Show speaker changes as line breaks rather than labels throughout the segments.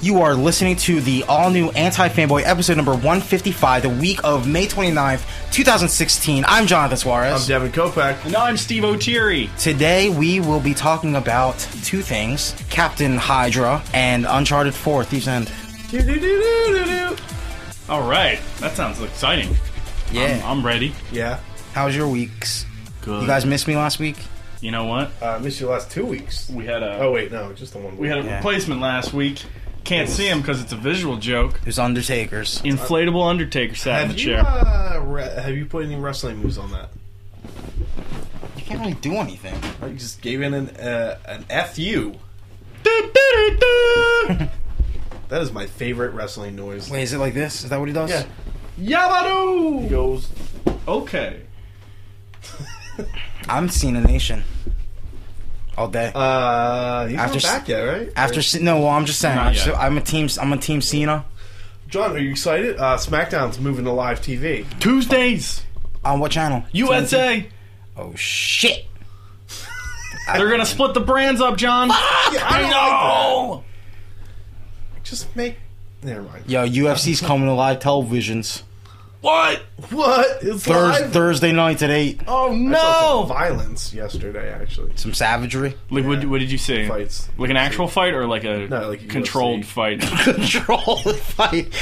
You are listening to the all new Anti Fanboy episode number 155, the week of May 29th, 2016. I'm Jonathan Suarez.
I'm Devin Kopak.
And I'm Steve O'Teary.
Today we will be talking about two things Captain Hydra and Uncharted 4 Thieves End.
Do-do-do-do-do-do.
All right, that sounds exciting.
Yeah.
I'm, I'm ready.
Yeah,
How's Um, your weeks?
Good.
You guys missed me last week?
You know what?
uh, missed you last two weeks.
We had a
Oh wait, no, just the one.
we had a
Yeah.
replacement last week. Can't see him because it's a visual joke.
It was Undertakers.
Inflatable Undertaker sat in
Have
the
you
chair.
uh, re- have you put any wrestling moves on that?
You can't really do anything.
I just gave in an uh, an fu. That is my favorite wrestling noise.
Wait, is it like this? Is that what he does?
Yeah. Yabadoo goes.
okay.
I'm seeing a nation. All day.
Uh, he's
After
not back yet, right?
After C- no, well, I'm just saying.
Not
I'm, just-
yet.
I'm a team. I'm a team Cena.
John, are you excited? Uh, SmackDown's moving to live TV.
Tuesdays,
On what channel?
USA.
Oh shit!
They're gonna split the brands up, John.
I don't
know.
Just make. Never mind.
Yo, UFC's coming to live televisions
What?
What? It's
Thurs
live?
Thursday nights at eight.
Oh
I saw some
no!
violence yesterday, actually.
Some savagery.
Like what? What did you see?
Fights.
Like an actual fight or like a
No, like a
controlled
UFC.
fight?
Control the fight.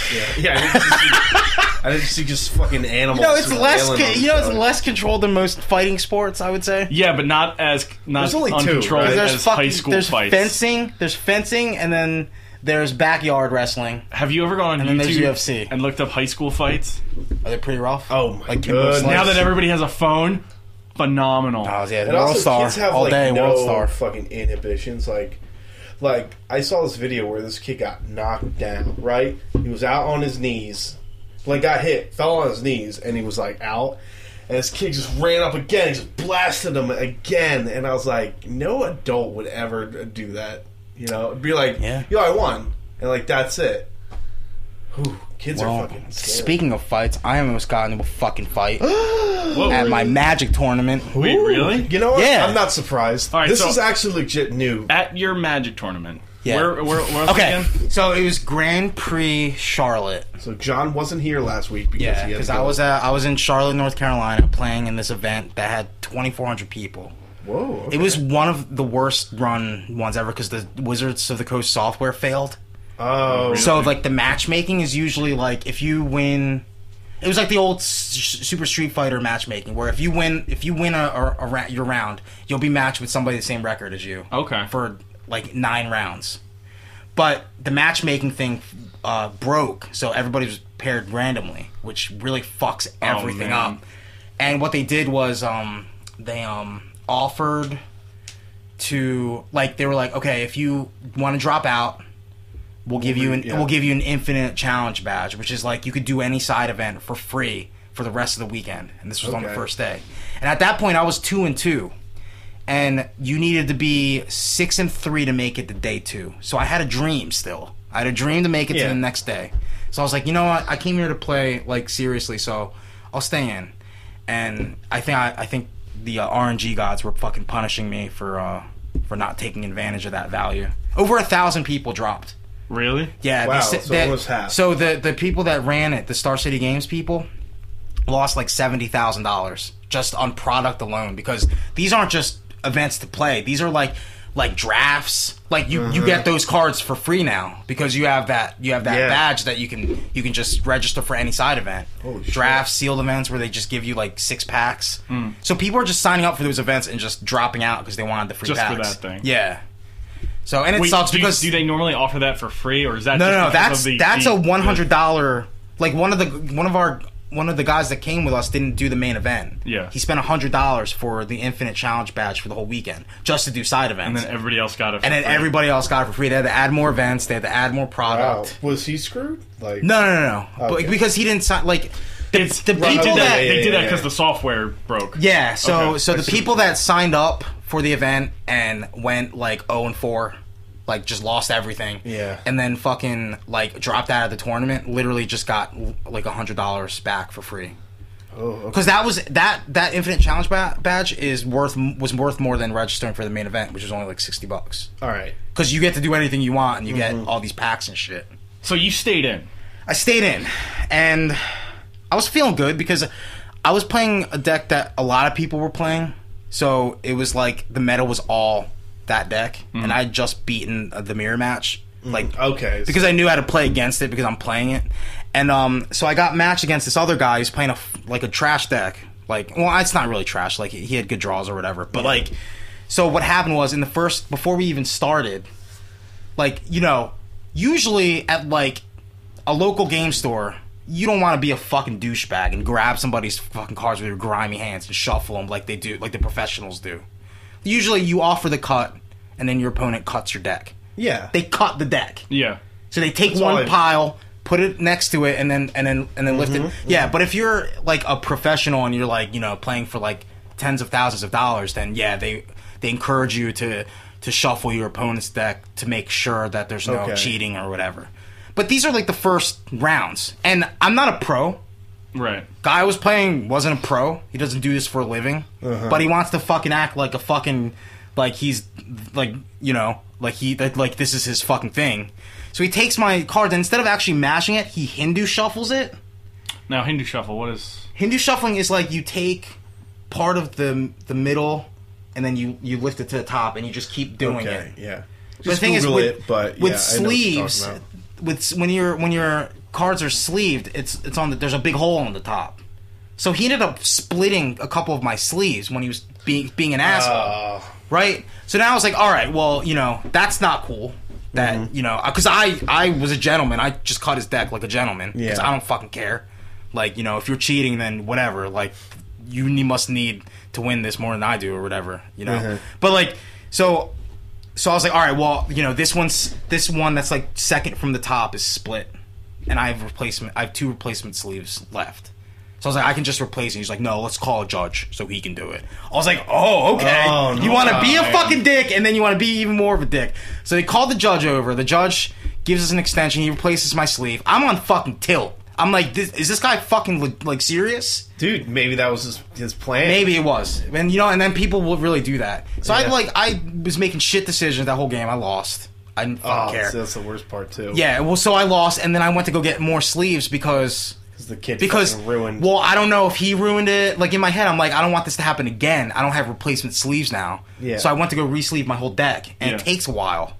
Yeah, I didn't see, I didn't see just fucking animals.
No, it's less.
wailing
Con-
on
you know,
each
it's
other.
less controlled than most fighting sports. I would say.
yeah, but not as not
There's only two,
uncontrolled
right?
as
There's fucking.
high school
there's
fights.
fencing. There's fencing, and then there's backyard wrestling.
Have you ever gone on
then there's
YouTube
UFC.
and looked up high school fights?
Are they pretty rough?
Oh my
Like Kimbo
god!
Slice.
Now that everybody has a phone, phenomenal.
Oh, yeah,
and
World
also,
Star
kids have
all
like
day.
no
World Star.
fucking inhibitions. Like, like I saw this video where this kid got knocked down. Right, he was out on his knees, like got hit, fell on his knees, and he was like out. And this kid just ran up again, just blasted him again. And I was like, no adult would ever do that. You know, It'd be like,
Yeah.
yo, I won, and like that's it. Whew, kids are
Well,
fucking. Scary.
speaking of fights, I almost got into a fucking fight
Whoa,
at my magic tournament.
wait, really?
You know what?
Yeah.
I'm not surprised.
All right,
this
so-
is actually legit new.
At your magic tournament.
Yeah.
Where, where, where else
Okay,
again?
so it was Grand Prix Charlotte.
So John wasn't here last week because
Yeah,
he had
because
to
I
go-
was at, I was in Charlotte, North Carolina, playing in this event that had 2,400 people.
Whoa, okay.
It was one of the worst run ones ever because the Wizards of the Coast software failed.
Oh,
So like the matchmaking is usually like if you win, it was like the old S- Super Street Fighter matchmaking where if you win if you win a, a, a ra- your round, you'll be matched with somebody the same record as you.
Okay.
For like nine rounds, but the matchmaking thing uh, broke, so everybody was paired randomly, which really fucks everything
Oh, man.
up. And what they did was um, they um, offered to like they were like, okay, if you want to drop out, we'll give you an
yeah.
we'll give you an infinite challenge badge, which is like you could do any side event for free for the rest of the weekend. And this was on the
Okay.
first day. And at that point, I was two and two, and you needed to be six and three to make it to day two. So I had a dream still. I had a dream to make it to
Yeah.
the next day. So I was like, you know what? I came here to play like seriously, so I'll stay in. And I think I, I think the uh, RNG gods were fucking punishing me for uh, for not taking advantage of that value. Over a thousand people dropped.
Really?
Yeah.
Wow,
sa-
so almost half.
So the the people that ran it, the Star City Games people, lost like seventy thousand dollars just on product alone because these aren't just events to play. These are like like drafts. Like you you get those cards for free now because you have that you have that
Mm-hmm. Yeah.
badge that you can you can just register for any side event.
Holy shit.
drafts, sealed events where they just give you like six packs.
Mm.
So people are just signing up for those events and just dropping out because they wanted the free
Just for
packs.
that thing.
Yeah. So and it
Wait,
sucks
do,
because
do they normally offer that for free, or is that
no,
just
no, no.
because
That's
of the,
that's
the-
a one hundred dollar. Like one of the one of our one of the guys that came with us didn't do the main event.
Yeah.
he spent hundred dollars for the Infinite Challenge badge for the whole weekend just to do side
And
events,
then everybody else got it. For free.
everybody else got it for free. They had to add more events. They had to add more
wow.
product.
Was he screwed? Like
No, no, no, no.
Oh. Okay.
But because he didn't sign like. The,
It's,
the
they
people
did that.
that
They
yeah,
did that
yeah,
because
yeah.
the software broke.
Yeah, so
Okay,
so
I
the
see
people
what you're
that signed up for the event and went like 0 and 4, like just lost everything.
Yeah.
And then fucking like dropped out of the tournament, literally just got like a $100 back for free.
Oh, okay.
because that was that that Infinite Challenge ba- badge is worth m- was worth more than registering for the main event, which is only like sixty bucks.
All right.
Because you get to do anything you want, and you
Mm-hmm.
get all these packs and shit.
So you stayed in.
I stayed in, and I was feeling good because I was playing a deck that a lot of people were playing. So it was like the meta was all that deck, and I had just beaten uh, the mirror match. Like
Okay. so-
because I knew how to play against it because I'm playing it. And um, so I got matched against this other guy who's playing a f- like a trash deck. Like, well, it's not really trash. Like he had good draws or whatever. But like, so what happened was in the first before we even started, like you know, usually at like a local game store. You don't want to be a fucking douchebag and grab somebody's fucking cards with your grimy hands and shuffle them like they do, like the professionals do. Usually, you offer the cut, and then your opponent cuts your deck.
yeah.
They cut the deck.
Yeah.
So they take
all
one
I-
pile, put it next to it, and then and then and then lift it.
Mm-hmm,
Yeah, but if you're like a professional and you're like you know playing for like tens of thousands of dollars, then yeah, they they encourage you to to shuffle your opponent's deck to make sure that there's no
Okay.
cheating or whatever. But these are like the first rounds, and I'm not a pro.
Right.
Guy I was playing wasn't a pro. He doesn't do this for a living,
Uh-huh.
but he wants to fucking act like a fucking like he's like you know like he like, like this is his fucking thing. So he takes my card and instead of actually mashing it, he Hindu shuffles it.
Now Hindu shuffle. What is?
Hindu shuffling is like you take part of the the middle and then you you lift it to the top and you just keep doing
Okay.
it.
Yeah.
But the thing is,
Google
with,
it, but
with
yeah, I know what you're talking
sleeves,
about.
with s- when your when your cards are sleeved, it's it's on the there's a big hole on the top. So he ended up splitting a couple of my sleeves when he was being being an asshole,
Uh,
right? So now I was like, all right, well, you know, that's not cool. That
Mm-hmm.
you know, because I I was a gentleman. I just cut his deck like a gentleman because
Yeah.
I don't fucking care. Like you know, if you're cheating, then whatever. Like you ne- must need to win this more than I do or whatever. You know,
Mhm.
but like so so I was like, all right, well, you know, this one's this one that's like second from the top is split, and I have replacement. I have two replacement sleeves left. So I was like, I can just replace it. He's like, no, let's call a judge so he can do it. I was like, oh, okay.
Oh,
you
no.
want to be a
Wow.
fucking dick, and then you want to be even more of a dick. So they called the judge over. The judge gives us an extension. He replaces my sleeve. I'm on fucking tilt. I'm like, this, is this guy fucking li- like serious?
dude, maybe that was his, his plan.
Maybe it was, and you know, and then people will really do that. So I
Yeah.
like I was making shit decisions that whole game. I lost. I didn't
Oh,
fucking care.
so that's the worst part too.
yeah, well, so I lost, and then I went to go get more sleeves because
Because the kid
because
fucking ruined.
Well, I don't know if he ruined it. Like in my head, I'm like, I don't want this to happen again. I don't have replacement sleeves now.
Yeah.
So I went to go re-sleeve my whole deck, and it
Yeah.
takes a while.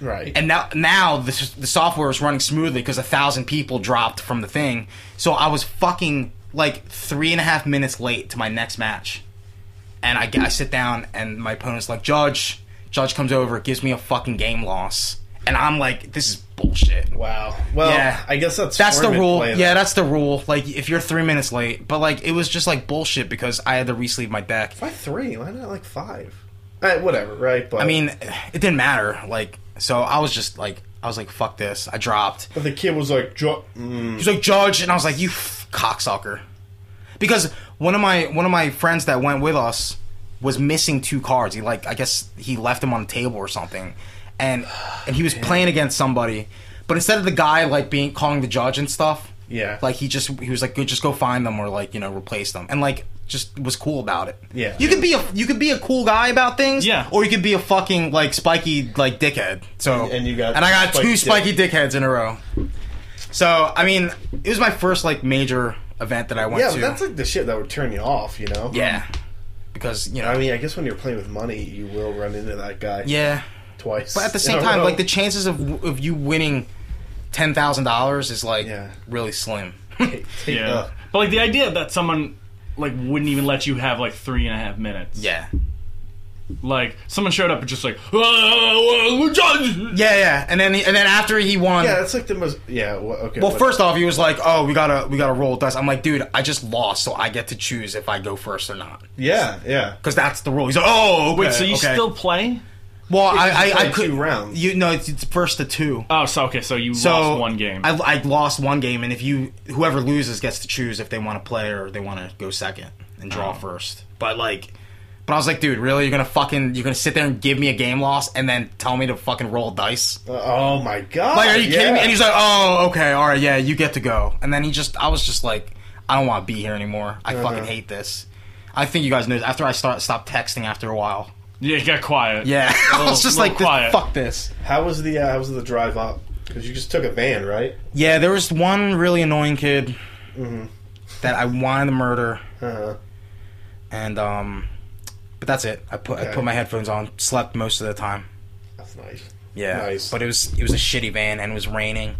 right.
And now, now the, s- the software is running smoothly because a thousand people dropped from the thing. So I was fucking like three and a half minutes late to my next match. And I, g- I sit down, and my opponent's like, Judge. Judge comes over, gives me a fucking game loss. And I'm like, this is bullshit.
wow. Well,
Yeah.
I guess that's
That's the
tournament
rule.
play,
Yeah, that's the rule. Like, if you're three minutes late, but like, it was just like bullshit because I had to re-sleeve my deck.
Why three? Why not like five? Uh, whatever, right? But
I mean, it didn't matter. Like, so I was just like, I was like, fuck this. I dropped.
but the kid was like, "Dro- mm,
He's like judge, and I was like, you f- cocksucker, because one of my one of my friends that went with us was missing two cards. He like I guess he left them on the table or something, and and he was playing against somebody, but instead of the guy like being calling the judge and stuff,
Yeah.
like he just he was like, "Good, just go find them or like you know replace them, and like just was cool about it.
Yeah.
you could be a you could be a cool guy about things,
Yeah.
or you could be a fucking like spiky like dickhead. So
And you got
and I got
spiky
two
dick.
spiky dickheads in a row. So I mean, it was my first like major event that I went
yeah,
to.
but that's like the shit that would turn you off, you know?
yeah, because you know,
I mean, I guess when you're playing with money, you will run into that guy
yeah.
twice.
But at the
in
same
a
time,
row.
like the chances of of you winning ten thousand dollars is like
Yeah.
really slim.
Take-
Yeah.
uh,
But like the idea that someone like wouldn't even let you have like three and a half minutes.
yeah,
Like someone showed up and just like, "Ah, "Oh, judge.
yeah, yeah. And then and then after he won,
yeah, that's like the most. Yeah. Well, okay.
Well,
what-
first off, he was like, "Oh, we gotta, we gotta roll dice." I'm like, "Dude, I just lost, so I get to choose if I go first or not,
Yeah. Yeah.
because that's the rule." He's like, "Oh, okay,
Wait, so you
okay."
still play?
Well, I, I, I
Like
could
two rounds.
You no, it's, it's first to two.
Oh, so okay, so you
So
lost one game.
I, I lost one game, and if you whoever loses gets to choose if they want to play or they want to go second and
Oh.
draw first. But like, but I was like, "Dude, really? You're gonna fucking, you're gonna sit there and give me a game loss and then tell me to fucking roll dice?"
Uh, oh my god.
Like, are you
yeah.
kidding me? And he's like, oh, okay, all right, yeah, you get to go. And then he just, I was just like, I don't want to be here anymore. I fucking hate this. I think you guys know. After I start stopped texting after a while,
Yeah, get quiet.
yeah, I was
Little-
just
little
like, this-
quiet.
fuck this.
How was the uh, how was the drive up? Because you just took a van, right?
Yeah, there was one really annoying kid
Mm-hmm.
that I wanted to murder,
Uh-huh.
and um, but that's it. I put I
Okay.
put my headphones on, slept most of the time.
That's nice.
Yeah,
Nice.
but it was it was a shitty van and it was raining,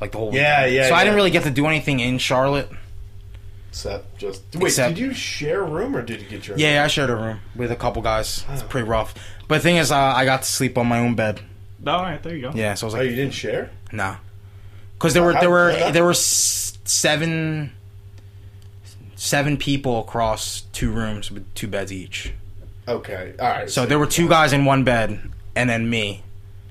like the whole
Yeah,
weekend.
yeah,
So I
yeah.
didn't really get to do anything in Charlotte.
Except just wait.
Except-
did you share a room or did you get your
Yeah, I shared a room with a couple guys. It's pretty rough. But the thing is, uh, I got to sleep on my own bed.
All right, there you go.
Yeah, so I was
Oh,
like,
you didn't share?
Nah, because there were there
How-
were there were s- seven seven people across two rooms with two beds each.
Okay. All right.
So there were two guys in one bed, and then me,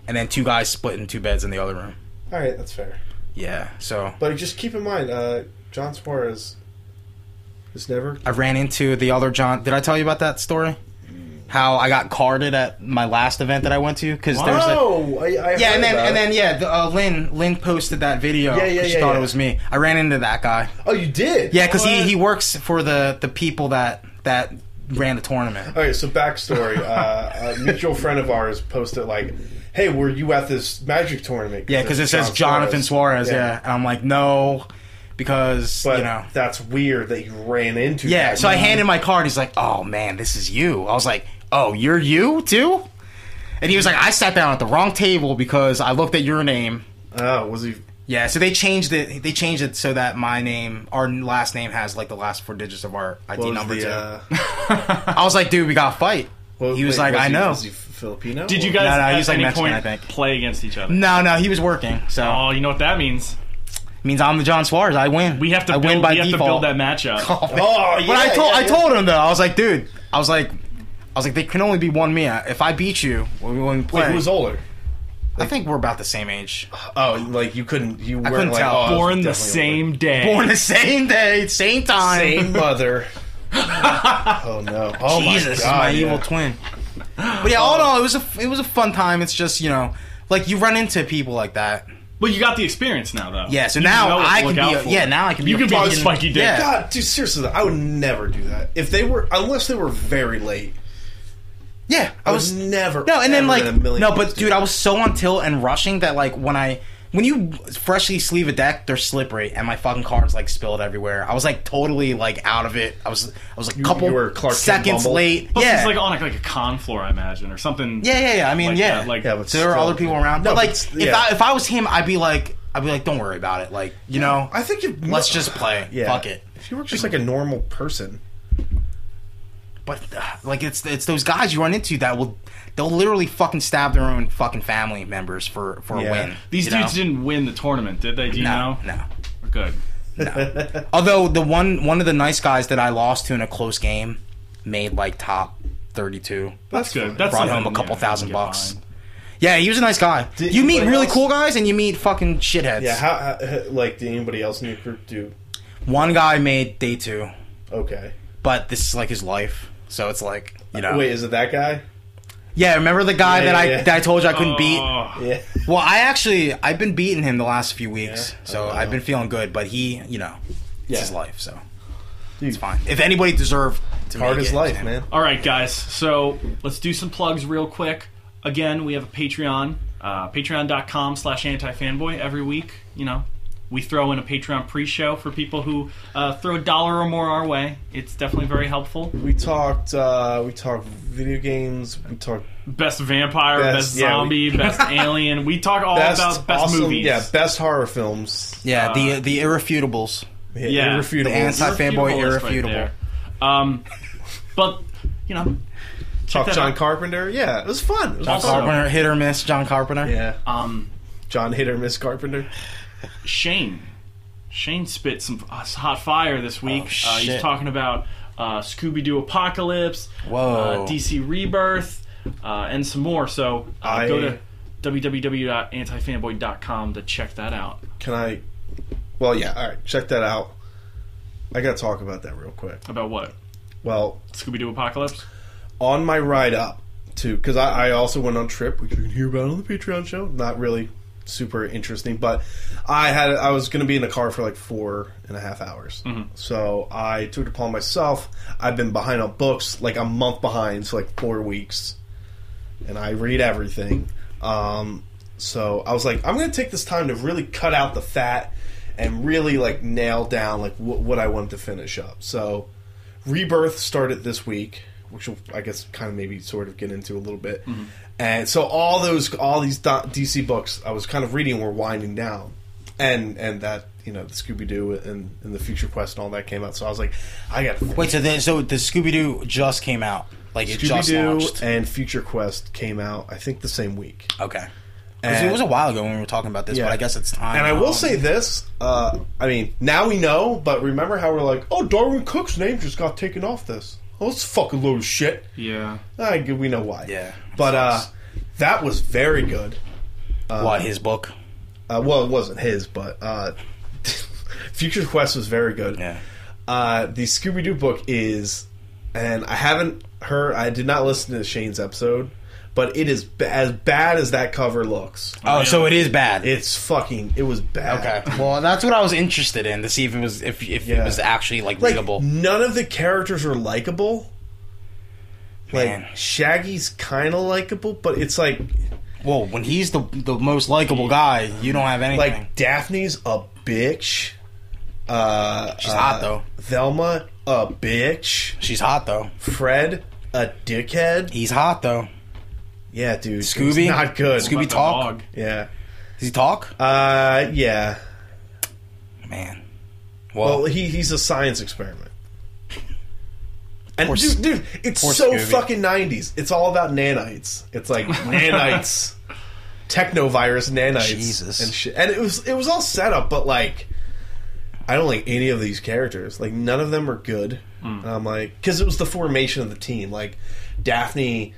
and then two guys split in two beds in the other room.
All right, that's fair.
Yeah, so
But just keep in mind, uh, John Suarez is never.
I ran into the other John. Did I tell you about that story? How I got carded at my last event that I went to because there's a
Oh, I, I
Yeah,
heard
and then
about
and
it.
then yeah, the, uh, Lynn Lynn posted that video.
Yeah, yeah,
'cause She
yeah,
thought
yeah.
it was me. I ran into that guy.
oh, you did.
Yeah, because he,
What?
he works for the the people that that ran the tournament.
Okay, so backstory: uh, a mutual friend of ours posted like, "Hey, were you at this magic tournament?"
Yeah, because it says Jonathan Suarez. Yeah. and I'm like no, because
but
you know.
that's weird that you ran into.
Yeah,
that
so I
guy.
handed my card. He's like, oh man, this is you. I was like, oh, you're you too. And he was like, I sat down at the wrong table because I looked at your name.
Oh, was he?
Yeah, so they changed it. They changed it so that my name, our last name, has like the last four digits of our ID
What was
number
the?
too.
Uh,
I was like, dude, we got to fight.
what-
he was
wait,
like, I know.
Was he Filipino?
Did you
Or-
guys
No, no,
at
he's, like,
any
Mexican,
point
I think.
play against each other?
no, no, he was working, so
Oh, you know what that means?
means I'm the John Suarez. I win.
We have to
I
build.
win by
we have
default.
to build that matchup.
Oh, man.
Oh, yeah.
but I told
yeah,
I
yeah.
told him though. I was like, dude. I was like, I was like, there can only be one me. If I beat you when we, when we play,
Wait, who was older?
I think we're about the same age.
Oh, like you couldn't. You weren't
couldn't
like
tell.
oh, I was
Born the
definitely
same day.
Born the same day, same time.
older. same mother. oh no! Oh
Jesus,
my Oh. God!
my
yeah.
evil twin. But yeah, all in all, it was a it was a fun time. It's just you know, like you run into people like that.
Well, you got the experience now, though.
Yeah, so
You know
now
what
I
to
can be.
look
A,
out for.
yeah, now I can be.
You
a
can borrow
freaking-
spiky dick.
Yeah.
God, dude, seriously, though, I would never do that. If they were, unless they were very late,
yeah.
I was never.
No, and then
ever
like
in a million
no,
years
but dude, I was so on tilt and rushing that like when I when you freshly sleeve a deck, they're slippery, and my fucking cards like spilled everywhere. I was like totally like out of it. I was I was a couple
you were Clark Kent
seconds
Bumble.
late.
Plus,
yeah.
it's like on like, a con floor, I imagine, or something.
yeah, yeah, yeah. I mean,
Like
yeah.
that, like-
Yeah, but
so there were
still,
other people
dude.
around.
No,
but like,
but-
if
yeah.
I if I was him, I'd be like, I'd be like, don't worry about it. Like, you know,
I think if
let's just play.
yeah.
Fuck it.
If you were just like a normal person,
But uh, like, it's it's those guys you run into that will they'll literally fucking stab their own fucking family members for for
Yeah.
a win.
These
you know?
dudes didn't win the tournament, did they? Do you
no,
know?
no.
Good.
Although the one one of the nice guys that I lost to in a close game made like top thirty two.
That's good. That's
Brought
something,
home a couple
yeah,
thousand
you can
bucks.
find.
Yeah, he was a nice guy.
Did
you meet
anybody
really
else-
cool guys and you meet fucking shitheads.
yeah. How, how like did anybody else in your group do?
One guy made day two,
Okay.
but this is like his life. So it's like you know.
Wait, is it that guy?
Yeah, remember the guy
Yeah,
that
yeah,
I
yeah.
that I told you I couldn't beat?
Oh.
Yeah.
Well, I actually I've been beating him the last few weeks,
Yeah?
so
Oh,
I've
wow.
been feeling good. But he, you know, it's
Yeah.
his life, so
Dude,
it's fine. If anybody deserved to
Hard
make
as
it,
life,
it's him.
man.
All right, guys. So let's do some plugs real quick. Again, we have a Patreon, uh, patreon.com slash antifanboy every week. You know, we throw in a Patreon pre-show for people who uh, throw a dollar or more our way. It's definitely very helpful.
We talked. uh We talked video games. We talked
Best vampire,
Best-
best,
yeah, we-
zombie, best alien. We talk all
best,
about best
awesome-
movies.
Yeah, best horror films.
Yeah,
Uh,
the the irrefutables.
Yeah.
irrefutable.
The anti- Fanboy
Irrefutable is
irrefutable.
there. um, but you know, check
Talked
that
John
out.
Carpenter. Yeah, it was fun. It was
John
fun.
Carpenter.
Carpenter, hit or miss, John Carpenter.
Yeah,
um,
John hit or miss Carpenter.
Shane. Shane spit some uh, hot fire this week.
Oh,
uh, he's
shit.
talking about uh, Scooby Doo Apocalypse,
Whoa.
Uh, DC Rebirth, uh, and some more. So uh,
I-
go to www.antifanboy.com to check that out.
Can I? Well, yeah. All right, check that out. I gotta talk about that real quick.
About what?
Well,
Scooby Doo Apocalypse?
on my ride up to, because I, I also went on trip, which you can hear about on the Patreon show. Not really super interesting. But I had I was going to be in the car for like four and a half hours, so I took it upon myself. I've been behind on books, like a month behind, so like four weeks, and I read everything. Um, so I was like, I'm going to take this time to really cut out the fat and really like nail down like wh- what I wanted to finish up. So Rebirth started this week, which we'll, I guess kind of maybe sort of get into a little bit. And so all those all these do- DC books I was kind of reading were winding down, and and that you know the Scooby Doo and, and the Future Quest and all that came out. So I was like, I got
Wait, so the, so the Scooby Doo just came out, like it just
Scooby
launched.
Doo and Future Quest came out I think the same week.
okay, 'Cause it was a while ago when we were talking about this,
Yeah.
but I guess it's time.
And I
now.
will say this: uh, I mean, now we know, but remember how we're like, "Oh, Darwin Cook's name just got taken off this." Oh, it's fucking load of shit.
Yeah.
I, we know why.
Yeah.
But uh, that was very good.
what his book?
Uh, well, it wasn't his, but uh, Future Quest was very good.
Yeah,
Uh, the Scooby Doo book is, and I haven't heard. I did not listen to Shane's episode, but it is ba- as bad as that cover looks.
Oh, so it is bad.
It's fucking. It was
okay.
bad.
Well, that's what I was interested in to see if it was if if
Yeah.
it was actually like,
Like
readable.
none of the characters are likable. Like
Man.
Shaggy's kind of likable, but it's like
Well, when he's the the most likable guy, you don't have anything.
like Daphne's a bitch. Uh,
She's
uh,
hot, though.
Velma a bitch.
She's hot though.
Fred a dickhead.
He's hot though.
Yeah, dude. it was
Scooby?
not good.
Scooby-
About the
talk?
dog.
Yeah.
Does he talk?
Uh, yeah.
Man.
Well,
Well,
he he's a science experiment. And
Poor
dude,
Sc-
dude, it's
poor
so
Scooby.
fucking nineties. It's all about nanites. It's like nanites, technovirus nanites,
Jesus.
and shit. And it was it was all set up, but like, I don't like any of these characters. Like none of them are good.
Hmm.
And I'm like, because it was the formation of the team. Like Daphne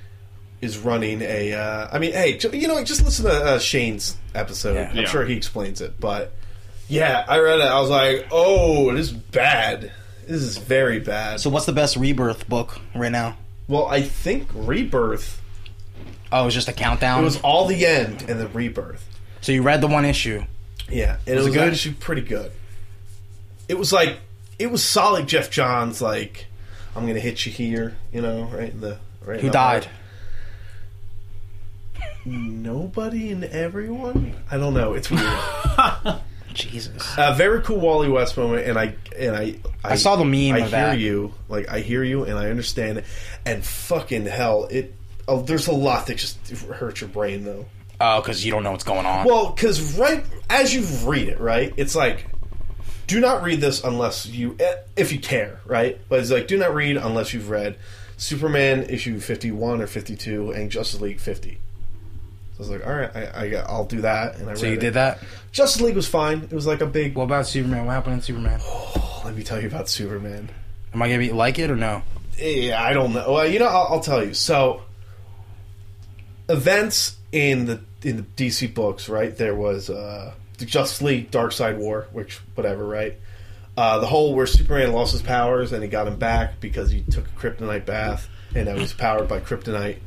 is running a. Uh, I mean, hey, ju- you know, what, just listen to uh, Shane's episode.
Yeah.
I'm
Yeah.
sure he explains it, but. Yeah, I read it. I was like, oh, this is bad. This is very bad.
so what's the best rebirth book right now?
well, I think Rebirth,
Oh, it's just a
it
countdown.
was all the end and then Rebirth.
so you read the one issue.
Yeah,
Was
and it
it
was
good?
actually pretty good. It was like, it was solid Jeff Johns, like, I'm going to hit you here, you know, right in the. Right in
Who
the
died?
heart. Nobody and everyone? I don't know. It's weird.
Jesus.
A very cool Wally West moment, and I and I I,
saw the meme
I
of
hear
that.
you, like I hear you, and I understand. And fucking hell, it. Oh, there's a lot that just hurts your brain though.
Oh, because you don't know what's going on.
Well, because right as you read it, right, it's like, do not read this unless you eh, if you care, right? But it's like, do not read unless you've read Superman issue fifty one or fifty two and Justice League fifty. So I was like, all right, I, I got, I'll do that. And I
so
read
you
it.
did that.
Justice League was fine. It was like a big.
What about Superman? What happened in Superman?
Oh, let me tell you about Superman.
Am I gonna be like it or no?
Yeah, I don't know. Well, you know, I'll, I'll tell you. So, events in the in the DC books, right? There was uh, the Justice League Dark Side War, which whatever, right? Uh, the whole where Superman lost his powers and he got him back because he took a kryptonite bath and now he's powered by kryptonite,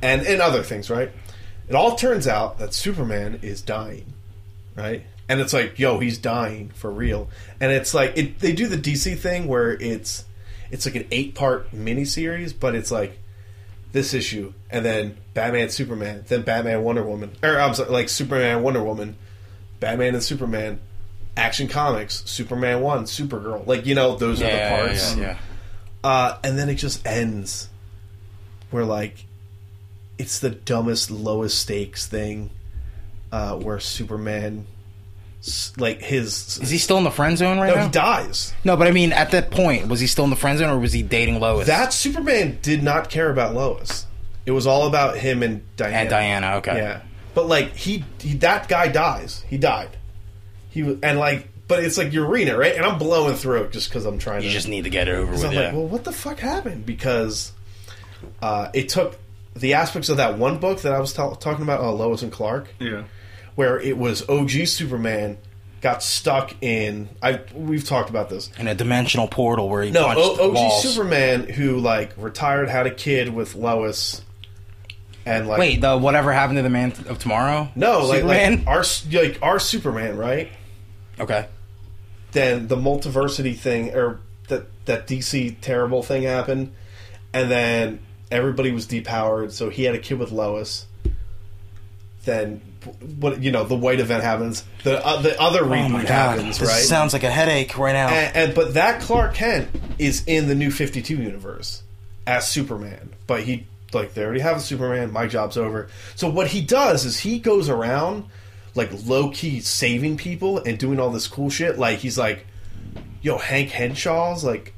and and other things, right? It all turns out that Superman is dying, right? And it's like, yo, he's dying for real. And it's like it, they do the DC thing where it's it's like an eight part miniseries, but it's like this issue and then Batman Superman, then Batman Wonder Woman, or I'm sorry, like Superman Wonder Woman, Batman and Superman, Action Comics, Superman One, Supergirl, like you know those are the parts,
yeah.
Uh, and then it just ends where like it's the dumbest, lowest stakes thing uh, where Superman, s- like his,
Is he still in the friend zone right
no,
now?
he dies.
no, but I mean, at that point, was he still in the friend zone or was he dating Lois
That Superman did not care about Lois. It was all about him and Diana.
and Diana? Okay.
Yeah. But like he, he that guy dies. He died. He was and like but it's like Urena, right? And I'm blowing through it just because I'm trying
You
to
just need to get it over with.
so I'm
yeah.
like, well, what the fuck happened? Because uh, it took the aspects of that one book that I was ta- talking about, uh, Lois and Clark,
Yeah.
where it was OG Superman got stuck in. I we've talked about this.
in a dimensional portal where he
No,
punched
o- OG
walls.
Superman who like retired, had a kid with Lois, and like
Wait, the whatever happened to the man of tomorrow?
no, like,
Superman?
like our like our Superman, right?
okay.
Then the multiversity thing, or that that DC terrible thing happened, and then everybody was depowered. So he had a kid with Lois. Then what you know the white event happens. The uh, the other
Oh my
reboot
god,
happens,
this
right?
sounds like a headache right now.
and, and but that Clark Kent is in the new 52 universe as Superman, but he like they already have a Superman. My job's over. So what he does is he goes around like low key saving people and doing all this cool shit. Like he's like, yo, Hank Henshaw's like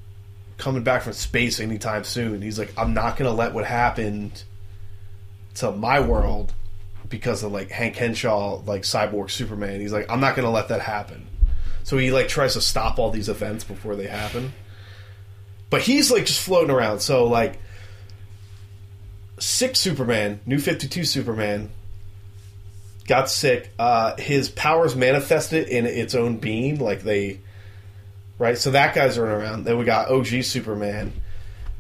coming back from space anytime soon. He's like, I'm not gonna let what happened to my world because of like Hank Henshaw, like cyborg Superman. He's like, I'm not gonna let that happen. So he like tries to stop all these events before they happen. But he's like just floating around. So like sick Superman, new 52 Superman got sick. Uh his powers manifested in its own being like they right? So that guy's running around. Then we got OG Superman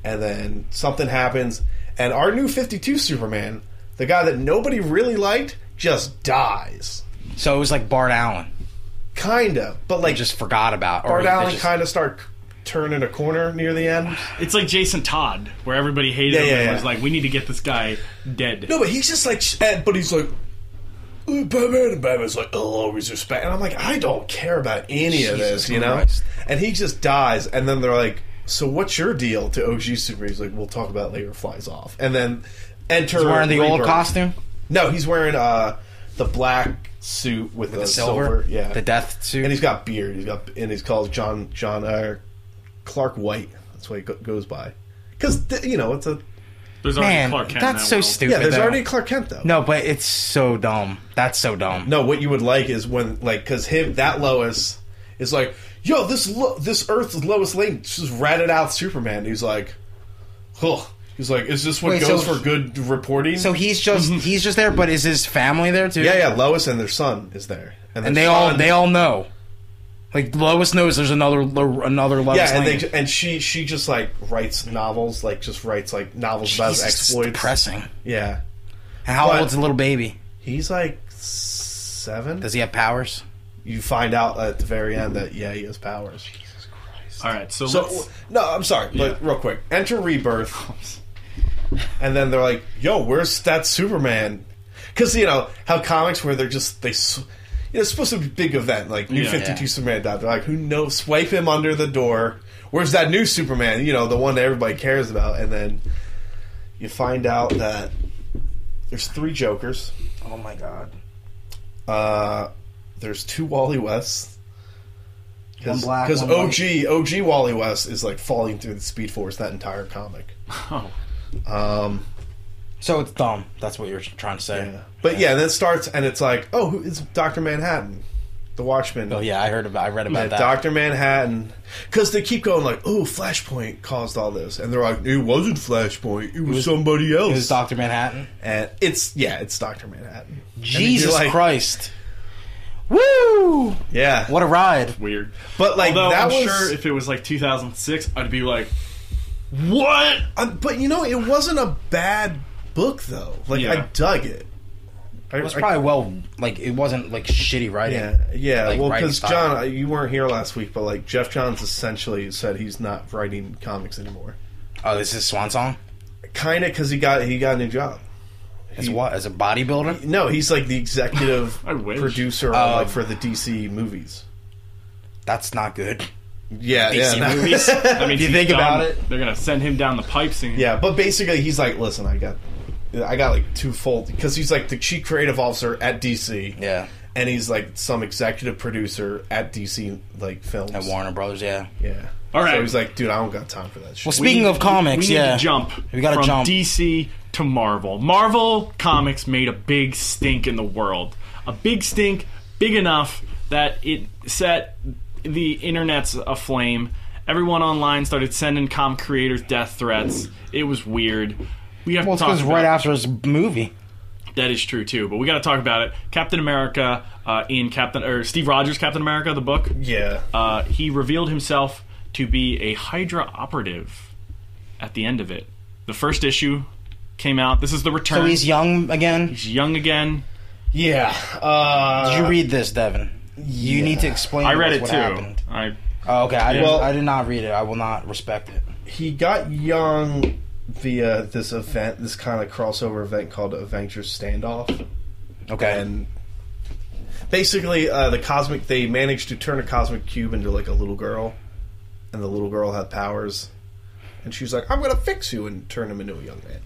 and then something happens and our new 52 Superman, the guy that nobody really liked, just dies.
so it was like Bart Allen.
Kind of, but
They
like
just forgot about. or
Bart
they
Allen
just-
kind of start turning a corner near the end.
It's like Jason Todd, where everybody hated
Yeah,
him
yeah,
and
yeah.
was like, "We need to get this guy dead."
No, but he's just like, sh- and- but he's like, "Ooh, Batman, and Batman's like, I'll always respect. And I'm like, I don't care about any of
Jesus
this, you know.
Christ.
And he just dies, and then they're like, so what's your deal to OG Superman? He's like, we'll talk about it later. Flies off, and then enter
He's wearing the old
Rebirth.
costume,
No, he's wearing uh the black suit with,
the
the
silver,
silver, yeah,
the death suit.
and he's got beard. He's got and he's called John John uh, Clark White. That's what he go- goes by. Because you know it's a
There's already
Man,
Clark Kent in
that's
that
so
world.
stupid.
yeah. There's
though.
already a Clark Kent though.
no, but it's so dumb. That's so dumb.
no. What you would like is when like because him that Lois is like yo this lo- this Earth's Lois Lane just ratted out Superman. he's like, huh. He's like, is this what
Wait,
goes
so-
for good reporting?
So he's just he's just there, but is his family there too?
yeah, yeah. Lois and their son is there, their
And they all
son-
they all know. Like Lois knows there's another Lo- another Lois.
Yeah, and
Lane.
they and she she just like writes novels, like just writes like novels about his
Jesus, it's
exploits.
depressing.
Yeah,
And How
But-
old's the little baby?
he's like seven.
Does he have powers?
you find out at the very end that yeah, he has powers.
All right, so,
So
let's,
no, I'm sorry, but real quick, enter Rebirth, and then they're like, "Yo, where's that Superman?" Because you know how comics where they're just they, s- you know, it's supposed to be a big event like New
Yeah.
Fifty Two
Yeah.
Superman died. They're like, "Who knows?" Swipe him under the door. Where's that new Superman? You know, the one that everybody cares about, and then you find out that there's three Jokers.
Oh my god!
Uh, there's two Wally Wests.
One black,
Because
one white.
OG OG Wally West is like falling through the Speed Force that entire comic.
oh,
Um,
So it's dumb. That's what you're trying to say.
yeah. But yeah, then it starts and it's like, oh, who is Doctor Manhattan, the Watchman?
Oh yeah, I heard about. I read about that.
Doctor Manhattan. Because they keep going like, oh, Flashpoint caused all this, and they're like, it wasn't Flashpoint, it was,
was-
somebody
it
else.
was Doctor Manhattan.
and it's yeah, it's Doctor Manhattan. And you're
Jesus
like,
Christ! Woo!
Yeah,
What a ride!
weird.
but like
Although
that
I'm
was.
sure if it was like 2006, I'd be like, "What?"
Uh, but you know, it wasn't a bad book though. Like I
Yeah.
dug it. I,
It was
I-
probably well, like it wasn't like shitty writing.
yeah, yeah.
like,
well,
writing
because
style.
John, uh, you weren't here last week, but like Jeff Johns essentially said he's not writing comics anymore.
Oh, this is Swan Song.
Kind of because he got he got a new job.
As
He-
what? As a bodybuilder?
No, he's like the executive
I wish.
producer of,
Um,
like, for the DC movies.
That's not good.
Yeah,
DC
yeah, no.
movies?
I mean,
If you
he's
think
done-
about it-
they're gonna send him down the pipes and
Yeah, but basically he's like, listen, I got, I got like twofold because he's like the chief creative officer at DC.
Yeah.
and he's like some executive producer at DC like films.
At Warner Brothers, yeah.
Yeah.
All right.
So he's like, dude, I don't got time for that shit.
Well, speaking
need-
of comics,
we need
yeah,
to jump.
We gotta
from
jump.
DC to Marvel. Marvel comics made a big stink in the world, a big stink, big enough that it set the internet's aflame. Everyone online started sending comic creators death threats. It was weird. We have
well,
to
it's
talk
because
about
right after his movie.
that is true too, but we got to talk about it. Captain America uh, in Captain or Steve Rogers Captain America the book.
yeah.
Uh, he revealed himself to be a Hydra operative at the end of it. The first issue came out. This is the return.
So he's young again.
He's young again.
Yeah. Uh,
Did you read this, Devin? You
yeah.
need to explain.
I
to
read
us
it
what
too.
Happened.
I
Oh, okay. I,
Well-
did, I did not read it. I will not respect it.
he got young via this event, this kind of crossover event called Avengers Standoff,
Okay.
and basically uh, the cosmic they managed to turn a cosmic cube into like a little girl, and the little girl had powers, and she's like, "I'm gonna fix you and turn him into a young man."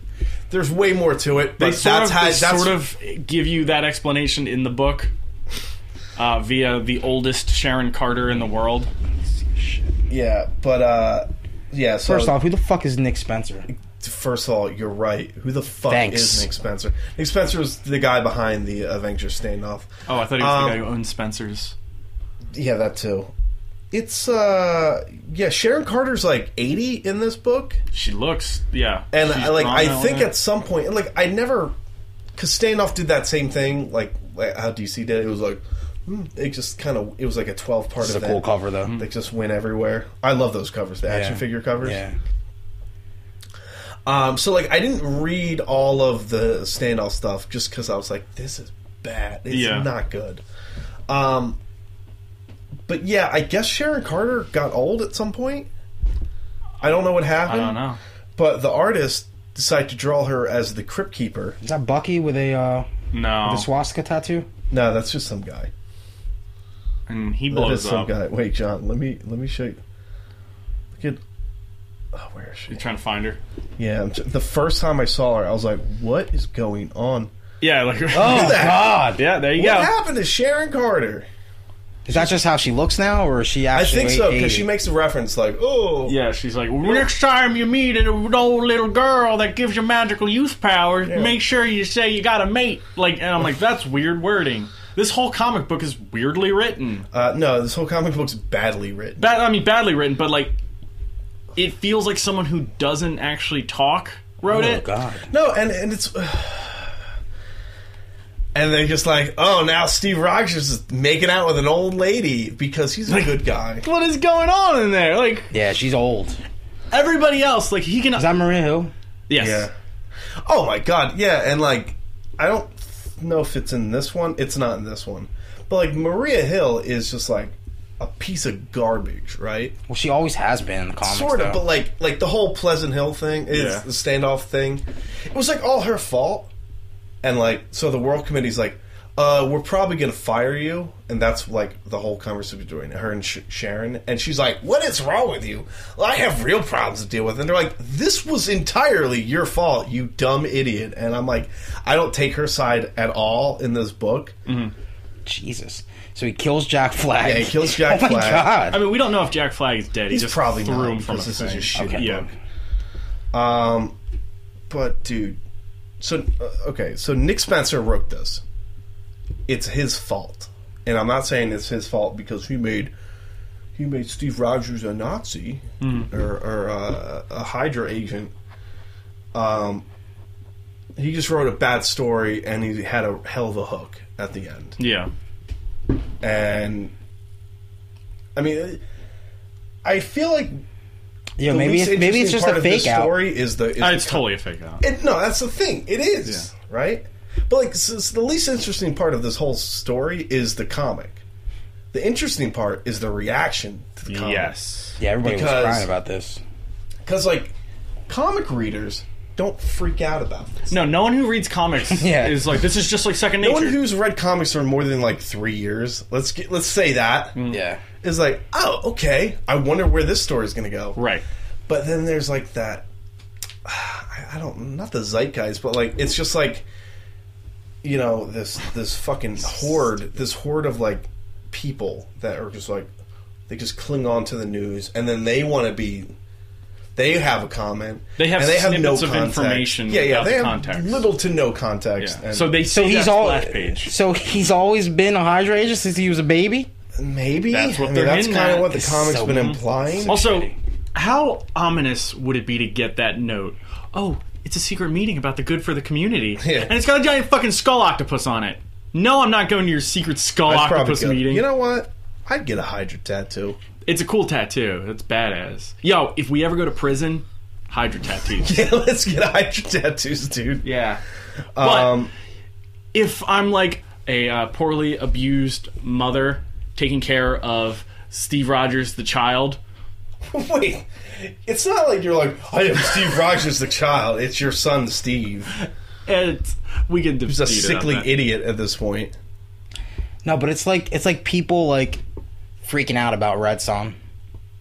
There's way more to it, but
they
that's
sort of,
how
they
that's
sort of give you that explanation in the book uh, via the oldest Sharon Carter in the world.
yeah, but uh, yeah. So
First off, who the fuck is Nick Spencer?
First of all, you're right. Who the fuck
Thanks.
is Nick Spencer? Nick Spencer was the guy behind the Avengers standoff.
Oh, I thought he was
Um,
the guy who owned Spencer's.
Yeah, that too. It's uh yeah, Sharon Carter's like 80 in this book.
She looks, yeah.
And
she's
I, like I
prominent.
think at some point like I never cuz Standoff did that same thing like, like how DC did. It It was like hmm, it just kind of it was like a 12 part
This is a
event.
cool cover though.
Mm-hmm.
They just went everywhere. I love those covers, the action
Yeah.
figure covers.
Yeah.
Um, so like I didn't read all of the standoff stuff just because I was like, this is bad. It's
Yeah.
not good. Um, but yeah, I guess Sharon Carter got old at some point. I don't know what
I
happened.
don't know.
But the artist decided to draw her as the Crypt Keeper.
Is that Bucky with a uh,
No,
with a swastika tattoo?
No, that's just some guy.
and he
That
blows
is some
up.
guy. Wait, John, let me let me show you. Look at. Oh, where is she?
You're trying to find her.
Yeah, I'm t- the first time I saw her, I was like, "What is going on?
Yeah, like
Oh
that.
God!
yeah. There you
What
go.
happened to Sharon Carter?"
Is that just how she looks now, or is she
I
actually?
think so because
80?
she makes a reference like, "Oh,
Yeah, she's like, next time you meet an old little girl that gives you magical use powers, make sure you say you got a mate. Like, and I'm like, that's weird wording. This whole comic book is weirdly written.
Uh, no, this whole comic book's badly written."
Bad, I mean, badly written, but like, it feels like someone who doesn't actually talk wrote
Oh
it.
God!
No, and and it's and they're just like, "Oh, now Steve Rogers is making out with an old lady because he's a good guy."
What is going on in there? Like
Yeah, she's old. Is
everybody else, like he can.
that Maria Hill?
yes.
Yeah. Oh my god. Yeah, and like, I don't know if it's in this one. It's not in this one, but like Maria Hill is just like a piece of garbage, right?
Well, she always has been in the comics.
sort of,
though.
but like like the whole Pleasant Hill thing, is
Yeah.
the standoff thing. It was like all her fault, and like so the World Committee's like, uh, we're probably gonna fire you, and that's like the whole conversation between her and Sh- Sharon, and she's like, what is wrong with you? Well, I have real problems to deal with, and they're like, this was entirely your fault, you dumb idiot, and I'm like, I don't take her side at all in this book.
Jesus. So he kills Jack Flag.
Yeah, he kills Jack
oh my
Flag.
God!
I mean, we don't know if Jack Flag is dead. he
He's
just
probably
threw
not
him from a
because this is
thing.
a shitty
Okay.
yeah.
Um, but dude, so uh, okay, so Nick Spencer wrote this. It's his fault, and I'm not saying it's his fault because he made he made Steve Rogers a Nazi or, or uh, a Hydra agent. Um, he just wrote a bad story, and he had a hell of a hook at the end
Yeah.
and I mean, I feel like
Yeah,
the
maybe
least
it's, maybe it's
interesting
just
part
a
of this
fake out.
Story is the is
Uh,
the
it's totally a fake out.
it, no, that's the thing. It is right, but like s s- the least interesting part of this whole story is the comic. The interesting part is the reaction to the comic.
Yes.
Yeah, everybody
Because-
was crying about this.
because like comic readers don't freak out about this.
No, no one who reads comics
Yeah.
is like this is just like second
No
nature.
one who's read comics for more than like three years. Let's get, let's say that
Mm.
is
Yeah.
like, oh, okay. I wonder where this story is going to go.
right.
But then there's like that. I I don't not the zeitgeist, but like it's just like you know this this fucking horde, this horde of like people that are just like they just cling on to the news, and then they want to be. They have a comment.
They have
and they have no
snippets of
context.
information
Yeah, yeah.
without
They
the
have
context.
little to no context.
Yeah.
and
So they
So he's all.
last page.
So he's always been a Hydra agent since he was a baby.
maybe
That's what
I mean,
they're
that's
hinting
kind
at.
of what the
It's
comic's
so-
been implying.
Also,
shitty.
how ominous would it be to get that note? Oh, it's a secret meeting about the good for the community,
Yeah.
and it's got a giant fucking skull octopus on it. No, I'm not going to your secret skull
I'd probably
octopus
go,
meeting.
You know what? I'd get a Hydra tattoo.
it's a cool tattoo. It's badass. Yo, if we ever go to prison, Hydra tattoos.
Yeah, let's get Hydra tattoos, dude.
yeah. But
Um,
if I'm like a uh, poorly abused mother taking care of Steve Rogers, the child,
wait, it's not like you're like I am Steve Rogers, the child. It's your son, Steve.
it's, we can
He's a
dispute it on
sickly
that.
idiot at this point.
No, but it's like it's like people like freaking out about Red Son.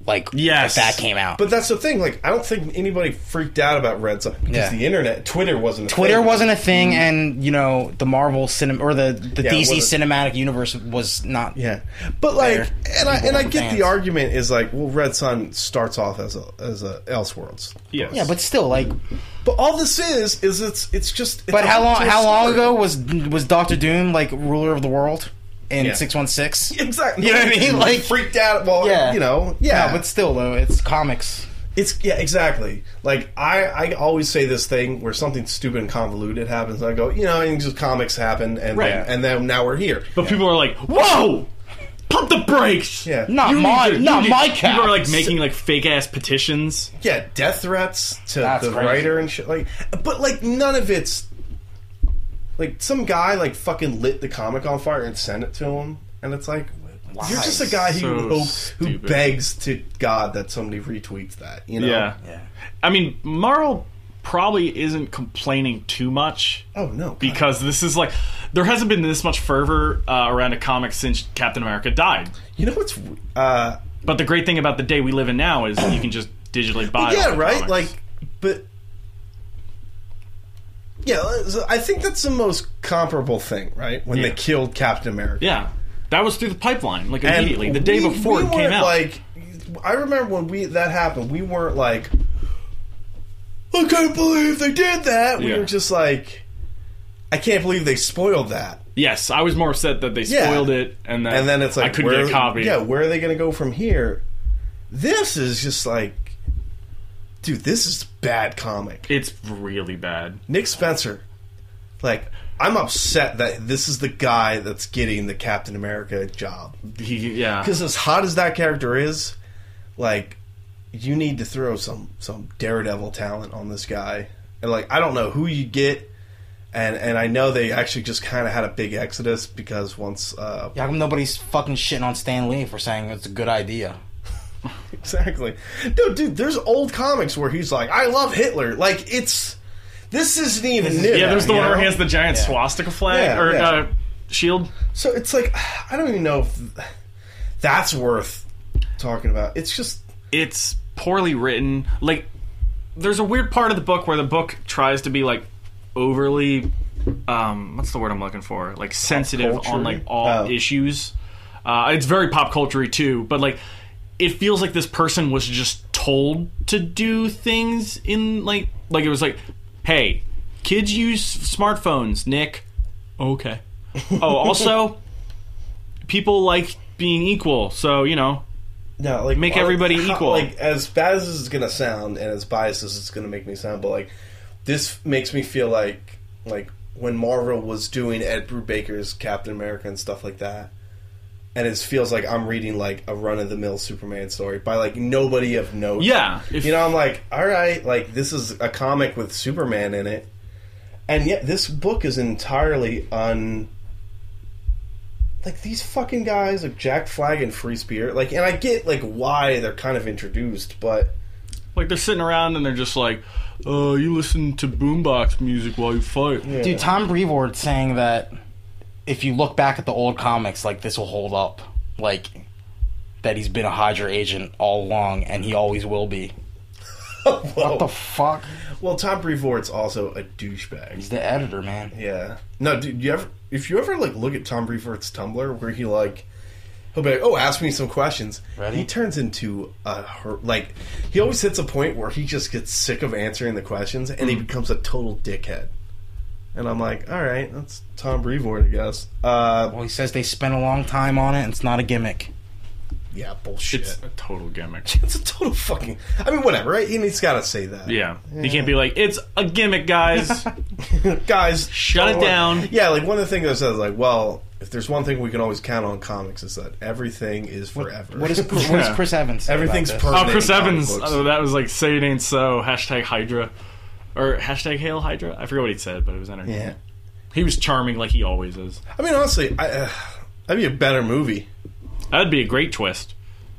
Like
Yes.
if that came out. But
But that's the thing. Like, I don't think anybody freaked out about Red Zone because
Yeah.
the internet, Twitter wasn't. A
Twitter
thing.
wasn't a thing and you know, the Marvel cinema or the, the
Mm. Yeah, it
DC
wasn't-
cinematic universe was not
Yeah, but like,
There.
and I
People
and I
were
get
fans.
the argument is like, well, Red Sun starts off as a as a Elseworlds.
Yes.
Yeah, but still like
But all this is is it's it's just. It's
But
a
how long
whole
how long
story.
ago was was Doctor Doom like ruler of the world in
Yeah.
six one six?
Exactly.
You know what I mean? Like-
freaked out. Well,
Yeah.
you know, yeah.
No,
but
but still though, it's comics.
It's yeah, exactly. Like I, I always say this thing where something stupid and convoluted happens, and I go, you know, and just comics happen, and
Right.
then, and then now we're here.
But people are like, whoa! Pump the brakes!
Yeah.
Not
need
my
to- you
not
need-
my cat.
People are like making like fake ass petitions.
yeah, death threats to
That's
the
crazy.
writer and shit. Like, but like none of it's like some guy like fucking lit the comic on fire and sent it to him, and it's like you're just a guy
So
who hopes, who
stupid.
begs to God that somebody retweets that. You know?
Yeah.
I mean, Marl probably isn't complaining too much
Oh no. God.
because this is like there hasn't been this much fervor uh, around a comic since Captain America died.
you know what's uh,
But the great thing about the day we live in now is you can just digitally buy. all
yeah
the
right
comics.
like but yeah so i think that's the most comparable thing right when they
Yeah.
killed captain america
yeah, that was through the pipeline like
And
immediately the day
we-
before
we
it came
weren't,
out.
like i remember when we that happened we weren't like i can't believe they did that we
Yeah.
were just like i can't believe they spoiled that
yes, I was more upset that they
Yeah.
spoiled it and that
and then it's like
I couldn't
where,
get a copy.
Yeah, where are they going to go from here? This is just like, dude, this is bad comic.
it's really bad.
Nick Spencer, like, I'm upset that this is the guy that's getting the Captain America job.
He, yeah,
Because as hot as that character is, like, you need to throw some some daredevil talent on this guy. And like, I don't know who you get. And, and I know they actually just kind of had a big exodus because once uh,
Yeah, how come nobody's fucking shitting on Stan Lee for saying it's a good idea?
Exactly. No, dude, there's old comics where he's like, I love Hitler. Like, it's. This isn't even new.
yeah. There's the
you
one where
know?
he has the giant swastika flag
Yeah,
or
yeah.
Uh, shield.
So it's like, I don't even know if that's worth talking about. It's just.
it's poorly written. Like, there's a weird part of the book where the book tries to be like overly, um, what's the word I'm looking for? Like sensitive on
culture-y?
like all
Oh.
issues. Uh, it's very pop culture too, but like, it feels like this person was just told to do things in like, like it was like, hey, kids use smartphones, Nick. Okay. Oh, also, people like being equal, so you know,
No, like
Make everybody
how-
equal.
Like as bad as this is gonna sound, and as biased as it's gonna make me sound, but like this makes me feel like like when Marvel was doing Ed Brubaker's Captain America and stuff like that, and it feels like I'm reading like a run of the mill Superman story by like nobody of note.
yeah. If,
you know, I'm like, all right, like this is a comic with Superman in it, and yet this book is entirely un. Like these fucking guys, like Jack Flag and Free Spirit, like, and I get like why they're kind of introduced, but
Like they're sitting around and they're just like, "Uh, you listen to boombox music while you fight." Yeah.
Dude, Tom Brevoort saying that if you look back at the old comics, like this will hold up. Like that he's been a Hydra agent all along and he always will be.
Whoa. Oh.
What the fuck?
well, Tom Brevoort's also a douchebag.
He's the editor, man.
Yeah, no, dude, you ever if you ever like look at Tom Brevoort's Tumblr where he like he'll be like, oh, ask me some questions.
Ready?
He turns into a her- like he always hits a point where he just gets sick of answering the questions and he
Mm.
becomes a total dickhead. And I'm like, all right, that's Tom Brevoort, I guess. Uh,
Well, he says they spent a long time on it and it's not a gimmick.
yeah, bullshit.
It's
It's,
a total gimmick.
a total fucking. I mean, whatever, right? And he's got to say that.
Yeah. you can't be like, "It's a gimmick, guys."
guys,
Shut it
don't worry."
down.
Yeah, like one of the things I said is like, well, if there's one thing we can always count on comics is that everything is forever.
What is what does
Yeah.
Chris Evans? Say
Everything's
about this?
per-
Oh, Chris
Comic
Evans.
books.
Oh, that was like say it ain't so. Hashtag Hydra, or hashtag Hail Hydra. I forget what he said, but it was entertaining.
Yeah.
He was charming, like he always is.
I mean, honestly, I, uh, that'd be a better movie.
That'd be a great twist.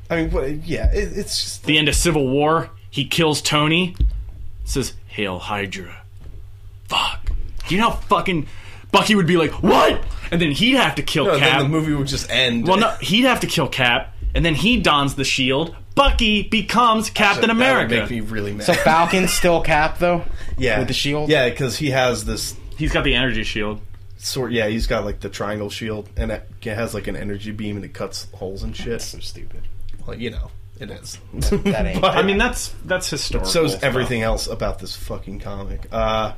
I mean, what, yeah, it, it's just
The end of Civil War. He kills Tony. Says Hail Hydra. Fuck. Do you know how fucking Bucky would be like what? And then he'd have to kill
no,
Cap.
then the movie would just end.
Well, no, he'd have to kill Cap, and then he dons the shield. Bucky becomes
So
Captain
that would
America.
make me really mad.
So Falcon's still Cap though.
yeah,
with the shield?
Yeah, because he has this
He's got the energy shield.
sort. Yeah, he's got like the triangle shield, and it has like an energy beam, and it cuts holes and shit.
So stupid.
Well, you know, it is.
that ain't-
But-
I mean, that's that's historical.
Oh, So is
stuff.
everything else about this fucking comic. Uh,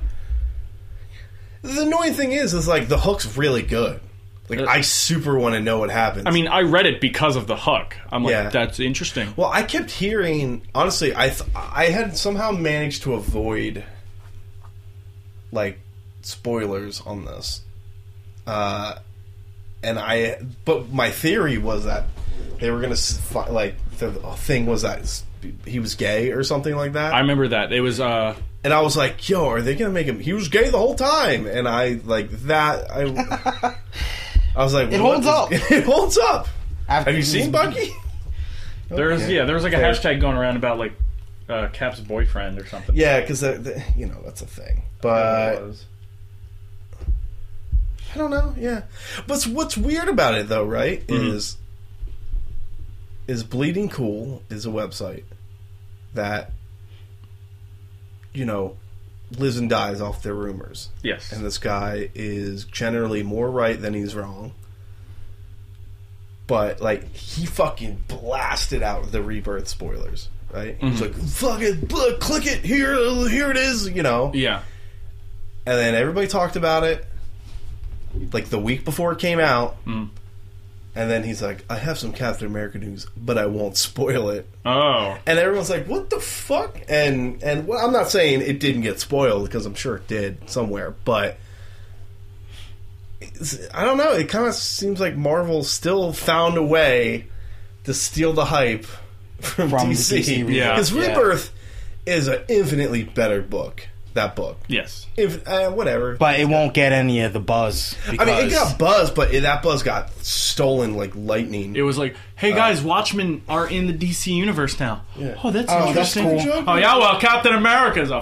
the annoying thing is, is like the hook's really good. Like
Uh,
I super want to know what happens.
I mean, I read it because of the hook. I'm like,
Yeah.
that's interesting.
well, I kept hearing. Honestly, I th- I had somehow managed to avoid like spoilers on this. Uh, and I, but my theory was that they were gonna s- fi- like the thing was that s- he was gay or something like that.
I remember that it was. uh
and I was like, "Yo, are they gonna make him? He was gay the whole time." And I like that. I, I was like,
It
what
holds
is-
up.
it holds up."
After
Have you seen Bucky?
There's
Okay.
yeah, there was like a
Fair.
hashtag going around about like uh, Cap's boyfriend or something.
Yeah, uh, because you know that's a thing.
It
But
was.
I don't know. Yeah, but what's weird about it though, right?
Mhm.
Is is Bleeding Cool is a website that you know lives and dies off their rumors.
yes,
and this guy is generally more right than he's wrong. But like he fucking blasted out the rebirth spoilers, right? He's
Mm-hmm.
like, "Fuck it, bl- click it here, here it is," you know.
yeah.
And then everybody talked about it, like the week before it came out.
Mm.
And then he's like, "I have some Captain America news, but I won't spoil it."
Oh,
And everyone's like, "What the fuck?" And and well, I'm not saying it didn't get spoiled because I'm sure it did somewhere, but it's- I don't know. It kind of seems like Marvel still found a way to steal the hype from,
From the
DC.
DC Rebirth,
Yeah.
because
yeah.
Rebirth is an infinitely better book. That book,
yes.
if uh, whatever.
But it won't get any of the buzz.
I
Because
mean, it got buzz, but it, that buzz got stolen like lightning.
It was like,
Uh,
hey guys, Watchmen are in the DC universe now. Oh, that's
Oh, that's
interesting.
cool.
Oh yeah, well, Captain America's a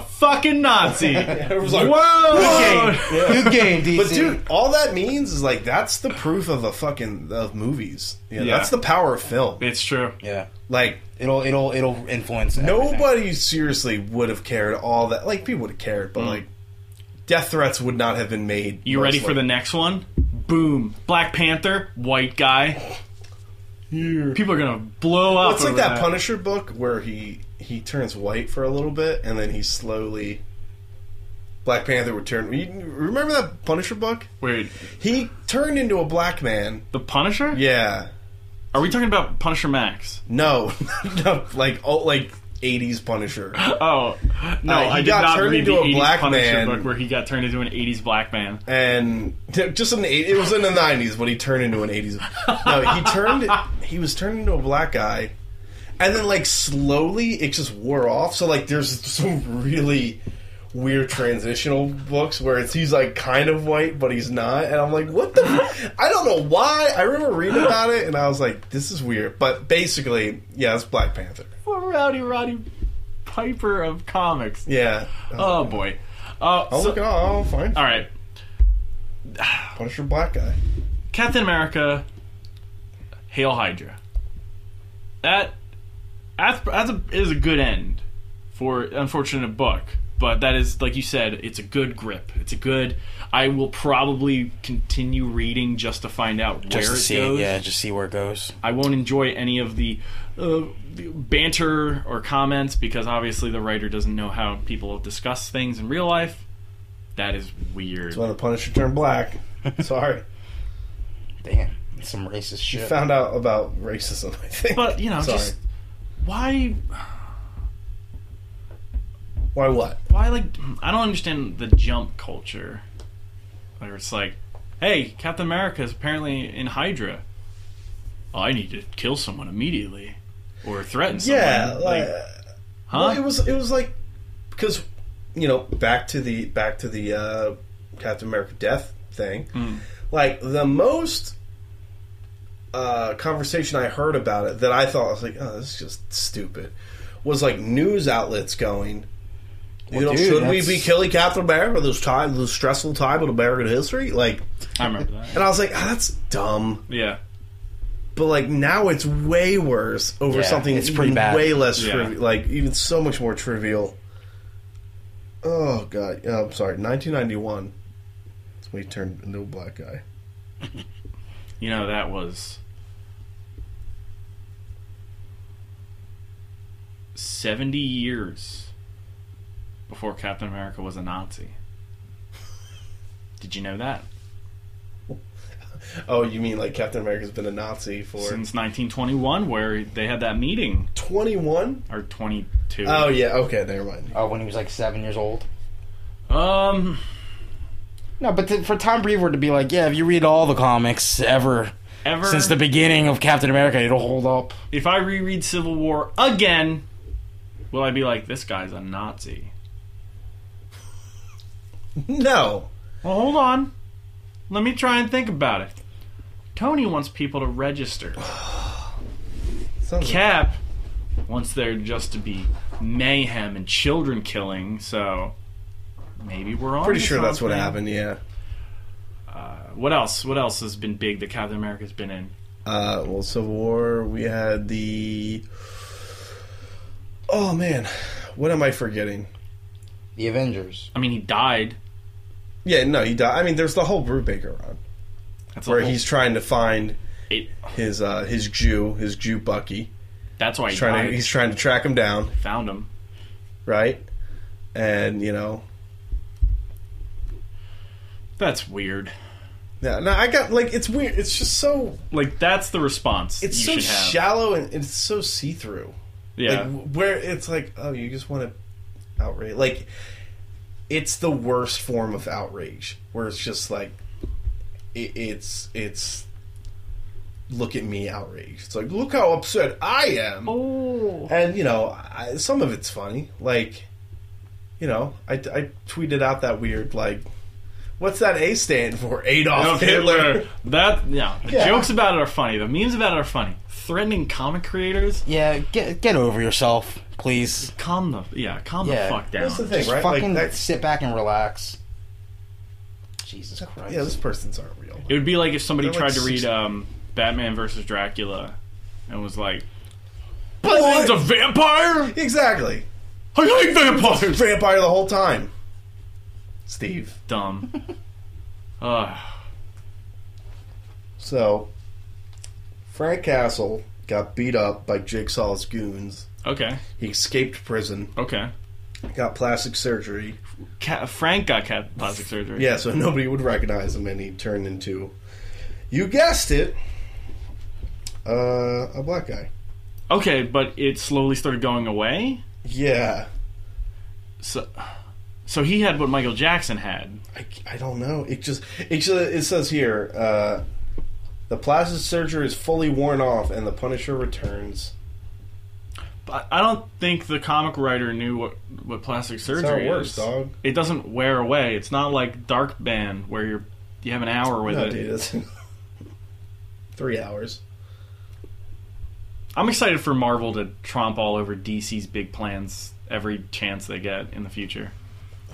fucking Nazi.
It was like,
Whoa!
Good game. Good game, DC.
But dude, all that means is like that's the proof of the fucking of movies. Yeah,
Yeah.
that's the power of film.
It's true.
yeah,
Like
it'll it'll it'll influence. everything.
nobody seriously would have cared all that. Like people would have cared, but like death threats would not have been made.
Mm. You ready for the next one? Boom. Black Panther, white guy. People are gonna blow up.
It's like
over
that, Punisher book where he he turns white for a little bit and then he slowly. Black Panther would turn. You remember that Punisher book?
Wait,
He turned into a black man.
the Punisher?
Yeah.
Are we talking about Punisher Max?
No. no. Like oh, like '80s Punisher.
Oh no,
Uh, he
I did
got
not
turned
read
into
the
a
80s
black
Punisher
man.
book where he got turned into an '80s black man.
and just in the eight, it was in the nineties when he turned into an eighties. No, he turned he was turned into a black guy, and then like slowly it just wore off. So like there's some really weird transitional books where it's he's like kind of white but he's not, and I'm like, what the? I don't know why. I remember reading about it and I was like, this is weird. But basically, yeah, it's Black Panther.
Poor Rowdy Roddy Piper of comics.
Yeah.
Oh boy. Uh,
I'll
so-
look it up. I'll find
all right.
Punisher Black Guy.
Captain America, Hail Hydra. That that's, that's a, is a good end for unfortunate book, but that is like you said, it's a good grip. It's a good. I will probably continue reading just to find out where
just to
it
see
goes.
it, yeah, just see where it goes.
I won't enjoy any of the, uh, the banter or comments because obviously the writer doesn't know how people discuss things in real life. That is weird.
It's when the Punisher turned black. Sorry.
Damn, that's some racist shit.
found out about racism, I think.
But you know,
Sorry.
just why
why what?
why like I don't understand the jump culture. Where it's like hey, Captain America is apparently in Hydra. Oh, I need to kill someone immediately, or threaten someone.
Yeah, like,
huh?
well, it was it was like because you know back to the back to the uh, Captain America death thing. Like the most uh, conversation I heard about it that I thought I was like, oh, this is just stupid, was like news outlets going. You know,
dude,
should we
that's-
be killing Captain America this time, this stressful time in American history? Like,
I remember that.
and I was like, oh, that's dumb.
Yeah,
But like now, it's way worse over
Yeah,
something
it's pretty
even
bad.
way less
Yeah.
trivial, like even so much more trivial. Oh god, Yeah, I'm sorry. 1991, we turned into a black guy.
you know that was seventy years before Captain America was a Nazi. Did you know that?
Oh, you mean like Captain America's been a Nazi for
Since 1921, where they had that meeting,
21?
or 22.
Oh yeah, okay, never mind.
Oh, when he was like seven years old.
Um,
No, but to, for Tom Brevoort to be like, yeah, if you read all the comics ever
ever
since the beginning of Captain America, it'll hold up.
if I reread Civil War again, will I be like, this guy's a Nazi?
No,
Well, hold on. Let me try and think about it. Tony wants people to register.
Sounds like-
Cap wants there just to be mayhem and children killing, so maybe we're on.
pretty
to
sure that's what
something. Uh,
happened. Yeah.
What else? What else has been big that Captain America's been in?
Uh, well, Civil War. We had the. Oh man, what am I forgetting?
The Avengers.
I mean, he died.
Yeah, no, he died. I mean, there's the whole Brubaker run.
That's a
where
whole-
he's trying to find
it-
his uh, his Jew, his Jew Bucky.
that's why he
He's trying
died.
to he's trying to track him down,
found him.
right? And you know,
That's weird.
no, no, I got like it's weird. It's just so
Like that's the response.
it's
you
so
should have.
shallow and it's so see through.
Yeah.
Like where it's like, oh, you just want to outrage. Like it's the worst form of outrage, where it's just like it, it's it's look at me outrage. It's like look how upset I am.
oh.
and you know I, some of it's funny like you know I, I tweeted out that weird like what's that a stand for adolf hitler,
That yeah. The
Yeah.
jokes about it are funny. The memes about it are funny. Threatening comic creators.
Yeah, get get over yourself, please.
Calm the yeah. Calm
Yeah.
the fuck down.
that's the thing
Just
right
fucking
like that's
sit back and relax. Jesus Christ.
yeah those persons aren't real
It would be like if somebody
They're
tried
like
to read
six-
um, Batman versus Dracula, and was like, "Batman's a vampire.
exactly
I hate vampires."
vampire the whole time steve
Dumb. Ugh.
so frank castle got beat up by jigsaw's goons
okay.
he escaped prison
Okay.
got plastic surgery
Ca Frank got cat- plastic surgery.
Yeah, so nobody would recognize him, and he turned into, you guessed it, uh, a black guy.
Okay, but it slowly started going away.
Yeah,
So, so he had what Michael Jackson had.
I, I don't know. It just it just, it says here, uh, the plastic surgery is fully worn off, and the Punisher returns.
I I don't think the comic writer knew what, what plastic
That's how
surgery
it works,
is.
dog.
It doesn't wear away. It's not like Dark Band where you're you have an hour with
No,
it.
dude, that's three hours.
I'm excited for Marvel to tromp all over DC's big plans every chance they get in the future.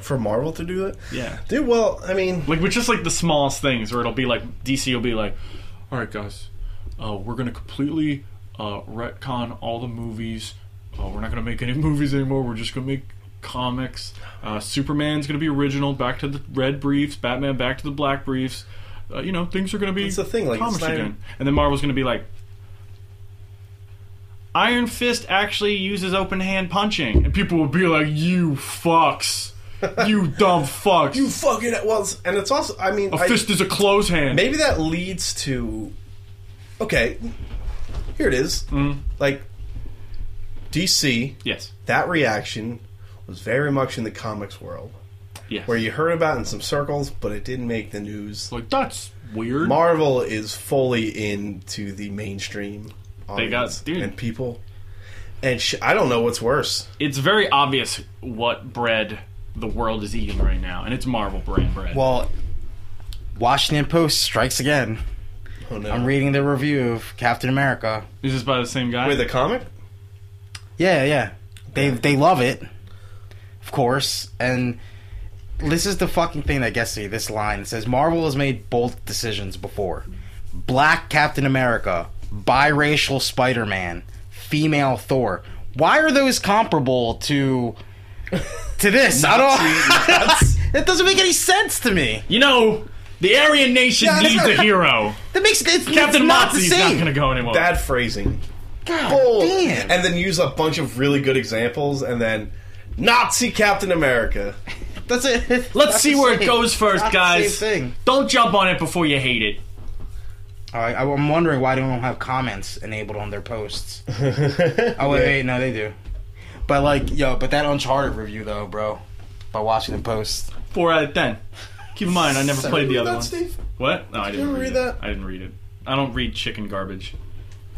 For Marvel to do that,
Yeah,
dude. Well, I mean,
like with just like the smallest things where it'll be like DC will be like, all right guys, uh, we're gonna completely uh, retcon all the movies. Uh, we're not gonna make any movies anymore. We're just gonna make comics. Uh, Superman's gonna be original. Back to the red briefs. Batman back to the black briefs. Uh, you know things are gonna be.
That's the thing, like,
comics
it's not
again.
even-
And then Marvel's gonna be like. Iron Fist actually uses open hand punching, and people will be like, "You fucks, you dumb fucks,
you fucking well, it's- and it's also. I mean,
a
I-
fist is a close hand.
maybe that leads to okay here it is like dc
Yes.
that reaction was very much in the comics world
Yes.
where you heard about it in some circles, but it didn't make the news.
Like that's weird.
Marvel is fully into the mainstream
They got-
audience
dude.
and people. And sh- I don't know what's worse.
it's very obvious what bread the world is eating right now, and it's Marvel brand bread.
Well, Washington Post strikes again.
Oh no!
I'm reading the review of Captain America.
is this by the same guy?
with a comic.
Yeah, yeah. They they love it, of course. And this is the fucking thing that gets me. This line it says Marvel has made bold decisions before: Black Captain America, biracial Spider Man, female Thor. Why are those comparable to to this? I don't. it doesn't make any sense to me.
you know, the Aryan nation
Yeah,
needs a hero.
That makes it's,
Captain
it's not the
Moxie's not
same.
going to go anymore.
Bad phrasing.
God
Bold.
damn.
And then use a bunch of really good examples, and then Nazi Captain America.
That's it.
Let's
That's
see
the
where it
same.
goes first,
Not the
guys.
same thing.
Don't jump on it before you hate it.
I, I- I'm wondering why they don't have comments enabled on their posts. Oh wait, wait, no, they do. But like, yo, but that Uncharted review though, bro, by Washington Post.
Four out of ten. Keep in mind, I never
Seven.
played the
Read
other
that,
one.
Steve?
What? No, I didn't
you
read,
read
it.
that?
I didn't read it. I don't read chicken garbage.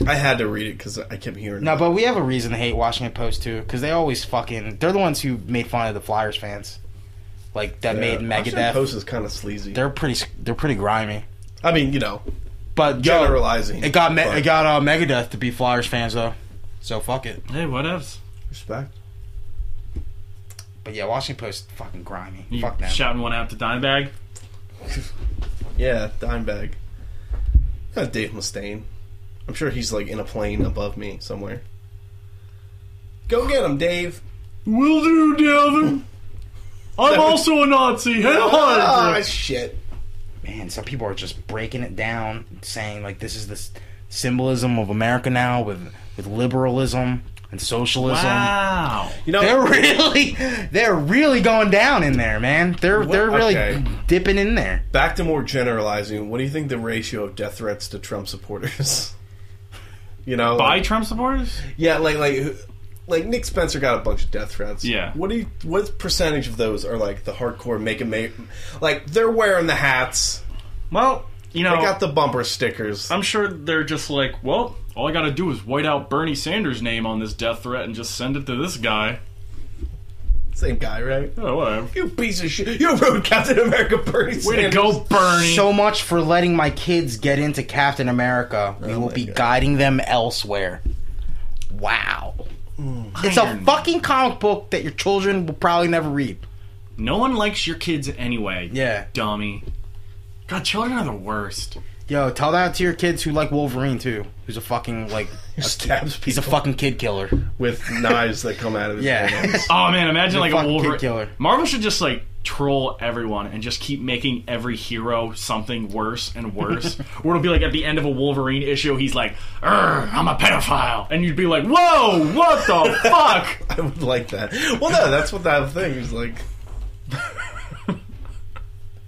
I had to read it because I kept hearing.
No,
it.
but we have a reason to hate Washington Post too, because they always fucking. They're the ones who made fun of the Flyers fans, like that made
Washington
Megadeth.
Post is kind of sleazy.
they're pretty. They're pretty grimy.
I mean, you know,
But yo,
generalizing.
it got me-
but
it got uh, Megadeth to be Flyers fans though, so fuck it.
Hey, whatevs.
respect.
But yeah, Washington Post fucking grimy.
You
fuck them.
shouting one out to Dimebag?
Yeah, Dimebag. Not Dave Mustaine. I'm sure he's like in a plane above me somewhere. Go get him, Dave.
Will do, Devin. I'm also a Nazi. Hell
Ah, shit.
man, some people are just breaking it down, saying like this is the s- symbolism of America now with with liberalism and socialism.
Wow.
You know,
They're really, they're really going down in there, man. They're they're really
Okay.
dipping in there.
back to more generalizing. What do you think the ratio of death threats to Trump supporters? you know,
By
like-
Trump supporters?
yeah, like like like Nick Spencer got a bunch of death threats.
Yeah.
What do you? What percentage of those are like the hardcore make a make? Like they're wearing the hats.
Well, you know,
They got the bumper stickers.
I'm sure they're just like, well, all I got to do is white out Bernie Sanders' name on this death threat and just send it to this guy.
Same guy, right?
Oh, whatever.
You piece of shit! You ruined Captain America, Bernie
Way to
Sanders.
go, Bernie.
So much for letting my kids get into Captain America. We will
Oh my
be
God.
guiding them elsewhere. Wow. It's a
Iron
fucking comic book that your children will probably never read.
No one likes your kids anyway.
Yeah.
Dummy. God, children are the worst.
Yo, tell that to your kids who like Wolverine too, who's a fucking like
Stabs people
he's a fucking kid killer.
with knives that come out of his
Yeah.
hands.
Oh man, imagine like a
fucking kid
Wolverine.
killer.
Marvel should just like troll everyone and just keep making every hero something worse and worse. Where it'll be like at the end of a Wolverine issue, he's like, "Err, I'm a pedophile," and you'd be like, "Whoa, what the fuck?"
I would like that. Well, no, that's what that thing is like.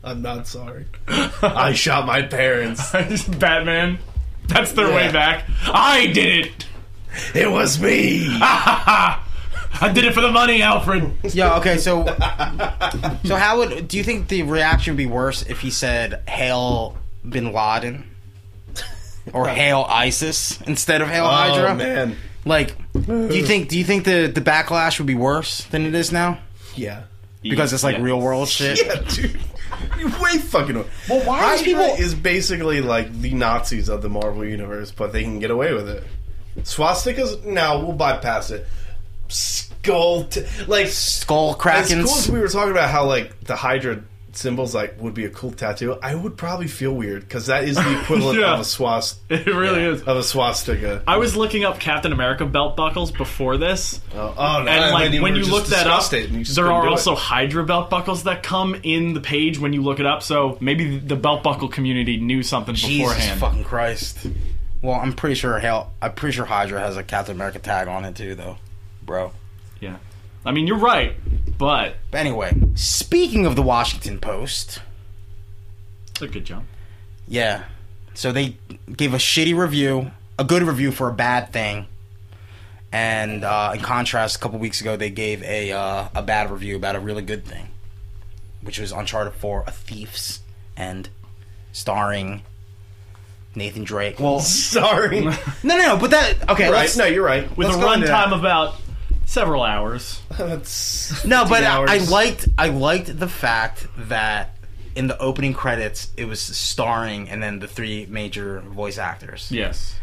I'm not sorry. I shot my parents.
Batman. That's their way
Yeah.
back. I did it.
It was me.
I did it for the money, Alfred.
Yeah. Okay. So, so how would do you think the reaction would be worse if he said "Hail Bin Laden" or "Hail ISIS" instead of "Hail Hydra"?
Oh man.
Like, do you think do you think the the backlash would be worse than it is now
Yeah.
because it's like
Yeah.
real world shit?
Yeah, dude. You way fucking. Well,
why are these people-
is basically like the Nazis of the Marvel universe, but they can get away with it. Swastikas? No, we'll bypass it. Skull, t- like
Skull
as cool
Krakens.
as we were talking about how like the Hydra symbols like would be a cool tattoo. I would probably feel weird because that is the equivalent
Yeah.
of a swast
It really is.
of a swastika.
I was looking up Captain America belt buckles before this.
Oh, oh no!
and like
you
when
were
you
just
look that up,
discussed it and you just
there
couldn't
are
do it.
also Hydra belt buckles that come in the page when you look it up. So maybe the belt buckle community knew something
Jesus
beforehand.
fucking Christ. Well, I'm pretty sure Hail. I'm pretty sure Hydra has a Captain America tag on it too, though, bro.
Yeah, I mean you're right, but
But anyway, speaking of the Washington Post.
it's a good jump.
Yeah. So they gave a shitty review, a good review for a bad thing. And uh, in contrast, a couple weeks ago, they gave a uh, a bad review about a really good thing. which was Uncharted 4, A Thief's End, starring Nathan Drake. Well,
Sorry.
no, no, no, but that okay.
right.
let's-
No, you're right.
with a
Let's go into
runtime
that.
of about several hours.
That's
No, but
15
I, I
hours.
liked I liked the fact that in the opening credits it was starring and then the three major voice actors.
Yes,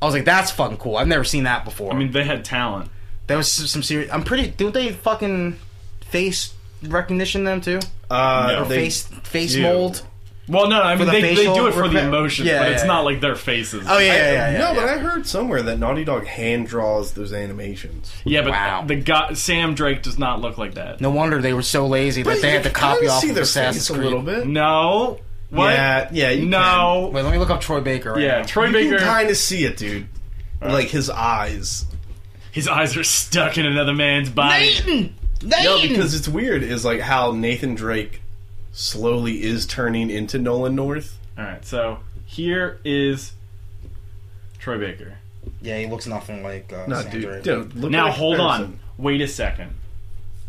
I was like, that's fucking cool. I've never seen that before.
I mean they had talent.
there was some, some serious. I'm pretty. Don't they fucking face recognition them too?
Uh,
No.
Or
they-
face face
do.
mold.
Well, no, I mean
the
they, they
facial
do it for the
repre-
emotion,
Yeah,
but
yeah,
it's
yeah.
not like their faces.
Oh yeah, yeah, yeah. yeah,
no,
yeah.
but I heard somewhere that Naughty Dog hand draws those animations.
yeah, but
Wow.
the guy Sam Drake does not look like that.
No wonder they were so lazy that they had to
you can
copy
kinda
off
see
of
their
Assassin's
face
Creed.
a little bit.
No, what?
Yeah, yeah. You
no,
Wait, let me look up Troy Baker. Right
yeah,
now.
Troy
can. you
Baker.
can kind of see it, dude. like his eyes.
His eyes are stuck in another man's body.
Nathan.
No,
Nathan!
because it's weird. Is like how Nathan Drake slowly is turning into Nolan North.
All right, so here is Troy Baker.
yeah, he looks nothing like uh,
No,
Sam
dude.
Drake.
dude look
Now
at the
hold
comparison.
on, wait a second.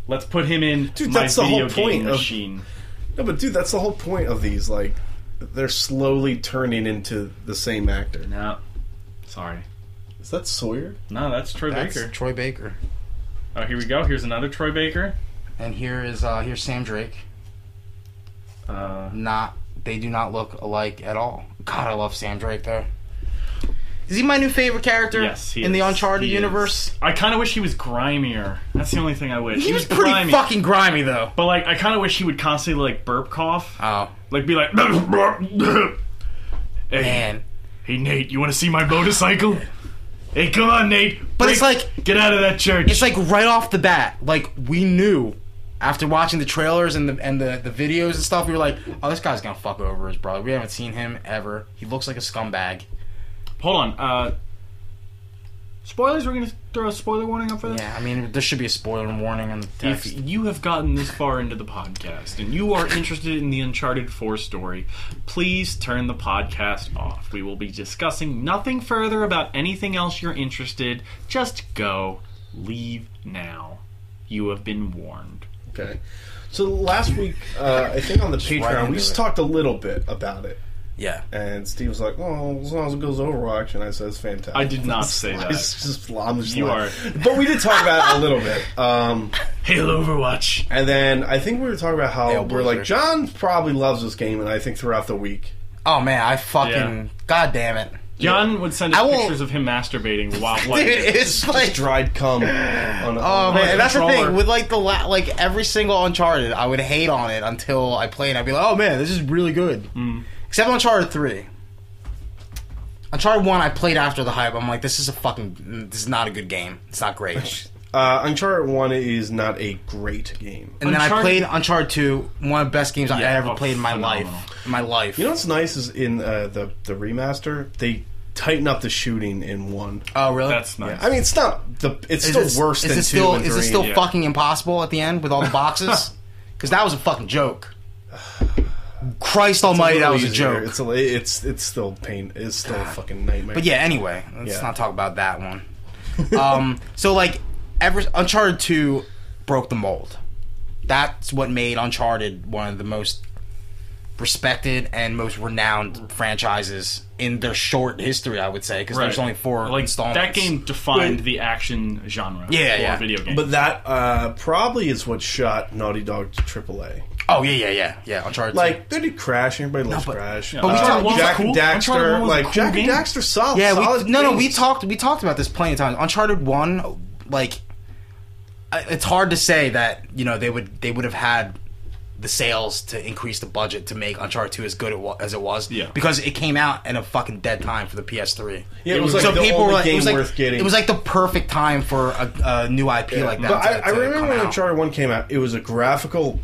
Let's put him in
Dude,
my
that's the
video
whole point
game
of-
machine.
No, but dude, that's the whole point of these. Like, they're slowly turning into the same actor.
No, sorry.
Is that Sawyer?
No, that's Troy
That's
Baker.
Troy Baker.
Oh, here we go. Here's another Troy Baker.
And here is uh here's Sam Drake.
Uh,
Not they do not look alike at all. God, I love Sam Drake though. Is he my new favorite character
yes, he
in the
is.
Uncharted
He
universe?
is. I kind of wish he was grimier. That's the only thing I wish.
He, was, pretty
grimy.
fucking grimy though.
But like, I kind of wish he would constantly like burp cough,
Ah.
Oh
like be like, hey,
man,
hey Nate, you want to see my motorcycle? Hey, come on, Nate.
But it's
Break-
like-
get out of that church.
it's like right off the bat, like we knew after watching the trailers and the and the, the videos and stuff, we were like, oh, this guy's gonna fuck over his brother. We haven't seen him ever. He looks like a scumbag.
hold on. Uh, spoilers. We're gonna throw a spoiler warning up for this.
Yeah, I mean, there should be a spoiler warning on the text.
If you have gotten this far into the podcast and you are interested in the Uncharted 4 story, please turn the podcast off. We will be discussing nothing further about anything else you're interested. Just go. Leave now. You have been warned.
Okay. So last week, uh, I think on the
right
Patreon,
into
we just
it.
talked a little bit about it.
yeah.
And Steve was like, well, as long as it goes Overwatch. And I said, it's fantastic.
I did not say
I
that.
was just, I'm just
You
lying. But we did talk about it a little bit. Um,
Hail Overwatch.
and then I think we were talking about how
Hail
we're like,
Blizzard.
John probably loves this game. And I think throughout the week,
Oh man, I fucking
Yeah.
god damn it.
Jan would send us
I will-
pictures of him masturbating while
Dude,
playing.
it's like
dried cum. on,
Oh
on-
man, and that's the
controller.
thing with like the la- like every single Uncharted, I would hate on it until I played. I'd be like, oh man, this is really good.
Mm.
Except Uncharted three. Uncharted one, I played after the hype. I'm like, this is a fucking, this is not a good game. It's not great.
Uh, Uncharted 1 is not a great game.
And then I
Uncharted-
played Uncharted two, one of the best games I
Yeah,
ever
oh,
played in my
phenomenal.
life. In my life.
You know what's nice is in uh, the, the remaster, they tighten up the shooting in 1.
oh really?
That's nice.
I mean, it's not the. It's still
it-
worse
is
than
it still,
two and
Is it
three.
still
yeah.
fucking impossible at the end with all the boxes? Because that was a fucking joke. Christ Almighty, that was a
Easier.
joke.
It's a, it's it's still pain. It's still a fucking nightmare.
But yeah, anyway, let's
Yeah.
not talk about that one. um, so like, ever Uncharted Two broke the mold. That's what made Uncharted one of the most respected and most renowned franchises in their short history, I would say, because there's
Right.
only four
like
installments.
that game defined the action genre.
Yeah,
for
yeah.
Video game.
But that uh, probably is what shot Naughty Dog to AAA.
Oh yeah, yeah, yeah, yeah. Uncharted. 2.
Like they did Crash. Everybody loves
but-
Crash.
but we
Uh,
tried- one was
Jack
cool-
and Daxter.
Uncharted one was a
Like
cool
Jack
game.
and Daxter. Solid.
Yeah,
solid
we, no, no, we
games.
talked we talked about this plenty of times. Uncharted One, like, I- it's hard to say that you know they would they would have had the sales to increase the budget to make Uncharted Two as good it wa- as it was.
Yeah.
because it came out in a fucking dead time for the PS3.
Yeah, it was like the only
it
game
was like,
worth getting.
It was like the perfect time for a, a new IP like that.
But
to-
I,
to
I remember
come
when
out.
Uncharted One came out, it was a graphical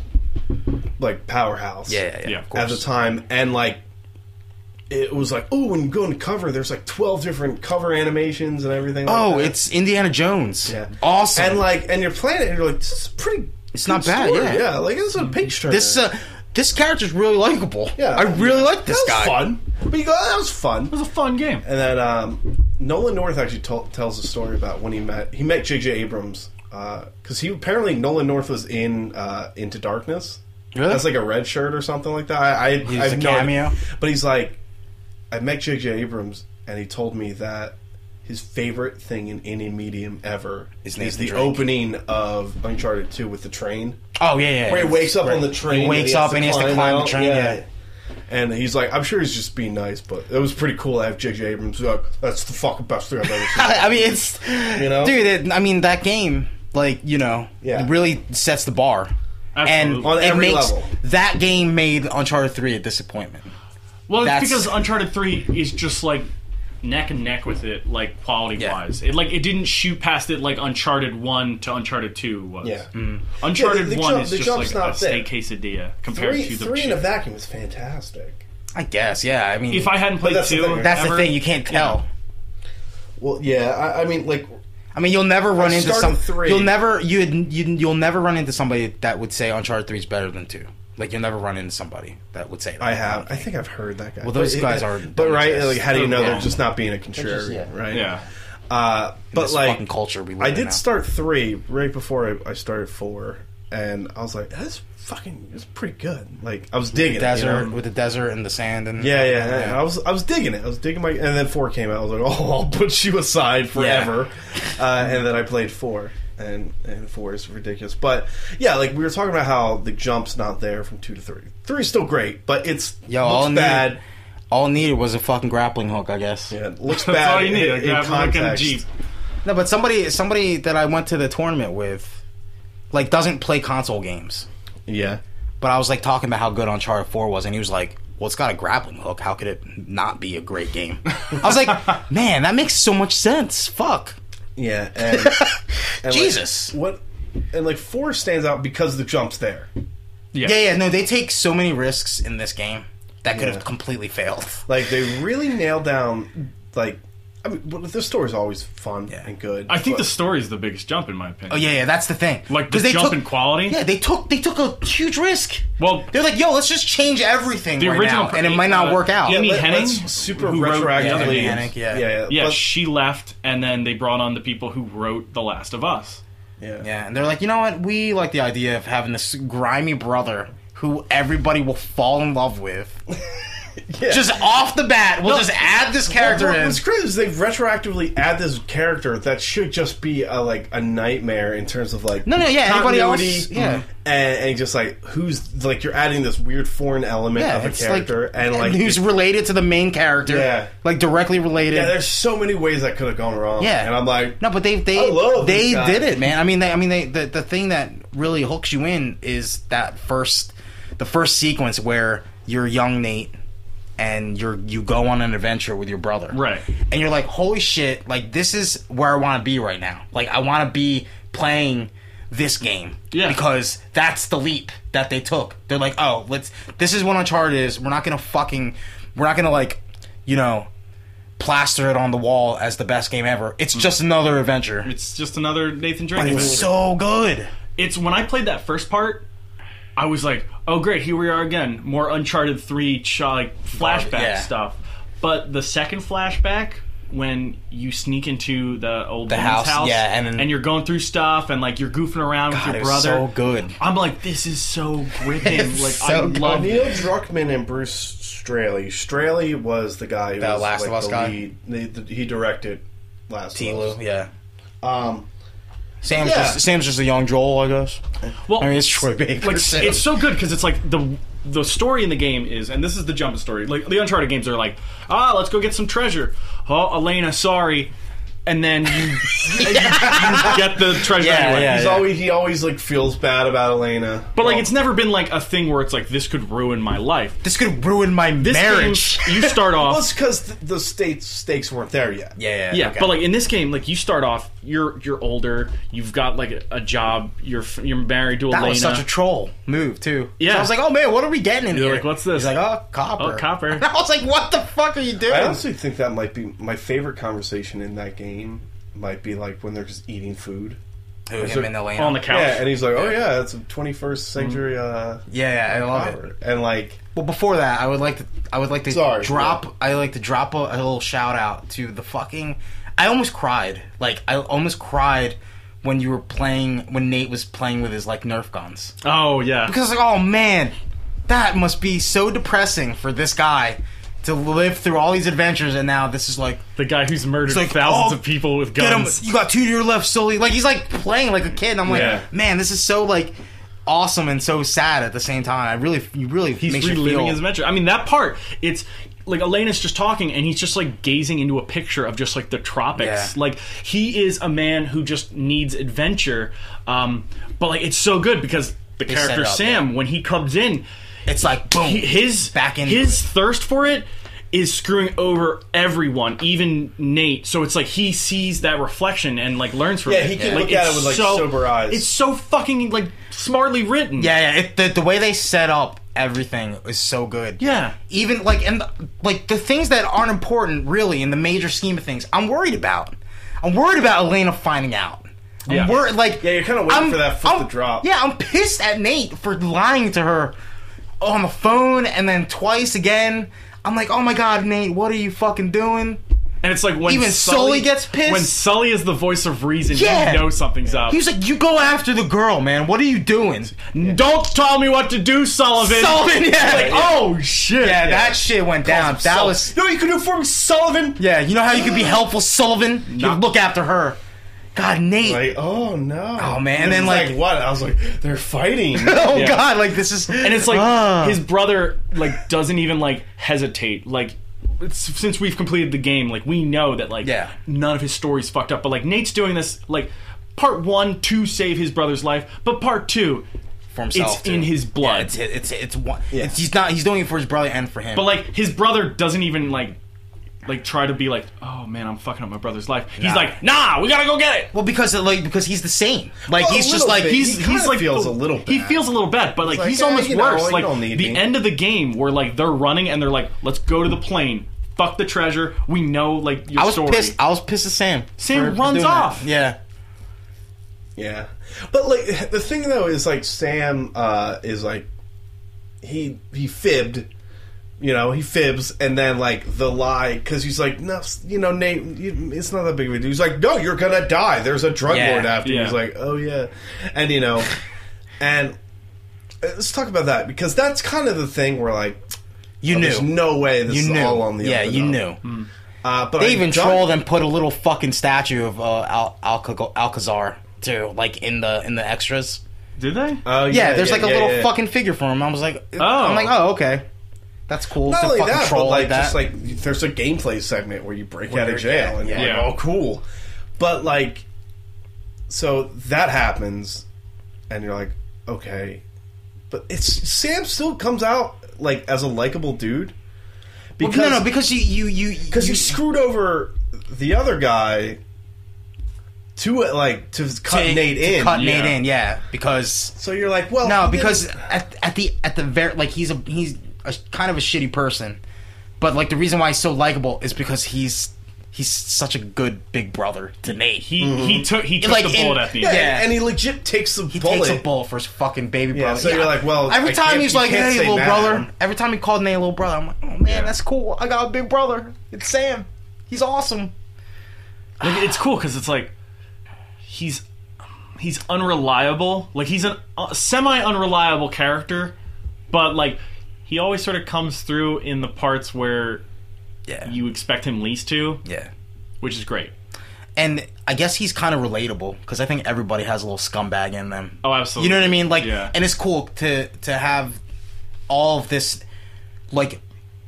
like powerhouse.
Yeah, yeah, yeah,
Yeah.
of
at
course.
the time, and like it was like, oh, when you go into cover, there's like twelve different cover animations and everything. like
Oh,
that.
it's Indiana Jones.
Yeah.
Awesome.
and like and you're playing it, and you're like, this is pretty.
It's
good
not bad,
story.
yeah.
yeah. Like this is a page turner.
this uh, this character's really likable.
Yeah.
I really like
that
this
was
guy.
fun. But you go, "Oh, that was fun.
it was a fun game.
And then um, Nolan North actually tol- tells a story about when he met he met J.J. Abrams because he apparently Nolan North was in uh, Into Darkness.
Really?
That's like a red shirt or something like that. I, I,
He's
I've
a
no-
cameo?
But he's like, I met J.J. Abrams, and he told me that his favorite thing in any medium ever
Is
is,
Nathan
the
Drake.
opening of Uncharted 2 with the train.
oh yeah, yeah.
Where he wakes up on the train.
He wakes up and he has to climb the
out.
train. Yeah.
And he's like, I'm sure he's just being nice, but it was pretty cool to have J.J. Abrams. Like, That's the fucking best thing I've ever seen.
I mean, it's
You know?
dude. It, I mean, that game, like you know,
Yeah.
really sets the bar. And
Absolutely.
On every
it makes
level.
that game made Uncharted Three a disappointment.
Well, it's
That's-
because Uncharted Three is just like neck and neck with it, like quality wise. It like it didn't shoot past it like Uncharted One to Uncharted Two was.
Yeah.
Mm.
Uncharted
Yeah, the- the
One
jump-
is
the
just
jump's
like
not
a steak
thick.
quesadilla compared
Three,
to the.
three in
two.
a vacuum is fantastic.
I guess. Yeah. I mean,
if I hadn't played
that's the
two,
thing.
that's
ever-
the thing. You can't tell.
Well, yeah, I, I mean, like,
I mean, you'll never run into
started
some.
three.
You'll never you you you'll never run into somebody that would say Uncharted Three is better than two. Like you'll never run into somebody that would say that.
I have. I think I've heard that guy. Well,
those guys are-
But right,
don't
like, how do you
exist.
know
Yeah.
they're just not being a contrarian,
yeah.
right?
Yeah.
Uh,
But
but
this
like,
fucking culture we live
I
in now.
did start three right before I, I started four, and I was like, that's fucking, it's pretty good. Like, I was digging it, you
desert
know?
with the desert and the sand and
Yeah, yeah, yeah. I was, I was digging it. I was digging my, and then four came out. I was like, oh, I'll put you aside forever. Uh, and then I played four, and and four is ridiculous. But yeah, like we were talking about how the jump's not there from two to three. Three's still great, but it's
Yo, all
looks
needed,
bad.
all needed was a fucking grappling hook, I guess.
Yeah, it looks bad.
That's all you need.
in-
Like,
in
grab like a
context.
jeep.
No, but somebody somebody that I went to the tournament with, like, doesn't play console games.
Yeah.
But I was like talking about how good Uncharted Four was, and he was like, "Well, it's got a grappling hook. How could it not be a great game?" I was like, "Man, that makes so much sense. Fuck."
Yeah. And, and, like,
Jesus.
what? And like four stands out because the jump's there.
Yeah, yeah. No, they take so many risks in this game that could
Yeah.
have completely failed.
Like they really nailed down. Like, I mean, well, the story's always fun
Yeah.
and good.
I think
but-
the story is the biggest jump in my opinion.
Oh yeah, yeah. That's the thing.
Like the
'Cause they
jump
took-
in quality.
Yeah, they took they took a huge risk.
Well,
They're like, "Yo, let's just change everything
The
right
original
now, and it might
uh,
not work out."
Amy
Let-
Hennig,
let's super
who wrote-
retroactively.
Yeah, Amy Hennig, yeah.
yeah,
yeah,
let's-
she left, and then they brought on the people who wrote The Last of Us.
yeah.
Yeah, and they're like, you know what? We like the idea of having this grimy brother who everybody will fall in love with.
Yeah.
Just off the bat, we'll just add this character
What-
in.
What's crazy is they retroactively add this character that should just be a, like a nightmare in terms of like
No, no, yeah, anybody else-
continuity
yeah.
and, and just like who's like you're adding this weird foreign element
Yeah,
of a
it's
character and like
who's related to the main character?
Yeah.
like directly related.
yeah, there's so many ways that could have gone wrong
Yeah.
and I'm like
No, but they they
I love
they
this guy.
did it, man. I mean, they, I mean, they the, the thing that really hooks you in is that first the first sequence where you're young Nate and you're you go on an adventure with your brother,
Right.
And you're like, holy shit! Like this is where I want to be right now. Like I want to be playing this game
Yeah.
because that's the leap that they took. They're like, oh, let's. This is what Uncharted is. We're not gonna fucking. We're not gonna like, you know, plaster it on the wall as the best game ever. It's just another adventure.
It's just another Nathan Drake.
It's
adventure.
so good.
it's when I played that first part, I was like, "Oh great, here we are again, more Uncharted three ch- like flashback
yeah.
stuff." But the second flashback, when you sneak into the old woman's
house, yeah, and then-
you're going through stuff and like you're goofing around with
God,
your
it was
brother,
so good.
I'm like, this is so gripping.
It's
like I
so good.
love
uh, Neil Druckmann and Bruce Straley. Straley was the guy who
The
was
Last
like
of Us
the
guy?
lead. They- the- he directed Last of Us.
yeah.
Um,
Sam's
Yeah.
just Sam's just a young Joel, I guess.
Well,
I mean, it's Troy Baker.
like
so-
it's so good because it's like the the story in the game is, and this is the jump story. Like the Uncharted games are like, ah, let's go get some treasure. Oh, Elena, sorry. And then you, you- you get the treasure
Yeah,
anyway.
yeah.
He's always he always like feels bad about Elena.
But like, it's never been like a thing where it's like this could ruin my life.
this could ruin my
This
marriage.
game, you start off.
well, it's because the, the state stakes weren't there yet.
yeah,
Yeah,
okay.
but like in this game, like you start off, you're you're older, you've got like a, a job, you're f- you're married to
that
Elena.
was such a troll move too.
Yeah.
So I was like, oh man, what are we getting in
You're
here?
like, what's this?
He's like, oh copper,
Oh, copper.
And I was like, what the fuck are you doing?
I honestly think that might be my favorite conversation in that game. Might be like when they're just eating food.
Who, him and Elena?
on the couch.
Yeah, and he's like, "Oh yeah, it's a 21st century uh,
yeah, yeah, I love it.
power." And like,
Well, before that, I would like to I would like to
Sorry,
drop I like to drop a, a little shout out to the fucking I almost cried. Like I almost cried when you were playing when Nate was playing with his like Nerf guns.
Oh yeah.
Because like, oh man, that must be so depressing for this guy to live through all these adventures, and now this is like,
the guy who's murdered
like,
thousands
oh,
of people with
get him.
guns.
You got two to your left, solely. Like he's like playing like a kid. And I'm like,
Yeah.
man, this is so like awesome and so sad at the same time. I really, you really
He's
makes you
reliving
feel.
his adventure. I mean, that part, it's like Elena's just talking and he's just like gazing into a picture of just like the tropics.
Yeah.
Like, he is a man who just needs adventure. Um, but like, it's so good because the
set
character
it up,
Sam, when he comes in,
it's like boom,
he, his
back in
his thirst for it is screwing over everyone, even Nate. So it's like he sees that reflection and like learns from
Yeah,
it.
he can
like,
look at
it's
it with, like, sober eyes.
It's so fucking like smartly written.
Yeah, yeah. It, the, the way they set up everything is so good.
Yeah.
Even like and the, like the things that aren't important really in the major scheme of things, I'm worried about. I'm worried about Elena finding out. I'm
Yeah.
worried. Like
Yeah, you're kinda waiting for that foot to
I'm-
drop.
Yeah, I'm pissed at Nate for lying to her on the phone and then twice again. I'm like, oh my god, Nate, what are you fucking doing?
And it's like when
Even Sully gets pissed?
When Sully is the voice of reason,
Yeah.
you know something's up.
He was like, you go after the girl, man. What are you doing?
Don't tell me what to do, Sullivan.
Sullivan, yeah.
Like, oh shit.
Yeah, that shit went down. That
Sul-
was
No, you can do it for me, Sullivan.
Yeah, you know how you could be helpful, Sullivan? You
Not-
look after her. God, Nate.
Like, oh no.
Oh, man, and then,
it's
like-
what? I was like, they're fighting.
oh
Yeah.
God, like this is
and it's like
Ah.
his brother like doesn't even like hesitate like it's, since we've completed the game like we know that like
Yeah.
none of his story's fucked up but like nate's doing this like part one to save his brother's life but part two
for himself.
it's
too.
in his blood
Yeah, it's it's it's one. It's, he's not. He's doing it for his brother and for him.
but like his brother doesn't even like like try to be like oh man i'm fucking up my brother's life he's
Nah.
like nah we gotta go get it
well, because of, like because he's the same. Like
Well, a
he's just
little
like
bit.
he's
he's,
He
he's
kinda
like
feels a little
he
bad.
feels a little bad but like,
like,
he's
"Eh,
almost
you know,
worse
you
like
don't need
the
me."
end of the game where like they're running and they're like let's go to the plane fuck the treasure we know like your
I was
story
pissed. I was pissed at Sam.
Sam
for- for
runs
doing that.
off.
Yeah.
Yeah, but like the thing though is like Sam uh, is like he he fibbed, you know, he fibs, and then like the lie because he's like, no, you know, Nate, you, it's not that big of a deal. He's like, no, you're gonna die. There's a drug
Yeah,
lord after. you.
yeah.
He's like, oh yeah, and you know, and uh, let's talk about that because that's kind of the thing where like
You
oh,
knew.
there's no way this
you
is
knew.
all on the
yeah,
up and
you
up.
knew.
Hmm.
Uh, but
They
I
even
don't-
trolled and put a little fucking statue of uh, Al- Alca- Alcazar too, like in the in the extras.
did they
Oh,
Yeah, there's like a
yeah,
little
yeah.
fucking figure for him. I was like,
Oh.
I'm like, oh, okay, that's cool.
Not
to
only
fucking
that,
troll
but like,
that.
just like there's a gameplay segment where you break out
you're-
of jail and
yeah,
you're
yeah.
like, oh cool. But like so that happens and you're like, okay. But it's Sam still comes out like as a likable dude. Because
no, no, because you you you
because you screwed over the other guy to uh, like to cut
to-
Nate
to
in.
cut
Yeah.
Nate in, yeah, because
so you're like, well
no, because at, at the at the very like he's a he's a kind of a shitty person, but like the reason why he's so likable is because he's he's such a good big brother to Nate.
he
mm-hmm.
he took he took
Like,
the
in-
bullet at the
yeah,
end
yeah.
and he legit takes the
he
bullet.
takes a bull for his fucking baby brother.
Yeah, so you're like, well,
every
I
time
can't-
he's
you
like,
can't
hey,
say
little
mad at
brother.
him.
Every time he called Nate little brother, I'm like, oh man,
Yeah.
that's cool. I got a big brother. It's Sam. He's awesome.
Like, it's cool because it's like he's he's unreliable. Like he's an uh, semi unreliable character, but like he always sort of comes through in the parts where
Yeah,
you expect him least to,
yeah.
which is great.
And I guess he's kind of relatable because I think everybody has a little scumbag in them.
Oh, absolutely.
You know what I mean? Like,
Yeah.
and it's cool to to have all of this like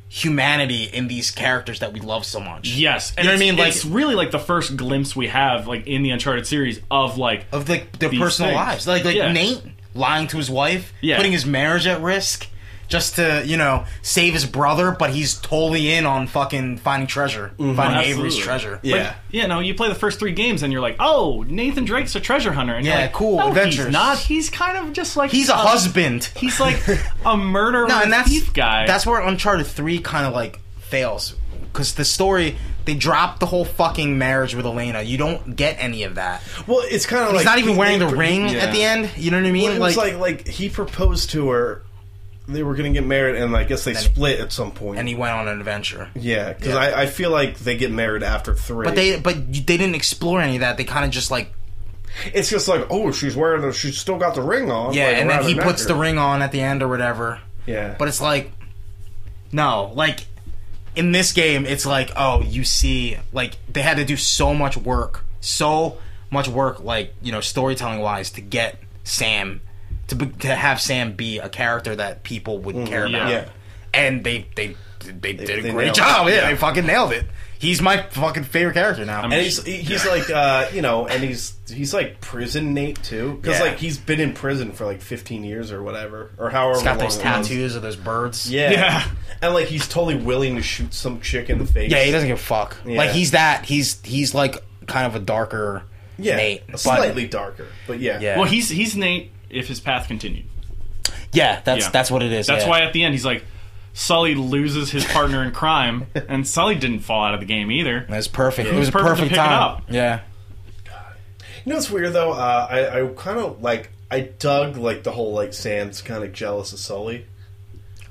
humanity in these characters that we love so much.
Yes, and
You know what I
it's-
mean? Like-
it's really like the first glimpse we have, like in the Uncharted series, of like
of like their
These
personal
things.
lives, like like
Yeah.
Nate lying to his wife,
Yeah.
putting his marriage at risk just to you know save his brother, but he's totally in on fucking finding treasure, finding Avery's
Absolutely.
treasure.
Mm-hmm. Yeah.
Like, yeah, no, you play the first three games and you're like, oh, Nathan Drake's a treasure hunter. And you're
Yeah,
like,
cool,
no,
adventures.
He's not. He's kind of just like
He's a husband.
Um, He's like a murderer,
no, and that's
thief guy.
That's where Uncharted Three kind of like fails because the story they dropped the whole fucking marriage with Elena. You don't get any of that.
Well, it's kind of like
He's not even
he-
wearing the
he-
ring at the
yeah.
end. You know what I mean?
Well, it was like like he proposed to her. They were gonna get married, and I guess they split at some point.
and he went on an adventure.
yeah, because
Yeah.
I, I feel like they get married after three.
But they but they didn't explore any of that. They kind of just like
It's just like, oh, she's wearing, the, she's still got the ring on.
Yeah,
like,
and then
around
he
her neck
puts
or-
the ring on at the end or whatever.
Yeah,
But it's like, no, like in this game, it's like, oh, you see, like they had to do so much work, so much work, like you know, storytelling wise, to get Sam to be, to have Sam be a character that people would care
yeah.
about,
Mm-hmm. Yeah.
and they they they did a
they
great
nailed
job.
it.
Yeah,
Yeah.
they fucking nailed it. He's my fucking favorite character now.
I'm-
and he's he's like, uh, you know, and he's he's like prison Nate too, because
Yeah.
like he's been in prison for like 15 years or whatever, or however.
He's got
long
those
it was.
tattoos of those birds.
Yeah.
Yeah.
and like he's totally willing to shoot some chick in the face.
Yeah, he doesn't give a fuck.
Yeah.
Like he's that. He's he's like kind of a darker
Yeah,
Nate, but-
slightly darker, but yeah,
Yeah.
Well, he's he's Nate if his path continued.
Yeah, that's
Yeah.
that's what it is.
That's
yeah.
why at the end he's like, Sully loses his partner in crime, and Sully didn't fall out of the game either.
That's perfect. it
was
was a
perfect to
perfect
pick it
time.
up.
Yeah.
You know what's weird though? Uh, I I kind of like I dug like the whole like Sam's kind of jealous of Sully.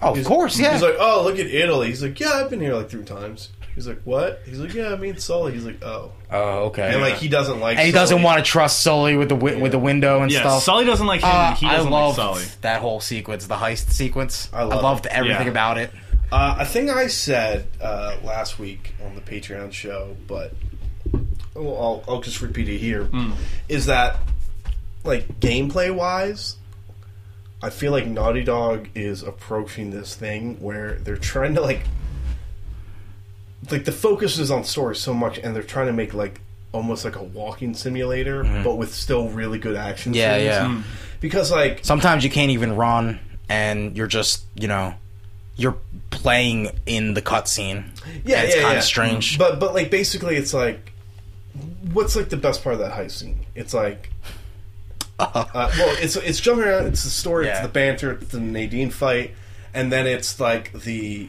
Oh, of course. Yeah.
He's like, oh, look at Italy. He's like, yeah, I've been here like three times. He's like, what? He's like, yeah, I mean Sully. He's like, oh,
oh, okay.
and like he doesn't like.
and he doesn't
Sully.
want to trust Sully with the wi- with the window and
Yeah,
stuff.
Sully doesn't like him.
Uh,
he
I
doesn't like
loved
Sully.
that whole sequence, the heist sequence.
I love
loved everything
Yeah.
about it.
Uh, a thing I said uh, last week on the Patreon show, but well, I'll, I'll just repeat it here, is that like gameplay wise, I feel like Naughty Dog is approaching this thing where they're trying to like like the focus is on story so much, and they're trying to make like almost like a walking simulator, but with still really good action.
Mm-hmm. Yeah,
scenes.
yeah.
Because like
Sometimes you can't even run, and you're just you know, you're playing in the cutscene.
yeah,
And it's
yeah,
kinda
yeah.
strange.
But but like basically, it's like, what's like the best part of that heist scene? It's like, uh, well, it's it's jumping around. It's the story. It's
Uh-huh. Yeah.
the banter. It's the Nadine fight, and then it's like the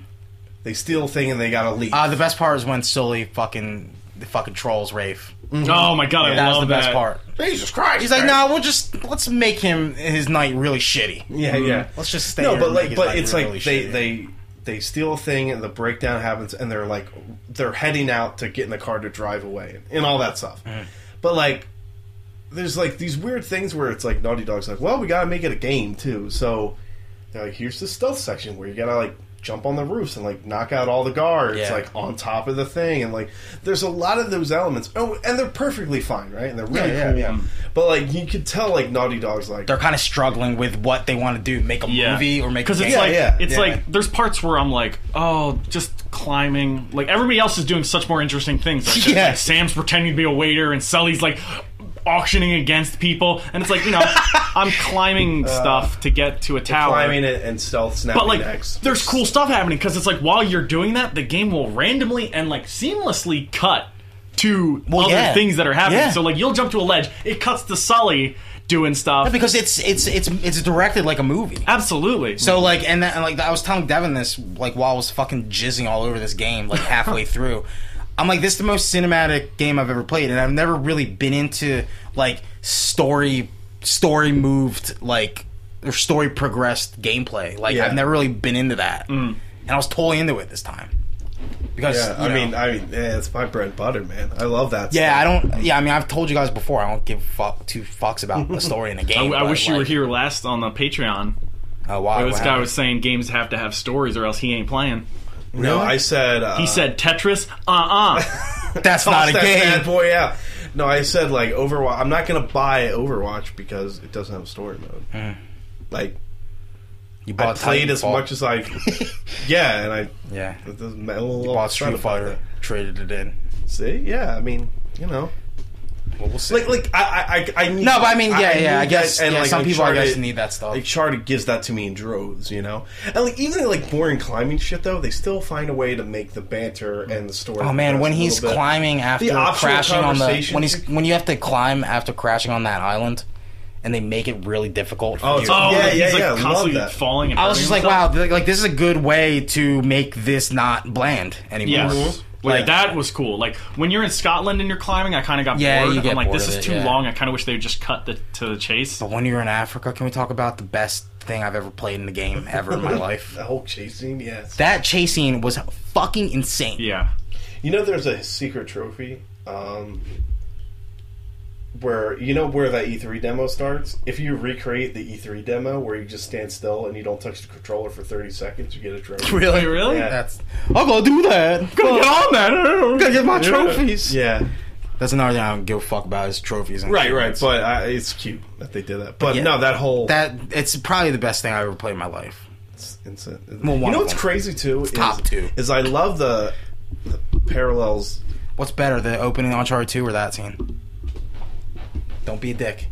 they steal thing and they gotta leave.
Uh, the best part is when Sully fucking the fucking trolls Rafe.
Oh my god, I
Mm-hmm. that
love
was the best
that.
part.
Jesus Christ!
He's like,
man.
no, we'll just let's make him his night really shitty.
Yeah, yeah.
Let's just stay.
no,
here
but
and make
like,
his
but
night
it's
really
like they
shitty.
they they steal a thing and the breakdown happens and they're like they're heading out to get in the car to drive away and all that stuff.
Mm-hmm.
But like, there's like these weird things where it's like Naughty Dog's like, well, we gotta make it a game too. So they're like, here's the stealth section where you gotta like jump on the roofs and like knock out all the guards
Yeah.
like on top of the thing and like there's a lot of those elements oh and they're perfectly fine right and they're really
Yeah, yeah,
cool
yeah.
but like you could tell like naughty dog's like
they're kind of struggling with what they want to do make a
Yeah.
movie or make a
because it's
game.
like
yeah,
it's
yeah.
like there's parts where I'm like, oh, just climbing. Like everybody else is doing such more interesting things. Like,
Yeah.
like, Sam's pretending to be a waiter, and Sully's like auctioning against people, and it's like you know, I'm climbing stuff to get to a tower.
Uh, climbing it and stealth snapping
but like,
next.
there's cool stuff happening because it's like while you're doing that, the game will randomly and like seamlessly cut to other
yeah.
things that are happening.
Yeah.
So like, you'll jump to a ledge, it cuts to Sully doing stuff.
because it's it's it's it's directed like a movie.
Absolutely.
So like and, that, and like I was telling Devin this like while I was fucking jizzing all over this game like halfway through. I'm like this is the most cinematic game I've ever played and I've never really been into like story story moved like or story progressed gameplay. Like
Yeah. Mm.
I've never really been into that. And I was totally into it this time. Because
yeah,
you
I
know,
mean, I mean, yeah, it's my bread and butter, man. I love that.
Yeah, I
stuff.
don't. Yeah, I mean, I've told you guys before. I don't give fuck two fucks about the story in a
I,
game.
I
but,
wish you were
like,
here last on the Patreon.
Oh, wow,
This guy was saying games have to have stories or else he ain't playing.
No, I said uh,
He said Tetris. Uh uh
That's not a
Oh, that bad
game.
boy out. No, I said like Overwatch. I'm not gonna buy Overwatch because it doesn't have story mode. Like
You
I
Hmm. bought
played as
Titanfall.
much as I, yeah, and I
Yeah,
it doesn't matter. You
bought Street Fighter, traded it in.
See, yeah, I mean, you know,
Well, we'll see.
like like I I I, I need,
no, but I mean, yeah, yeah. I
need
guess
that,
yeah, some people I guess
Uncharted-
need that stuff.
Like Charted gives that to me in droves, you know. And like even like boring climbing shit though, they still find a way to make the banter and the story.
Oh man,
progress
when
a
he's
little bit.
climbing after
optional
crashing on the
conversations.
when he's when you have to climb after crashing on that island, and they make it really difficult. For
Oh,
you.
it's
Oh,
Yeah,
he's
yeah,
like
yeah, love
constantly
that.
falling. And
I was
hurting
just like,
himself.
wow, like, like this is a good way to make this not bland anymore.
Yes.
Mm-hmm.
Like
Like-
that was cool. Like when you're in Scotland and you're climbing, I kind of got
Yeah,
bored.
you get
I'm like,
bored
this
of
is
it,
too
yeah.
long. I kind of wish they would just cut the, to the chase.
But when you're in Africa, can we talk about the best thing I've ever played in the game ever in my life?
the whole chasing, yes.
That chase scene was fucking insane.
Yeah.
you know, there's a secret trophy. Um, where you know where that E3 demo starts. If you recreate the E3 demo where you just stand still and you don't touch the controller for 30 seconds, you get a trophy.
Really?
really?
Yeah.
That's. I'm gonna do that. I'm
Well,
gonna,
get on that.
get, my trophies.
Yeah,
That's another thing I don't give a fuck about is trophies. And
right,
shit.
right. But I, it's cute that they did that. But
Yeah.
no, that whole
that it's probably the best thing I ever played in my life.
It's- it's a-
Well, one
you know
of
what's
them.
crazy too is,
top two.
is I love the, the parallels.
What's better, the opening Uncharted Two or that scene? Don't be a dick.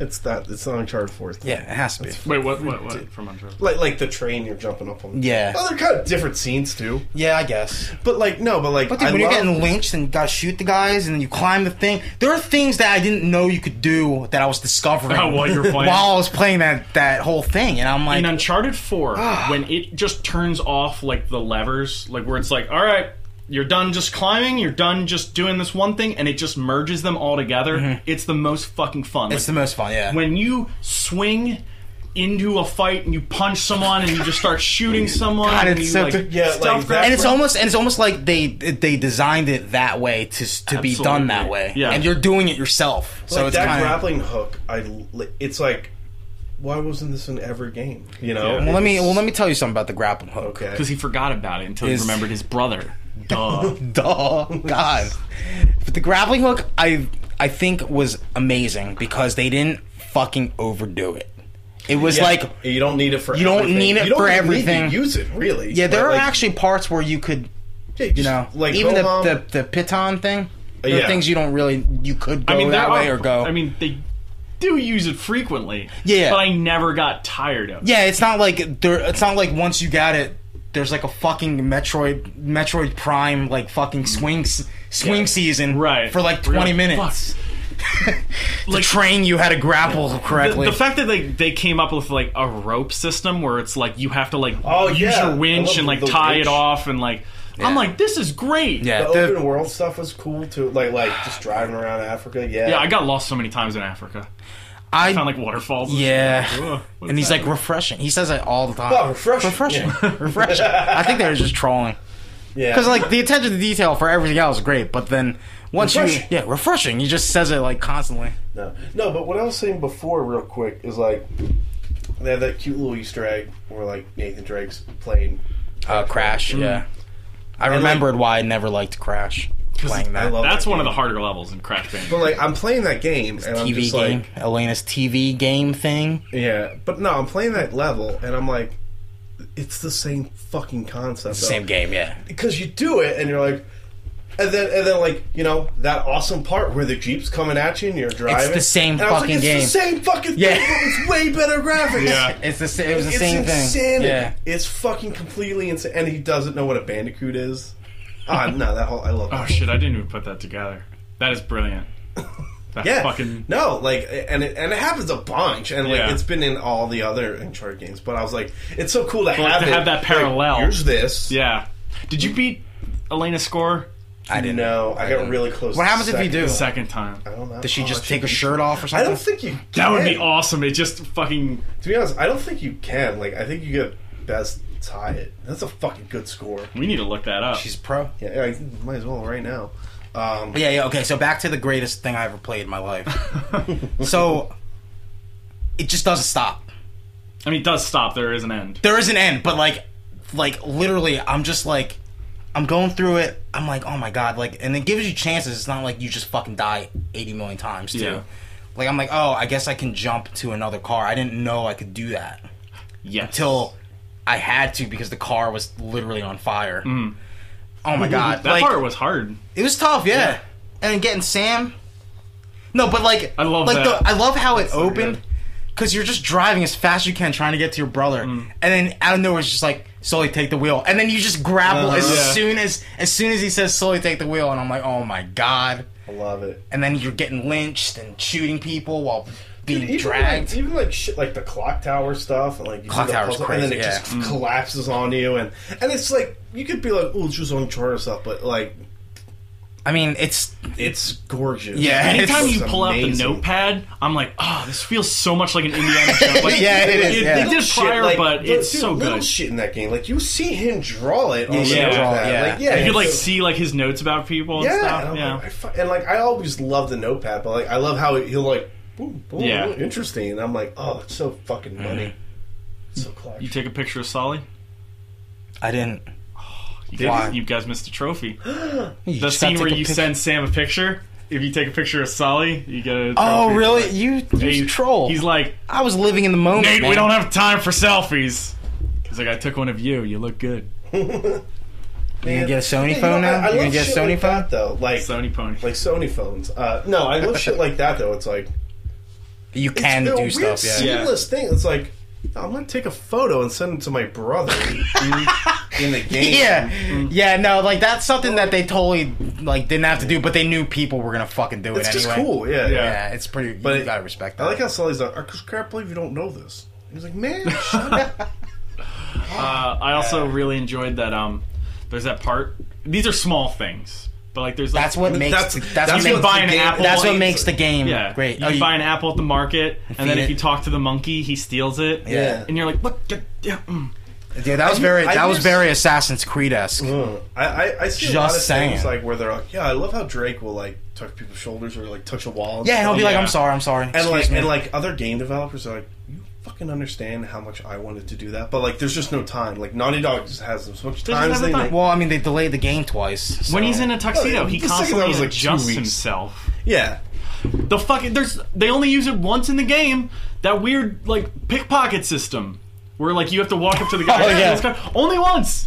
It's that it's not Uncharted Four. thing.
Yeah, it has to be.
Wait, what? What? What? From Uncharted.
like like the train you're jumping up on.
Yeah.
well, they're kind of different scenes too.
Yeah, I guess.
But like no, but like
But dude,
I
when you're
love-
getting lynched and you gotta shoot the guys and then you climb the thing, there are things that I didn't know you could do that I was discovering
Oh, while you were playing.
while I was playing that that whole thing, and I'm like,
In Uncharted Four,
Ah.
when it just turns off like the levers, like where it's like, all right. You're done just climbing. You're done just doing this one thing, and it just merges them all together. It's the most fucking fun.
Mm-hmm. it's
Like,
the most fun. Yeah,
when you swing into a fight and you punch someone and you just start shooting someone
God,
and
it's
you,
so
like,
good.
Yeah,
stuff
like,
grab-
and it's almost and it's almost like they they designed it that way to s- to be done that
Absolutely.
way.
Yeah.
and you're doing it yourself, so
like
it's
that
kind of.
grappling hook. I li- it's like why wasn't this in every game? You know.
Yeah.
Well, let me
It's-
well let me tell you something about the grappling hook.
Okay.
because he forgot about it until
Is-
he remembered his brother. Duh.
Duh, God. But the grappling hook, I I think was amazing because they didn't fucking overdo it. It was
Yeah,
like
you don't need it for
you don't
everything.
need it
You don't
for
need to
everything.
use it really.
yeah, there
But,
are
like,
actually parts where you could
yeah,
you
just,
know
like
even the,
Rohan-
the the piton thing. There are
Yeah.
things you don't really you could go
I mean,
that
there
way
are-
or go.
I mean, they do use it frequently.
Yeah.
but I never got tired of. it.
yeah, it's not like there. It's not like once you got it, there's like a fucking Metroid Metroid Prime like fucking swing s- swing season
right
for like
We're
20
like,
minutes.
fuck.
The train you had to grapple
The,
correctly.
the fact that they, they came up with like a rope system where it's like you have to like
Oh,
use
yeah.
your winch
I
and
love
like
the
tie
winch.
it off and like I'm like this is great.
yeah,
The
the-
open world stuff was cool too. Like like just driving around Africa. Yeah.
yeah. I got lost so many times in Africa.
I
Found like waterfalls.
yeah.
Ugh, what
And
is
he's
that?
like refreshing. He says it all the time.
Oh, refreshing.
refreshing,
Yeah.
refreshing. I think they were just trolling
yeah.
because like the attention to detail for everything else is great, but then once you
Refreshing.
yeah refreshing, he just says it like constantly.
No, no. But what I was saying before, real quick, is like they have that cute little Easter egg where like Nathan Drake's playing.
Uh, Crash, yeah. I remembered why I never liked Crash playing that.
I love
That's
that
one of
game.
the harder levels in Crash Bandicoot.
But like I'm playing that game and I'm
TV
just
game,
like,
Elena's TV game thing.
yeah. But no, I'm playing that level and I'm like, it's the same fucking concept.
Same game, yeah.
because you do it and you're like. And then, and then, like you know, that awesome part where the jeep's coming at you and you're driving.
the same
and I was
fucking
like,
game."
It's the same fucking
Yeah.
thing, but it's way better graphics.
Yeah.
It's the sa- it was the
it's
same
insanity.
thing. Yeah.
It's fucking completely insane. And he doesn't know what a bandicoot is. Ah, no, that whole I love.
Oh
That.
shit! I didn't even put that together. That is brilliant. That
yeah,
fucking
no, like, and it, and it happens a bunch, and like
Yeah.
it's been in all the other Uncharted games. But I was like, it's so cool to have
to
it.
have that
Like,
parallel.
here's this.
yeah. Did you beat Elena's score
I didn't know.
No, I got really close.
What
to
happens if you
second.
do?
the second time?
I don't know.
Does she
Oh,
just
I
take her
should-
shirt off or
I
something?
don't think you.
That would be
can.
awesome. It just fucking
To be honest, I don't think you can. Like, I think you get best tie it. That's a fucking good score.
we need to look that up.
She's pro.
Yeah, I might as well right now. Um,
Yeah, yeah, okay. So back to the greatest thing I ever played in my life. so it just doesn't stop.
I mean, it does stop. There is an end.
There is an end, but like like literally I'm just like I'm going through it. I'm like, "Oh my god." Like and it gives you chances. It's not like you just fucking die 80 million times, too.
Yeah.
Like I'm like, "Oh, I guess I can jump to another car. I didn't know I could do that."
Yes.
Till I had to because the car was literally on fire. Oh my god.
Mm. that
like
part was hard.
It was tough, yeah. And then getting Sam. No, but like
I love
like
that.
The, I love how it
so
opened
good.
because you're just driving as fast as you can, trying to get to your brother,
Mm.
and then out of nowhere it's just like Sully take the wheel, and then you just grapple as
Uh-huh.
Uh, Yeah.
soon as as soon as he says Sully take the wheel, and I'm like, oh my god,
I love it.
and then you're getting lynched and shooting people while being
Even
dragged.
Like, even like shit, like the clock tower stuff, and like you
Clock
do the
tower's
and then it
crazy, Mm.
just collapses on you, and and it's like you could be like, oh, it's just on charter stuff, but like
I mean, it's
It's gorgeous.
Yeah,
Anytime
It's
you pull out the
amazing.
notepad, I'm like, oh, this feels so much like an Indiana Jones. Like,
Yeah, it is, yeah.
They did
Shit,
prior,
like,
but
the-
it's
dude,
so
little
good.
shit in that game. Like you see him draw it. On
Yeah,
the
yeah.
notepad.
Draw, yeah. oh
Like, yeah.
you could like
it's-
see like his notes about people and
Yeah, and,
stuff.
I'm
Yeah.
Like, I fu- and like I always love the notepad, but like I love how he'll like, boom, boom,
Yeah.
boom, interesting. And I'm like, oh, it's so fucking
Mm.
funny, so clutch.
you take a picture of Sully.
I didn't.
You
Why?
guys, you guys missed a trophy.
You
The
just gotta
scene where
take a
you
pic-
send Sam a picture. If you take a picture of Sully, you get a. Trophy.
Oh really? You you
He-
troll.
He's like,
I was living in the moment.
Nate,
man.
we don't have time for selfies. He's like, I took one of you. You look good.
You gonna
Man.
get a Sony
Yeah, you
phone
know,
now?
I- I
You gonna
love
get a
shit
Sony
like
phone?
that, though? Like
Sony pony.
like Sony phones. Uh, no, I love shit like that though. It's like
You
it's
can
a
do
weird,
stuff. Yeah.
Yeah.
seamless thing. It's like I'm gonna take a photo and send it to my brother in the game.
Yeah, Mm-hmm. yeah, no, like that's something that they totally like didn't have to do, but they knew people were gonna fucking do it
it's
anyway.
just cool. Yeah, yeah.
Yeah, it's pretty.
But
you
it-
gotta respect that.
I like how Sully's like, I just can't believe you don't know this. He's like, man, shut up.
Uh, I also really enjoyed that. Um, there's that part. These are small things, but like there's like,
that's what makes
That's-
the- that's,
that's
what
you
makes
can buy an
the game-
apple.
that's what
and-
makes the game
yeah
great.
You
Oh,
can
you-
buy an apple at the market, and then
feed
if
it.
you talk to the monkey, he steals it.
Yeah.
and you're like, look, yeah, yeah, mm.
dude, that was
I-
very
I
that was
just-
very Assassin's Creed esque.
Mm. I, I, I see
Just
a lot of
saying.
things like where they're like, yeah, I love how Drake will like touch people's shoulders or like touch a wall. And
Yeah, he'll
stuff.
be like,
Yeah.
"I'm sorry, I'm sorry,"
and like
Excuse me.
and like other game developers are like, you fucking understand how much I wanted to do that, but like, there's just no time. Like Naughty Dog just has as much
They just
time as
haven't
they
done-
make.
well, I mean, they delayed the game twice. so-
when he's in a tuxedo,
Well,
he
the second
constantly
one was, like, two
adjusts
weeks.
himself.
Yeah,
The fucking there's they only use it once in the game. That weird like pickpocket system where like you have to walk up to the guy.
Oh,
"Hey,
yeah.
this guy-" only once.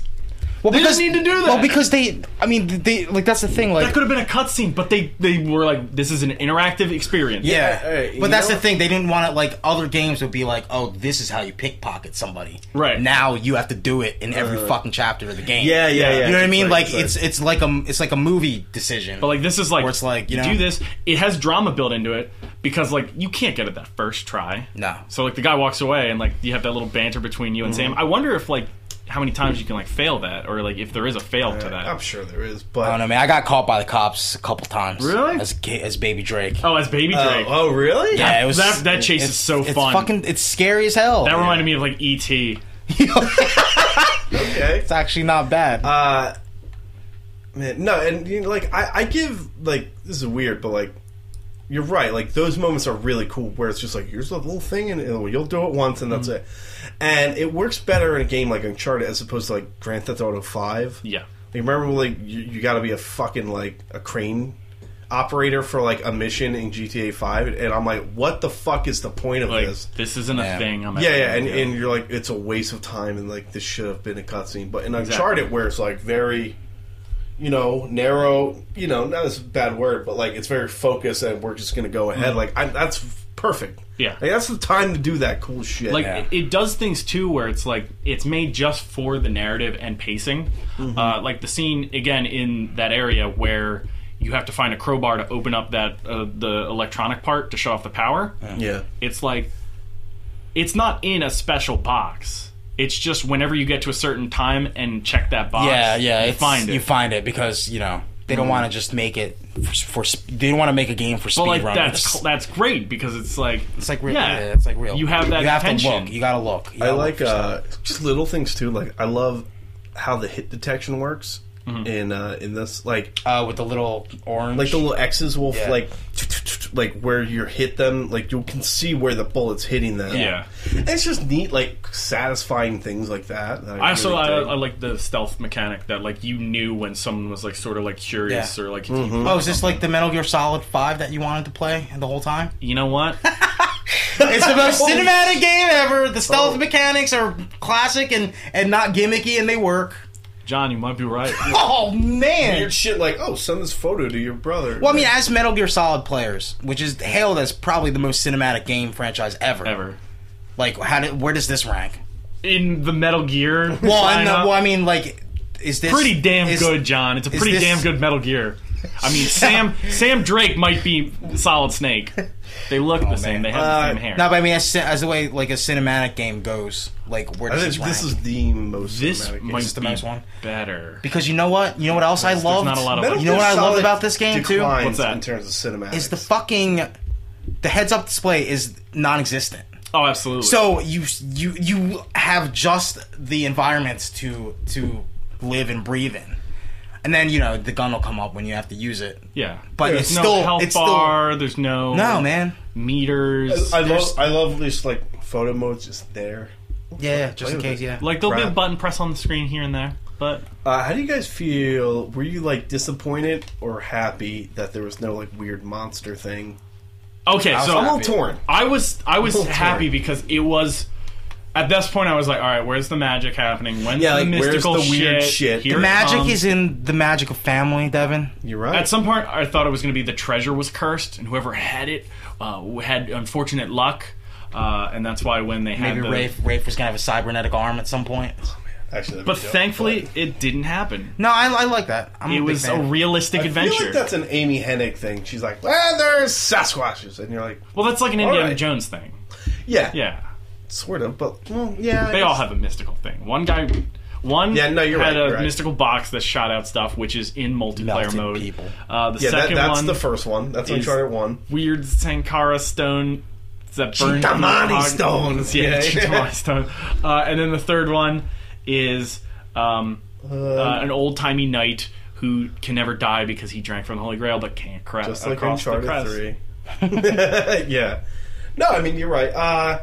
well,
they didn't need to do that.
Well, because they, I mean, they like that's the thing. Like,
That could have been a cutscene, but they they were like, this is an interactive experience.
Yeah,
Hey, hey, you
but that's
know
the
what?
thing. They didn't want it. Like other games would be like, "Oh, this is how you pickpocket somebody."
Right.
now, you have to do it in every
Uh,
fucking chapter of the game.
yeah, yeah, yeah.
You know what I
It's
mean? Like, it's
it's
it's like a it's like a movie decision.
But like this is like
Where it's like, you know-
do this. It has drama built into it because like you can't get it that first try.
No.
So like the guy walks away and like you have that little banter between you and Sam.
Mm-hmm.
I wonder if like how many times you can like fail that or like if there is a fail to
Uh,
I'm
that.
sure there is,
I
but
don't know, man. I got caught by the cops a couple times.
Really?
As a kid, as baby Drake.
Oh, as baby
oh,
uh,
Drake.
oh, really?
yeah, it was
that- that chase is
it's-
so
it's
fun.
Fucking, it's scary as hell.
That reminded me of like E E.T.
Okay.
it's actually not bad.
Uh, man, no, and you know, like I, I give like this is weird, but like you're right. Like those moments are really cool, where it's just like here's a little thing, and it'll- you'll do it once, and that's
Mm-hmm.
it. And it works better in a game like Uncharted as opposed to like Grand Theft Auto Five.
Yeah.
Like, remember, when, like you, you got to be a fucking like a crane operator for like a mission in GTA Five, and I'm like, what the fuck is the point of
Like
this?
this isn't a
Yeah.
thing. I'm
Yeah, yeah, and, and you're like, it's a waste of time, and like this should have been a cutscene. But in Uncharted, where it's like very, you know, narrow. You know, not as a bad word, but like it's very focused, and we're just gonna go ahead. Like I, that's perfect.
Mm-hmm. Yeah.
like, that's the time to do that cool shit.
like
Yeah.
it, it does things too where it's like it's made just for the narrative and pacing
Mm-hmm.
uh, like the scene again in that area where you have to find a crowbar to open up that uh, the electronic part to shut off the power
yeah,
it's like it's not in a special box it's just whenever you get to a certain time and check that box
yeah, yeah.
you
it's-
find it Mm.
You find it because you know they don't want to just make it for, for. sp- They don't want to make a game for
but
speed
like
runners.
that's cl- that's great because it's like
It's like real.
Yeah.
Yeah. it's like real.
You have that
You have
attention.
to look. You gotta look. You
I
gotta look
like
for stuff.
uh, just little things too. Like I love how the hit detection works
Mm-hmm.
in uh, in this. Like
uh, with the little orange.
like the little X's will
Yeah.
like like where you hit them, like you can see where the bullet's hitting them.
Yeah.
And it's just neat, like satisfying things like that. that
I also
really
I,
dig.
I like the stealth mechanic that like you knew when someone was like sort of like curious
Yeah.
or like
oh, is this like the Metal Gear Solid Five that you wanted to play the whole time?
you know what
It's the most cinematic game ever. The
Oh.
stealth mechanics are classic and and not gimmicky, and they work.
John, you might be right.
Oh man.
weird shit. Like, oh, send this photo to your brother.
Well, I mean, as Metal Gear Solid players, which is hailed as probably the most cinematic game franchise ever.
Ever.
Like, how did where does this rank?
In the Metal Gear.
Well, and the,
lineup,
well, I mean, like, is this
pretty damn
is-
good, John. It's a pretty
this-
damn good Metal Gear. I mean, Sam Sam Drake might be Solid Snake. They look the same.
Oh, man.
They have the
Uh,
same hair.
No, but I mean, as, as the way like a cinematic game goes, like where
I
does
think
this rank?
this is the most.
this
cinematic game.
might
It's the
be
best one.
better.
because you know what? You know what else I
There's
love?
not a lot of-
Metal
You know
Gear
what I loved
Solid
about this game, too?
declines
What's that?
In terms of cinematics,
Is the fucking the heads-up display is non-existent.
Oh, absolutely.
So you you you have just the environments to to live and breathe in, and then you know the gun will come up when you have to use it.
yeah,
But
There's
it's
no
still
health
it's
bar. there's no
still no man.
meters.
I
There's-
love. I love this like photo modes just there.
Yeah, just in
with
case.
it.
Yeah,
like there'll be a
Crap.
button press on the screen here and there, but
Uh, how do you guys feel? Were you like disappointed or happy that there was no like weird monster thing?
okay.
was
so
I'm a
Happy.
little torn.
I was I was
Little torn.
happy because it was at this point I was like, all right, where's the magic happening? When's
Yeah,
the
like, where's
mystical
the weird
shit?
shit?
the
Here it
magic
comes.
is in the magic of family, Devin.
You're right.
At some point, I thought it was going to be the treasure was cursed, and whoever had it uh, had unfortunate luck, uh, and that's why when they had
Maybe
the,
Rafe Rafe was gonna have a cybernetic arm at some point.
Actually, that'd be
but
dope,
thankfully it didn't happen.
No, I, I like that. I'm a
It
big
was a
fan.
realistic
I
adventure.
feel like that's an Amy Hennig thing. She's like, well, there's Sasquatches, and you're like,
well, that's like an Indiana
right.
Jones thing.
yeah,
Yeah,
sort of, but well, yeah. I
they all
guess-
have a mystical thing. One guy, one
Yeah, no, you're
had
right,
a
you're right.
mystical box that shot out stuff, which is in multiplayer
Melted
mode.
people.
Uh, the
Yeah, that,
second
that's
one,
the first one. That's
is-
Uncharted one.
weird Sankara stone that burns.
Chitamani
people.
stones,
Yeah,
yeah.
Chitamani stone. Uh, and then the third one is um, uh, an old timey knight who can never die because he drank from the Holy Grail but can't cra-
Just like
across the
Uncharted
crest.
three. yeah. No, I mean you're right. Uh,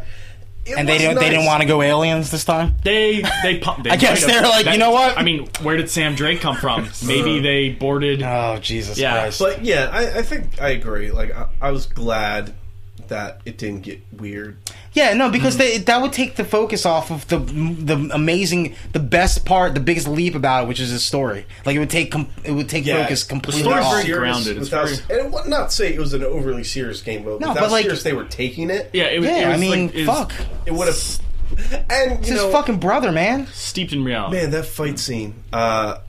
it
and they
was
didn't they didn't
nice.
want to go aliens this time.
They they pumped. They
I guess
might have-
they're like, you know what?
I mean, where did Sam Drake come from? Maybe they boarded.
Oh Jesus
Yeah,
Christ!
But yeah, I, I think I agree. Like I, I was glad that it didn't get weird.
yeah, no, because
Hmm.
they, that would take the focus off of the the amazing, the best part, the biggest leap about it, which is the story. Like it would take com- it would take
Yeah,
focus
the
completely
story's
Without
off.
very
serious-
grounded. It's
without-
very-
and what- not say it was an overly serious game, but
No,
without
but, like-
serious, they were taking it.
yeah, it was. it
yeah, I
was
mean,
like, is
fuck,
it would have. And you
it's
know,
his fucking brother, man.
steeped in reality.
man, that fight scene. Uh,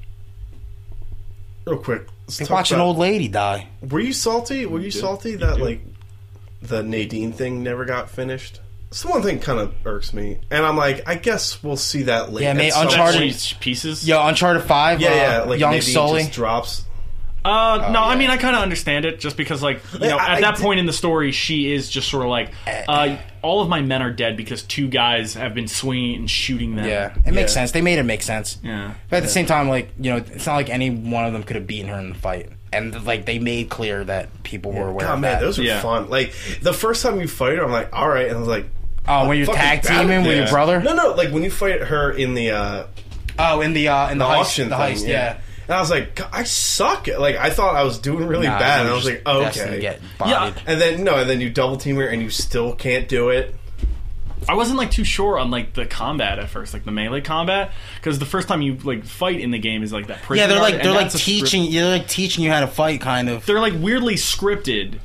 real quick, let's
They
talk
watch an
about-
old lady die.
Were you salty? Were you, salty that
do.
like the Nadine thing never got finished? It's the one thing kind of irks me, and I'm like, I guess we'll see that later.
Yeah, mate,
at some
That's
Uncharted-
point.
each pieces.
Yo, Uncharted Five.
Yeah, yeah,
uh,
like
young
Nadine
Sully.
just drops.
Uh,
Oh,
no, I
yeah.
mean I kind of understand it just because like you know
I-
at
I
that
did-
point in the story she is just sort of like uh, all of my men are dead because two guys have been swinging and shooting them.
yeah, it makes
Yeah.
sense. They made it make sense.
Yeah.
But at the same time, like you know, it's not like any one of them could have beaten her in the fight. And like they made clear that people were aware
God,
of
man,
that.
those are
Yeah.
fun. Like the first time you fight her, I'm like, all right, and I was like,
oh, when you're
fucking
tag
battle-
teaming with your
Yeah.
brother.
No, no, like when you fight her in the uh,
Oh, in the uh, in the, heist,
auction
the
thing,
heist, yeah.
And I was like, God, I suck. at- Like I thought I was doing really
Nah,
bad, and
you're
I was
Ah, just
like, oh,
destined to
okay.
get bodied.
Yeah.
And then no, and then you double team her, and you still can't do it.
I wasn't like too sure on like the combat at first, like the melee combat, because the first time you like fight in the game is like that prison.
Yeah, they're
yard,
like
and
they're like
that's a script-
teaching they're like teaching you how to fight, kind of.
they're like weirdly scripted.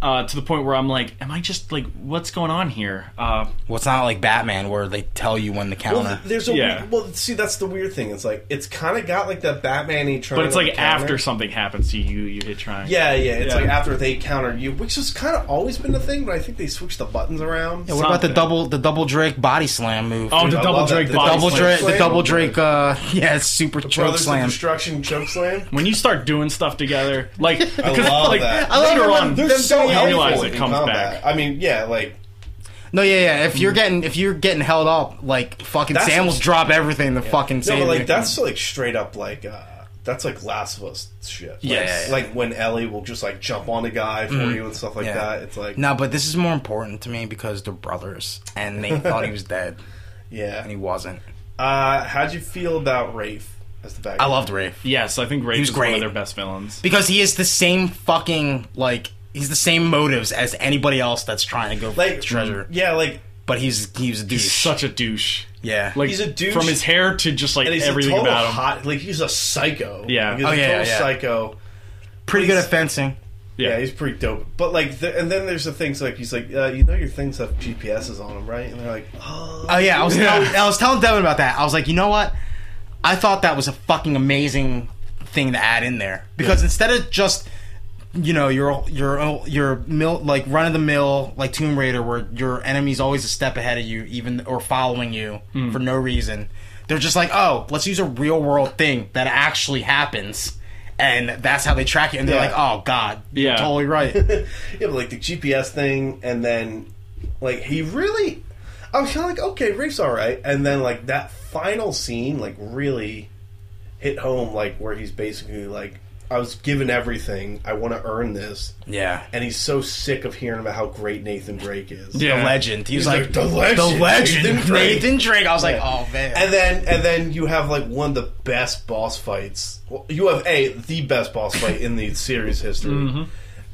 Uh, to the point where I'm like, am I just like, what's going on here? Uh,
Well, it's not like Batman where they tell you when to
Well,
counter.
th- there's a
Yeah.
weird, well. See, that's the weird thing. It's like it's kind of got like that Batman-y trying.
but it's
to,
like
counter.
after something happens to you, you hit trying.
Yeah, yeah. It's
Yeah.
like after they counter you, which has kind of always been the thing. But I think they switched the buttons around.
what about the
something.
double the double Drake body slam move?
Oh, the
the,
I
double
love that.
Drake
The
body
double
slam.
Drake,
slam.
the double Drake, uh, yeah, it's super choke
Brothers of
slam.
Destruction choke slam.
when you start doing stuff together, like because
love
like
that.
I love
later
it when
on,
they're
you
so helpful
realize
in
it comes
combat.
back.
I mean, yeah, like
No, yeah, yeah. If you're getting if you're getting held up, like fucking
That's
Sam will
what's-
drop everything to fucking
no,
save
but
you.
like that's like straight up like uh that's like Last of Us shit. Like,
Yeah. Mm-hmm.
like when Ellie will just like jump on a guy for you and stuff like
Yeah.
that. It's like
No, but this is more important to me because they're brothers and they thought he was dead and he
yeah.
wasn't.
Uh, how'd you feel about Rafe as the bad?
I
guy?
loved Rafe.
Yes, I think Rafe
was
is one of
great.
their best villains.
because he is the same fucking like he's the same motives as anybody else that's trying to go for
like mm.
the treasure.
Yeah, like
But he's he's a douche.
He's such a douche.
yeah.
Like
He's a douche.
from his hair to just like
and he's
everything
a total
about him.
hot. Like he's a psycho.
Yeah.
he's
Oh,
a
yeah,
total
yeah.
psycho.
pretty good at fencing.
Yeah. he's pretty dope. But like, the, and then there's the things like he's like, uh, you know, your things have GPSs on them, right? And they're like, oh,
Oh yeah, I was
Yeah.
I was telling Devin about that. I was like, you know what? I thought that was a fucking amazing thing to add in there because instead of just you know your your your mill like run of the mill like Tomb Raider where your enemy's always a step ahead of you even or following you
Hmm.
for no reason. They're just like, oh, let's use a real world thing that actually happens, and that's how they track it. And they're
Yeah.
like, oh god,
Yeah.
you're totally right.
Yeah, but like the GPS thing, and then like he really, I was kind of like, okay, Rafe's all right, and then like that final scene, like really hit home, like where he's basically like, I was given everything, I want to earn this,
yeah,
and he's so sick of hearing about how great Nathan Drake is.
Yeah.
the legend. He was
He's
like,
like, "The legend,
the legend,
Nathan Drake."
Nathan Drake. I was like,
Yeah.
oh man,
And then, and then you have like one of the best boss fights. Well, you have a the best boss fight in the series history,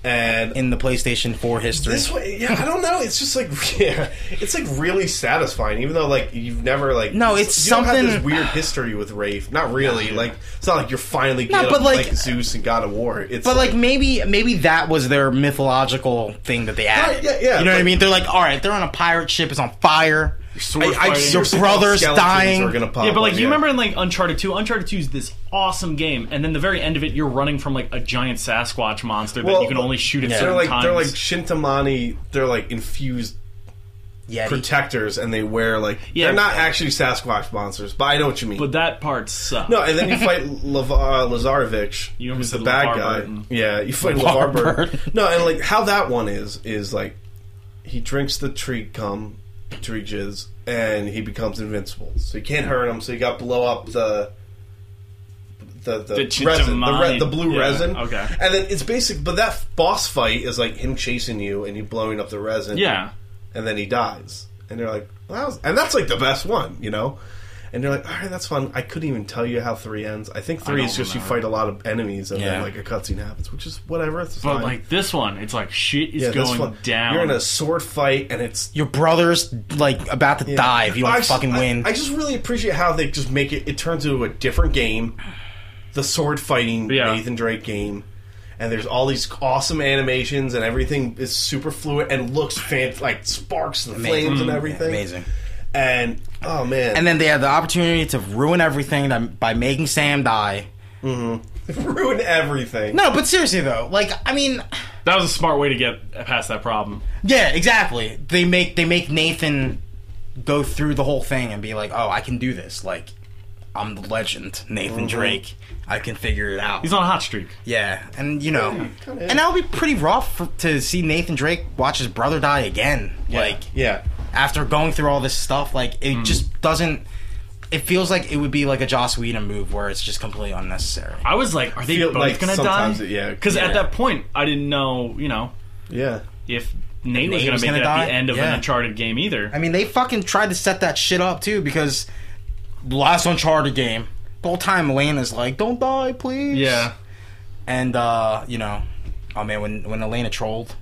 and
in the PlayStation 4 history.
This way, yeah, I don't know. It's just like, yeah, it's like really satisfying, even though like you've never like.
No, it's
you don't have
something-
this weird history with Rafe. Not really. Like it's not like you're finally
No,
getting
but,
like,
like-
Zeus and God of War. It's
But like maybe maybe that was their mythological thing that they added.
yeah, yeah,
You know what I
like-
mean? They're like, all right, they're on a pirate ship, it's on fire.
Sword
I, I
fighting.
your
seriously
brother's
thought skeletons
dying.
were gonna pop
Yeah, but like
up,
you remember in like Uncharted 2, Uncharted 2 is this awesome game, and then the very end of it, you're running from like a giant Sasquatch monster that
Well,
you can only shoot at
They're
certain
like
times.
they're like Shintamani. They're like infused
Yeah.
protectors, and they wear like
Yeah.
they're not actually Sasquatch monsters. But I know what you mean.
but that part sucks.
no, and then you fight Lav- uh, Lazarevich,
You
who's
almost
the
said
bad
LeVar
guy.
Burton.
Yeah, you fight
LeVar
LeVar Burton.
Burton.
No, and like how that one is is like he drinks the tree cum, tree jizz, and he becomes invincible. So you can't hurt him. So you got to blow up the the the,
The
resin, the, re-
Chitamani-
the blue
yeah,
resin.
okay.
and then it's basic. But that f- boss fight is like him chasing you and you blowing up the resin.
Yeah.
and then he dies, and they're like, well, that was, and that's like the best one, you know. And they're like, all right, that's fun. I couldn't even tell you how three ends. I think three
don't
is just you
remember.
fight a lot of enemies and
Yeah.
then like a cutscene happens, which is whatever. It's
But
fine.
like this one, it's like shit is
Yeah, that's
going
fun.
down.
You're in a sword fight, and it's
your brother's like about to die if you don't
I just-
fucking
I-
win.
I, just really appreciate how they just make it. It turns into a different game, the sword fighting
Yeah.
Nathan Drake game, and there's all these awesome animations, and everything is super fluid and looks fan like sparks and flames and everything.
Amazing.
And oh man,
And then they had the opportunity to ruin everything that- by making Sam die.
ruin everything.
No, but seriously though, like I mean,
that was a smart way to get past that problem.
yeah, exactly. They make they make Nathan go through the whole thing and be like, "Oh, I can do this. Like I'm the legend, Nathan
Mm-hmm.
Drake. I can figure it out."
He's on a hot streak.
Yeah, and you know,
kinda is.
and that would be pretty rough for, to see Nathan Drake watch his brother die again. Like
yeah, Mm.
after going through all this stuff, like it just doesn't. It feels like it would be like a Joss Whedon move where it's just completely unnecessary.
I was like, are they
Feel
both
like
gonna die?
sometimes it- yeah,
Because at
yeah.
that point, I didn't know, you know,
yeah.
if Nate was
Nate
gonna
was
make
gonna
it at
die?
the end of an
Yeah.
Uncharted game either.
I mean, they fucking tried to set that shit up too because last Uncharted game, the whole time Elena's like, "Don't die, please."
yeah.
and uh, you know, oh man, when when Elena trolled,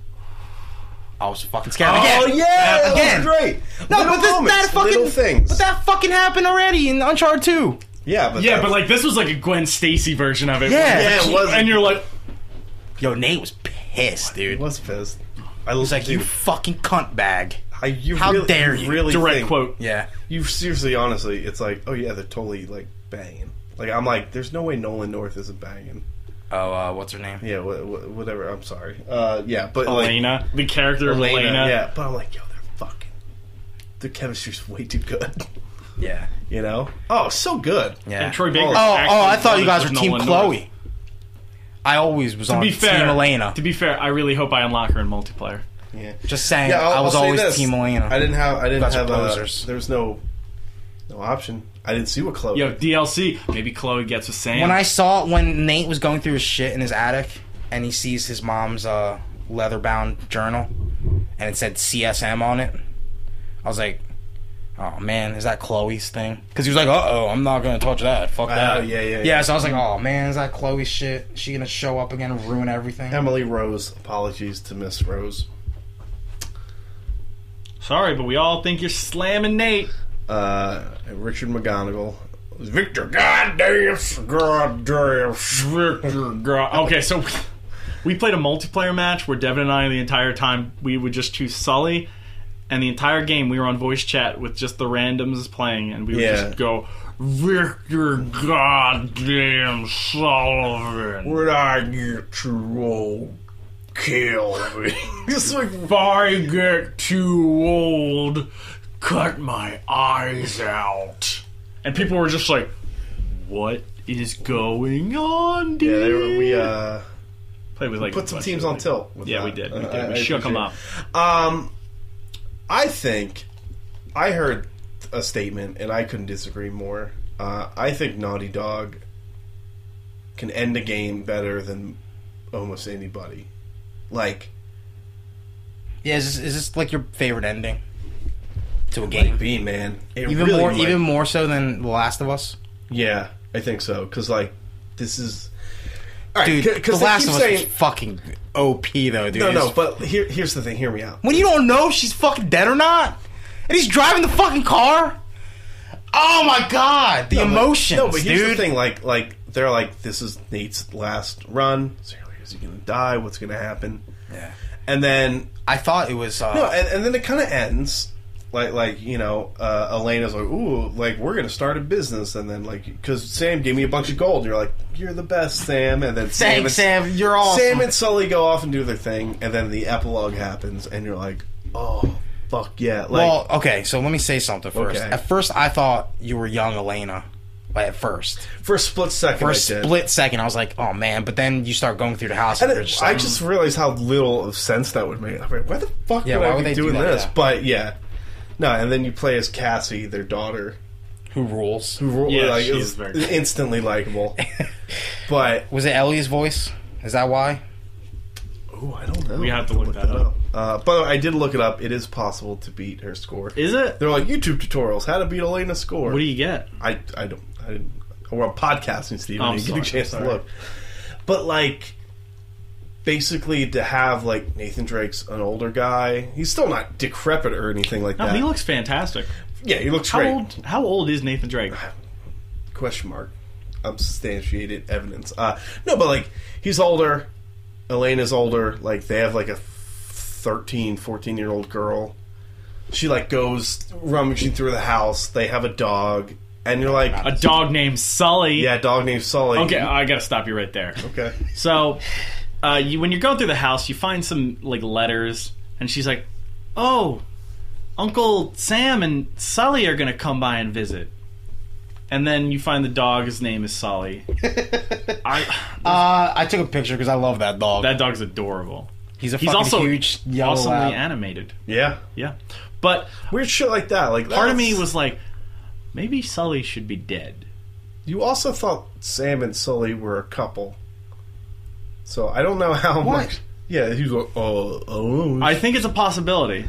I was fucking scared.
Oh
again.
yeah,
again.
that was great.
No,
Little
but this,
moments,
that fucking
little things.
But that fucking happened already in Uncharted Two.
yeah, but
Yeah,
that-
but like this was like a Gwen Stacy version of it.
Yeah.
where-
Yeah, it was.
And you're like,
Yo, Nate was pissed, dude.
I
He's
was pissed. I was
like, "You fucking cunt bag."
I, you
how
really,
dare you.
Really
direct
think-
quote.
Yeah,
You seriously, honestly, it's like, oh yeah, they're totally like banging. Like I'm like, there's no way Nolan North isn't banging.
Oh, uh, what's her name?
Yeah, wh- wh- whatever. I'm sorry. Uh, yeah, but like
Elena, the character of Elena.
yeah. But I'm like, yo, they're fucking. The chemistry's way too good.
Yeah,
You know? Oh, so good.
yeah.
And Troy Baker.
oh, oh, I
actually
thought you
brothers
guys were
with
Team
Nolan
Chloe.
North.
I always was
To
on
be fair,
Team Elena.
To be fair, I really hope I unlock her in multiplayer.
Yeah.
Just saying,
Yeah, I'll-
I was
I'll say
always
this.
Team Elena.
I didn't have. I didn't
Guys are
have. A,
posers.
there was no, no option. I didn't see what Chloe.
Yo, DLC. Maybe Chloe gets with Sam.
when I saw when Nate was going through his shit in his attic and he sees his mom's uh, leather bound journal and it said CSM on it, I was like, oh man, is that Chloe's thing? Because he was like, uh oh, I'm not going to touch that. Fuck that.
Oh, yeah, yeah,
Yeah,
yeah.
so I was like, oh man, is that Chloe's shit? She going to show up again and ruin everything?
Emily Rose. Apologies to Miss Rose.
Sorry, but we all think you're slamming Nate.
Uh, Richard McGonigal. Victor Goddamn. Goddamn. Victor.
Girl. Okay, so we, we played a multiplayer match where Devin and I the entire time we would just choose Sully, and the entire game we were on voice chat with just the randoms playing, and we would
Yeah.
just go, Victor Goddamn Sullivan.
Would I get to roll? Kill me. It's like
If I get too old, cut my eyes out. And people were just like, what is going on, dude?
yeah, they were, we uh,
Played with, like, a
put some
bunch
teams
of,
on
like-
tilt. with
Yeah,
that.
we did. We,
Uh,
did.
I- I
we shook them
appreciate it.
up.
Um, I think I heard a statement, and I couldn't disagree more. Uh, I think Naughty Dog can end a game better than almost anybody. Like,
Yeah, is this, is this like your favorite ending to a game?
be man, It
Even
really
more,
might-
even more so than The Last of Us.
yeah, I think so. Because like, this is All right,
Dude,
'cause- 'cause
The
they
Last
keep
of Us
saying-
is fucking OP though, dude.
no, no.
It's-
But here, here's the thing. Hear me out.
when you don't know if she's fucking dead or not, and he's driving the fucking car. Oh my god, the
No, but-
emotions,
No, but here's
dude.
the thing: like, like they're like, this is Nate's last run. So is he gonna die? What's gonna happen?
Yeah.
And then
I thought it was. Uh,
no, and, and then it kind of ends. Like, like you know, uh, Elena's like, ooh, like we're gonna start a business, and then like, because Sam gave me a bunch of gold. You're like, you're the best, Sam. And then Sam,
Thanks, Sam. You're awesome.
Sam and Sully go off and do their thing, and then the epilogue happens, and you're like, oh, fuck yeah. Like,
well, okay, so let me say something first.
Okay.
At first, I thought you were young Elena. Like at first,
for a split second,
for
I
a
did.
split second, I was like, "Oh man!" But then you start going through the house, and,
And
you're
it,
just
I
like,
just realized how little of sense that would make. I mean, why the fuck
Yeah,
would
why
I
would
be
they do
doing
that?
this?
Yeah.
But yeah, no. And then you play as Cassie, their daughter,
"Who rules?"
who ro-
Yeah,
like,
she
it
is
was
very cool.
instantly likable. but
Was it Ellie's voice? Is that why?
ooh, I don't know.
We have to look that up.
Uh, by the way, I did look it up. It is possible to beat her score.
Is it?
They're like YouTube tutorials, how to beat Elena's score.
What do you get?
I I don't I didn't we're on podcasting, Steve.
Oh,
I
I'm
didn't get a
sorry,
chance
sorry.
to look. But like basically to have like Nathan Drake's an older guy. He's still not decrepit or anything like
No,
that.
he looks fantastic.
yeah, he looks
How
great.
old? How old is Nathan Drake?
Question mark. Unsubstantiated evidence. Uh no, but like he's older. Elena's older. Like they have like a 13, 14 year old girl. She like goes rummaging through the house. They have a dog. And you're like,
A dog named Sully.
yeah, dog named Sully.
Okay, I gotta stop you right there.
Okay.
So, uh, you, when you're going through the house, you find some like letters, and she's like, "Oh, Uncle Sam and Sully are gonna come by and visit." And then you find the dog. His name is Sully. I,
Uh, I took a picture because I love that dog.
that dog's adorable.
he's a
He's
fucking
also
huge yellow.
Awesomely
lab.
animated.
Yeah.
Yeah, but
Weird shit like that. Like
part of
that's-
me was like, maybe Sully should be dead.
You also thought Sam and Sully were a couple. So I don't know how
What?
much. Yeah, he was like, oh, oh.
I think it's a possibility.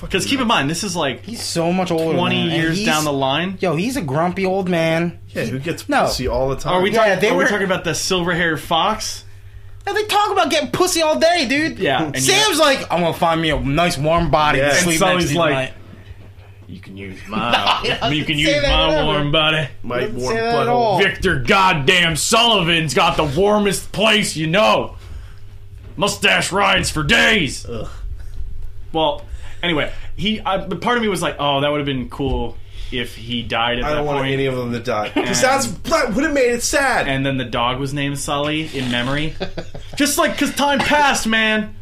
Because keep in mind, this is like
He's so much older.
20
than- and
years
he's-
down the line.
Yo, he's a grumpy old man.
Yeah, who gets
No.
pussy all the time?
Are we,
Yeah,
talking,
they
are we
were-
talking about the silver haired fox?
Now they talk about getting pussy all day, dude.
Yeah, and
Sam's like, I'm gonna find me a nice warm body
Yeah.
to
And
sleep
Sully's
next to
like-
tonight."
You can use my
No, I
you can
didn't
use
say that
my
ever.
warm body.
My
Didn't
warm
say that at
butthole.
all.
Victor goddamn Sullivan's got the warmest place you know. Mustache rides for days.
Ugh.
Well, anyway, he I, but part of me was like, "Oh, that would have been cool if he died at
I
that
don't want
point."
any of them to die. Because
And-
that's that would have made it sad.
and then the dog was named Sully in memory. Just like cuz time passed, man.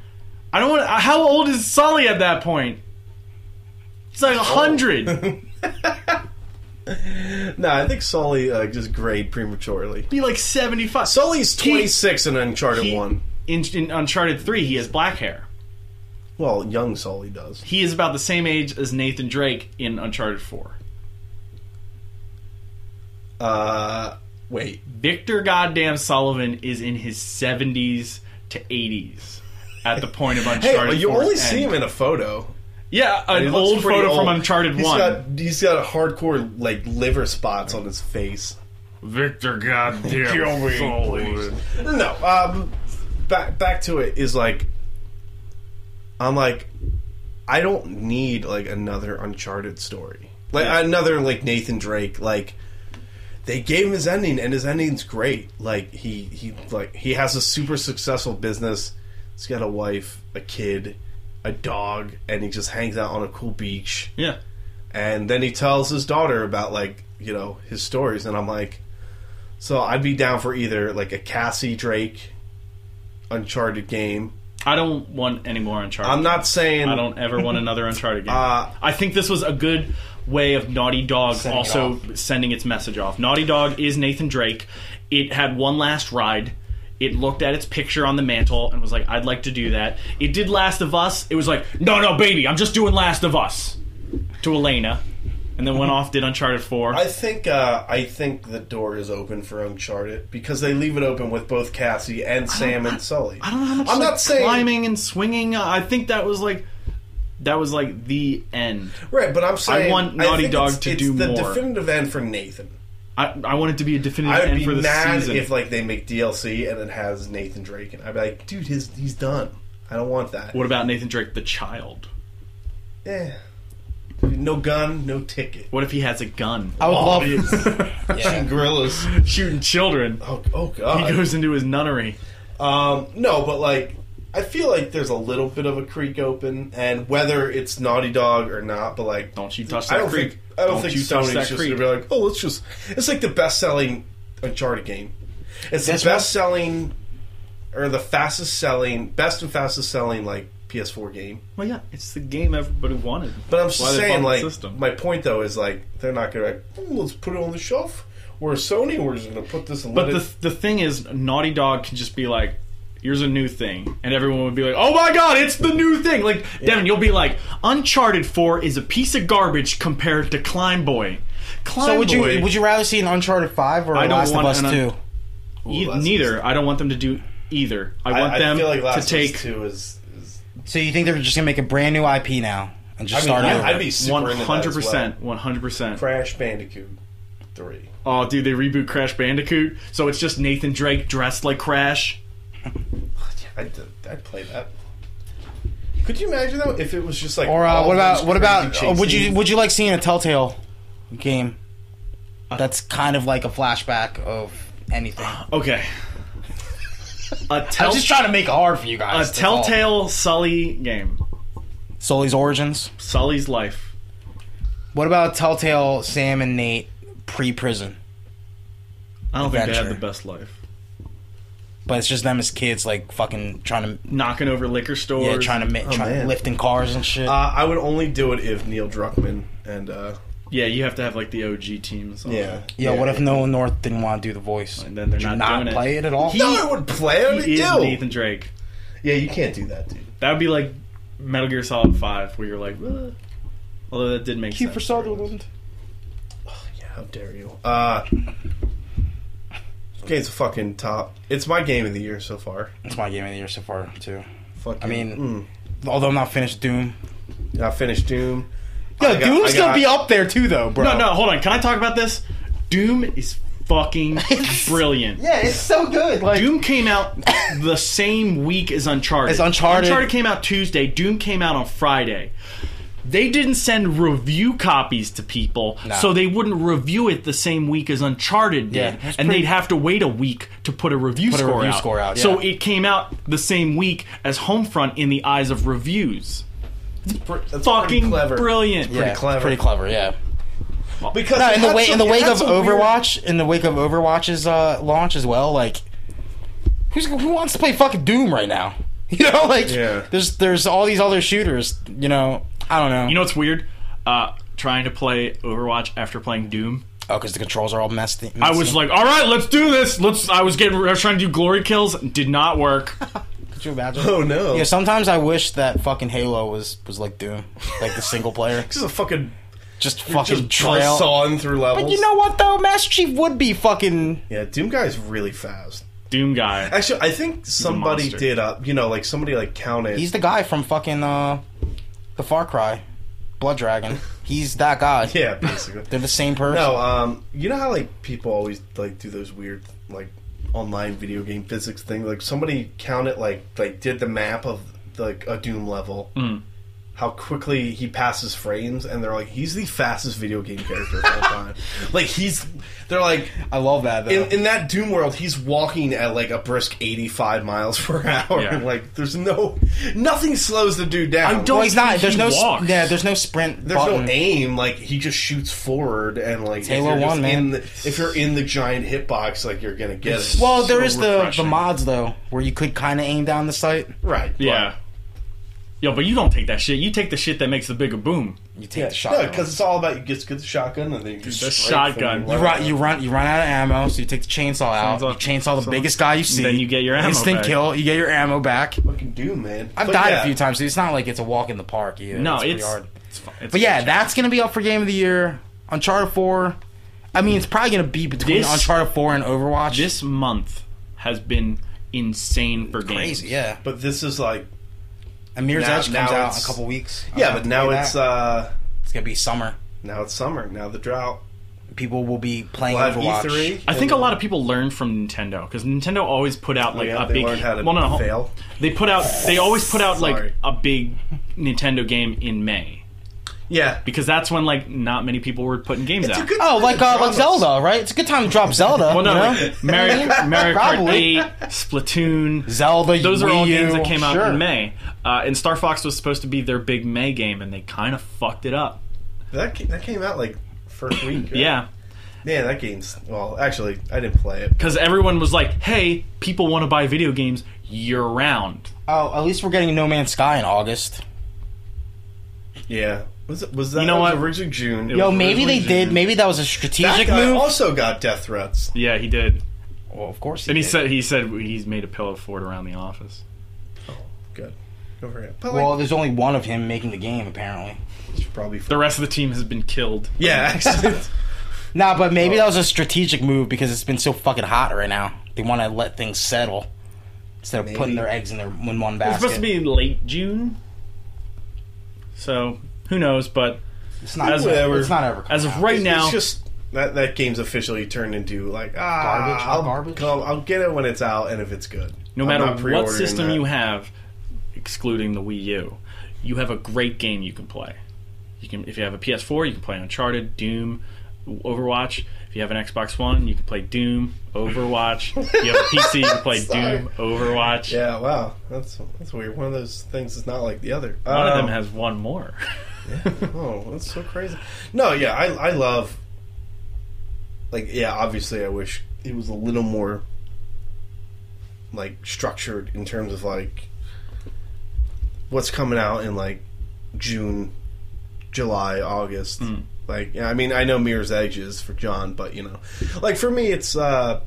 I don't want how old is Sully at that point? It's
Oh.
like a 100.
no, I think Sully uh, just grayed prematurely.
Be like 75.
Sully's 26 in Uncharted
He-
1.
in, in Uncharted 3, he has black hair.
Well, young Sully does.
He is about the same age as Nathan Drake in Uncharted 4.
Uh, wait.
Victor goddamn Sullivan is in his 70s to 80s at the point of
Hey,
Uncharted
you
4's
only see
end.
him in a photo.
Yeah, an
He looks
old
pretty
photo from
old.
Uncharted
He's
1.
Got, he's got hardcore like liver spots on his face.
Victor goddamn Sullivan.
No, um, back back to it is like, I'm like, I don't need like another Uncharted story, like
Yeah.
another like Nathan Drake. Like they gave him his ending, and his ending's great. Like he he like he has a super successful business. He's got a wife, a kid, a a dog, and he just hangs out on a cool beach.
Yeah.
And then he tells his daughter about like you know his stories, and I'm like, so I'd be down for either like a Cassie Drake Uncharted game.
I don't want any more Uncharted.
I'm not saying
I don't ever want another Uncharted game.
Uh,
I think this was a good way of Naughty Dog
Sending it
also sending its message off. Naughty Dog is Nathan Drake. It had one last ride. It looked at its picture on the mantle and was like, "I'd like to do that." It did Last of Us. It was like, "No, no, baby, I'm just doing Last of Us," to Elena, and then went off did Uncharted Four.
I think uh, I think the door is open for Uncharted because they leave it open with both Cassie and Sam and Sully.
I don't know how much
I'm
like,
not saying
climbing and swinging. uh, I think that was like that was like the end.
right, but I'm saying
want Naughty
think
Dog
it's,
to
it's
do
the
more.
definitive end for Nathan.
I, I want it to be a definitive
I would
end
be
for the
mad
season.
if like they make DLC and it has Nathan Drake and I'd be like, dude, his he's done. I don't want that.
what about Nathan Drake, the child?
Eh. No gun, no ticket.
What if he has a gun?
Oh.
I would love
Shooting gorillas.
Shooting children.
Oh, oh
He
god.
goes into his nunnery.
Um, no, but like, I feel like there's a little bit of a creek open, and whether it's Naughty Dog or not, but like,
Don't you touch
I
that
don't
creek.
think I don't, think
you touch
Sony's
that
just
creek.
gonna be like, oh, let's just. It's like the best-selling Uncharted game. It's
That's
the
what-
best-selling or the fastest-selling, best and fastest-selling like PS4 game.
well, yeah, it's the game everybody wanted.
But I'm just
Why they bought
saying,
the
like,
system.
my point though is like, they're not gonna like, "Oh, let's put it on the shelf. We're Sony. We're just gonna put this. And
But
let
the,
it-
the thing is, Naughty Dog can just be like, here's a new thing. And everyone would be like, oh my god, it's the new thing. Like, Devin, you'll be like, Uncharted 4 is a piece of garbage compared to Climb Boy. Climb
So would you
Boy,
would you rather see an Uncharted Five or
I
a
don't
Last of
want
Us
an un-
Two?
e-
Ooh, Last of
neither.
Us.
I don't want them to do either. I
I-
want
I
them
feel like Last
to
of Us
take.
Two is- is
So you think they're just gonna make a brand new IP now and just
I mean,
start
I-
over?
I'd be super into that as
100%. 100%.
Crash Bandicoot 3.
Oh, dude, they reboot Crash Bandicoot, so it's just Nathan Drake dressed like Crash.
I did, I'd play that. Could you imagine though if it was just like
or uh,
all
what
those
about what about
crazy
uh, would
chase
you
scenes?
would you like seeing a Telltale game
Uh,
that's kind of like a flashback of anything?
Okay. A,
I'm
tell-
just trying to make it hard for you
a
guys. that's all.
Telltale Sully game.
Sully's origins.
Sully's life.
What about Telltale Sam and Nate pre-prison?
I don't think they
Adventure.
had the best life.
But it's just them as kids, like fucking trying to
Knocking over liquor stores.
yeah, trying to make,
oh,
trying,
man.
lifting cars and shit.
Uh, I would only do it if Neil Druckmann and uh,
Yeah, you have to have like the OG teams. on.
yeah,
Yo, what if Nolan North didn't want to do the voice?
And then they're
Would you
not doing it.
play it, at all.
No, I would play. I would
He is
do.
Nathan Drake.
Yeah, you can't do that, dude.
That would be like Metal Gear Solid 5, where you're like, "Uh," although that did make sense.
Yeah, how dare you? Uh, game's a fucking top. It's my game of the year so far.
It's my game of the year so far too.
Fucking,
I mean, although I'm not finished Doom.
mm. I finished Doom.
Yo,
I got-
Doom's
I
gonna
got-
be up there too, though, bro.
No, no, hold on. Can I talk about this? Doom is fucking brilliant.
Yeah, it's so good. Like,
Doom came out the same week as Uncharted.
As Uncharted.
Uncharted came out Tuesday. Doom came out on Friday. They didn't send review copies to people,
No.
so they wouldn't review it the same week as Uncharted did,
Yeah, that's
and
pretty-
they'd have to wait a week to put a review,
Put a
score,
review
out.
score out,
So
yeah.
it came out the same week as Homefront in the eyes of reviews.
That's pretty
Fucking
clever.
brilliant!
yeah,
pretty clever.
Pretty clever, yeah.
Because
No,
it
in the
had
wake
some-
in the
it
wake
had
of
some weird-
Overwatch, in the wake of Overwatch's uh, launch as well, like who's who wants to play fucking Doom right now? You know, like
Yeah.
there's there's all these other shooters. You know, I don't know.
You know what's weird? Uh, trying to play Overwatch after playing Doom.
oh, because the controls are all messed. messy.
I was like, all right, let's do this. Let's. I was getting. I was trying to do glory kills. Did not work.
could you imagine?
Oh no!
Yeah, sometimes I wish that fucking Halo was was like Doom, like the single player,
This is a fucking
just
just
fucking trail.
sawing through levels.
But you know what though, Master Chief would be fucking.
yeah, Doom Guy's really fast.
Doom guy.
Actually, I think somebody
monster.
did up. You know, like somebody like counted.
He's the guy from fucking uh, the Far Cry, Blood Dragon. He's that guy.
yeah, basically.
They're the same person.
no, um, you know how like people always like do those weird like online video game physics
Mm.
thing. Like somebody counted like like did the map of like a Doom level. how quickly he passes frames, and they're like, he's the fastest video game character of all time. like he's, they're like,
I love that. Though.
in, in that Doom world, he's walking at like a brisk eighty-five miles per hour,
Yeah.
and like there's no, nothing slows the dude down.
I don't
well, he's not.
think
There's
he
no. s-
walks.
Yeah, there's no sprint.
There's
button.
no aim. Like he just shoots forward, and like if
Halo
you're just
1, man.
in the- if you're in the giant hitbox, like you're gonna get it.
Well, there
So
is the the
refreshing.
mods though, where you could kind of aim down the sight.
right? but-
Yeah. Yo, but you don't take that shit. You take the shit that makes the bigger boom.
You take
yeah,
the shotgun.
because it's all about you just get the shotgun and then you just
The shotgun.
You run, you run, you run out of ammo, so you take the chainsaw out.
Chainsaw-
you chainsaw the biggest guy you see.
then you get your ammo
Instant
back.
kill. You get your ammo back.
fucking do, man.
I've died a few times, so it's not like it's a walk in the park either.
No,
pretty
it's,
hard.
it's fun. It's
But yeah,
fun.
that's gonna be up for game of the year. Uncharted Four. I mean, it's probably gonna be between
This-
Uncharted Four and Overwatch.
this month has been insane for games.
crazy, yeah.
But this is like
And Mirror's
Now-
Edge comes
now
out in
it's-
a couple weeks.
yeah,
I'm
but
gonna
now
play
it's
that.
uh
it's gonna be summer.
now it's summer. Now the drought.
People will be playing
We'll have E
Overwatch.
E3.
I think a lot of people learn from Nintendo because Nintendo always put out like
Oh, yeah,
a
they
big.
learned how to
well, no, no, hold-
fail.
They put out. They always put out like
Sorry.
a big Nintendo game in May
Yeah,
because that's when like not many people were putting games out.
Oh, like uh, like Zelda, right? It's a good time to drop Zelda.
well, no,
you know?
like, Mario, Mario Kart
Probably.
8, Splatoon.
Zelda.
Those are
Wii
all games
U,
that came out
sure.
in May, uh, and Star Fox was supposed to be their big May game, and they kind of fucked it up.
that ca- that came out like first week. right?
Yeah,
man, that game's well. Actually, I didn't play it.
because everyone was like, "Hey, people want to buy video games year round."
Oh, at least we're getting No Man's Sky in August.
Yeah, was it was that?
You know
that was
what?
Originally June.
It
Yo,
was
maybe they
originally
did.
June.
Maybe that was a
that
strategic
guy Oh,
move.
also got death threats.
Yeah, he did.
well, of course.
And he
did.
said he said he's made a pillow fort around the office.
Good. Go for it. But like,
"Well, there's only one of him making the game, apparently."
it's probably
The rest of the team has been killed.
yeah, actually,
Nah, but maybe
Oh.
that was a strategic move because it's been so fucking hot right now. They want to let things settle instead of
Maybe.
putting their eggs in their in one
It's
basket.
supposed to be in late June, so who knows? But
It's not.
As
ever,
whatever.
it's not ever. coming
as of
out.
right now,
it's just that that game's officially turned into like ah,
Garbage, hot
I'll,
garbage?
I'll, I'll get it when it's out and if it's good.
no
I'm
matter
not
what
pre-ordering
system
that.
you have, excluding the Wii U, you have a great game you can play. You can if you have a PS4, you can play Uncharted, Doom, Overwatch. If you have an Xbox One, you can play Doom, Overwatch. if you have a PC, you can play
Sorry.
Doom, Overwatch.
Yeah, wow, that's that's weird. One of those things is not like the other.
One of
Um,
them has one more.
Oh, that's so crazy. No, yeah, I I love. Like, yeah, obviously, I wish it was a little more like structured in terms of like what's coming out in like June, July, August.
Mm.
Like, yeah, I mean, I know Mirror's Edge is for John, but you know, like for me, it's uh,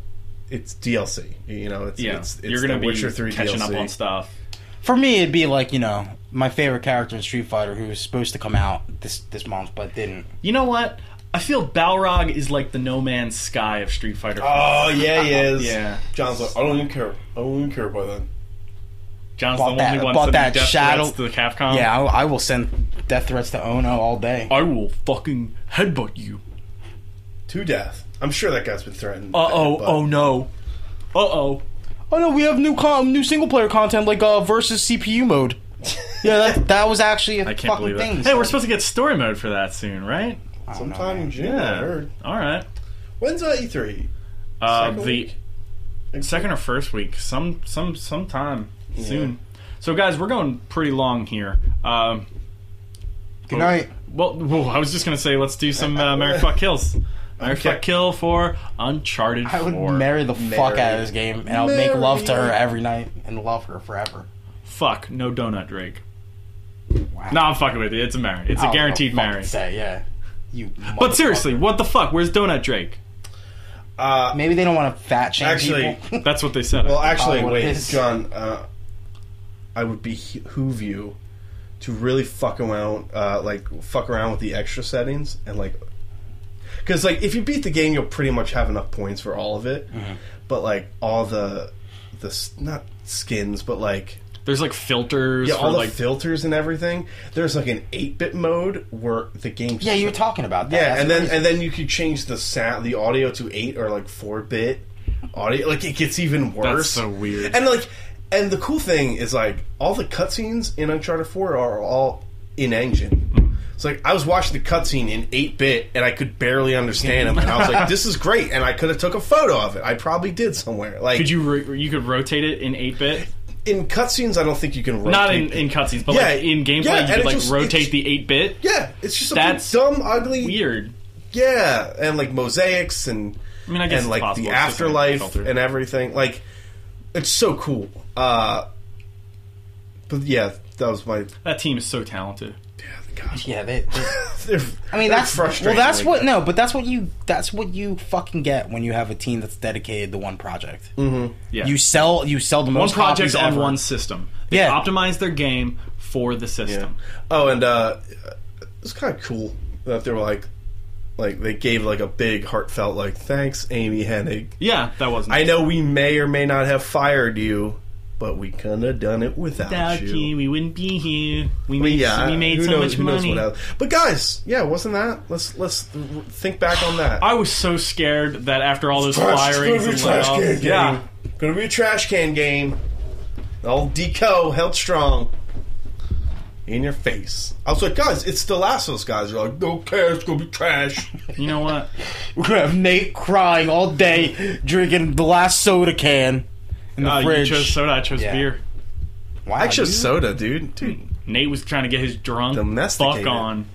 it's DLC. You know, it's
yeah,
it's, it's
you're gonna
the
be
Witcher Three
catching
DLC.
up on stuff.
for me, it'd be like you know my favorite character in Street Fighter, who was supposed to come out this this month but didn't.
You know what? I feel Balrog is like the No Man's Sky of Street Fighter.
Oh yeah, he is.
Yeah.
John's like, I don't even care. I don't even care by then.
John's
Bought
the
that-
only one
bought
sending
that
death
shadow-
threats to the Capcom.
Yeah, I, I will send death threats to Ono all day.
I will fucking headbutt you.
to death. I'm sure that guy's been threatened.
Uh oh.
but-
Oh no. Uh oh.
Oh no, we have new com- new single player content like uh versus CPU mode. Yeah, that that was actually a
I can't
fucking
believe
thing.
it. Hey, we're supposed to get story mode for that soon, right?
I don't know,
Sometime in
man.
June. I heard.
All right.
When's uh, E3?
Uh,
Second
the
week?
second or first week, some some sometime soon. So guys, we're going pretty long here. Um,
Good night.
Well, whoa, I was just gonna say, let's do some uh, Mary Fuck Kills. Mary
Okay.
Fuck Kill for Uncharted
I would
4.
marry the fuck out of
Marry.
this game, and I would make love to her
Marry.
every night and love her forever.
Fuck, no donut, Drake.
Wow. Oh,
No, I'm fucking with you. It's a marry. It's
I
a
don't
guaranteed
know what to
marry.
Say yeah. You.
But seriously,
motherfucker.
what the fuck? Where's donut, Drake?
Uh,
Maybe they don't want to fat shame
Actually-
people.
That's what they said.
well, actually,
Oh, what
wait,
is-
John. Uh, I would behoove you to really fuck around, uh, like fuck around with the extra settings and like, because like if you beat the game, you'll pretty much have enough points for all of it. But like all the, the s- not skins, but like
There's like filters
yeah,
for
all the
like
filters and everything. There's like an eight bit mode where the game
yeah, you were talking about that.
Yeah,
That's
and then
crazy.
and then you could change the sound, the audio to eight or like four bit audio. Like it gets even worse.
so weird.
And like, and the cool thing is like all the cutscenes in Uncharted Four are all in engine. It's like I was watching the cutscene in eight bit and I could barely understand him, and I was like, "This is great!" And I could have took a photo of it. I probably did somewhere. Like
Could you ro- you could rotate it in eight bit?
in cutscenes, I don't think you can rotate.
Not in,
it.
in cutscenes, but
Yeah,
like in gameplay,
yeah,
you
and
could
it
like
just-
rotate
it's-
the eight bit.
yeah, it's just something
That's
dumb, ugly,
Weird.
Yeah, and like mosaics and
I mean, I guess
and
it's
like
possible.
the
It's just gonna be
afterlife
filtered.
and everything. Like it's so cool. Uh, but yeah, that was my
That team is so talented.
yeah. Gosh,
Yeah, they, they-
they're,
I mean
they're
that's
frustrating.
well that's
like
what
that.
no, but that's what you that's what you fucking get when you have a team that's dedicated to one project.
Yeah.
You sell you sell the
one
most
project
copies
and
ever.
one system. They
Yeah.
optimize their game for the
Yeah.
system.
Oh, and uh, it's kind of cool that they were like, like they gave like a big heartfelt like thanks, Amy Hennig.
Yeah, that wasn't.
I know we may or may not have fired you, but we couldn't have done it without,
Without
you.
you, we wouldn't be here. We
But
made,
yeah,
we made
who
so
knows,
much
who knows
money.
what else. But guys, yeah, wasn't that? Let's let's think back on that.
I was so scared that after all those firings and layoffs, yeah,
gonna be a trash can game. All deco held strong in your face. I was like, guys, it's the last of us guys. You're like, don't care, it's gonna be trash.
you know what?
We're gonna have Nate crying all day, drinking the last soda can in the
Uh, you
fridge.
chose soda, I chose
Yeah.
beer.
Wow,
I chose
dude.
soda, dude. Dude,
Nate was trying to get his drunk
Domesticated.
fuck on.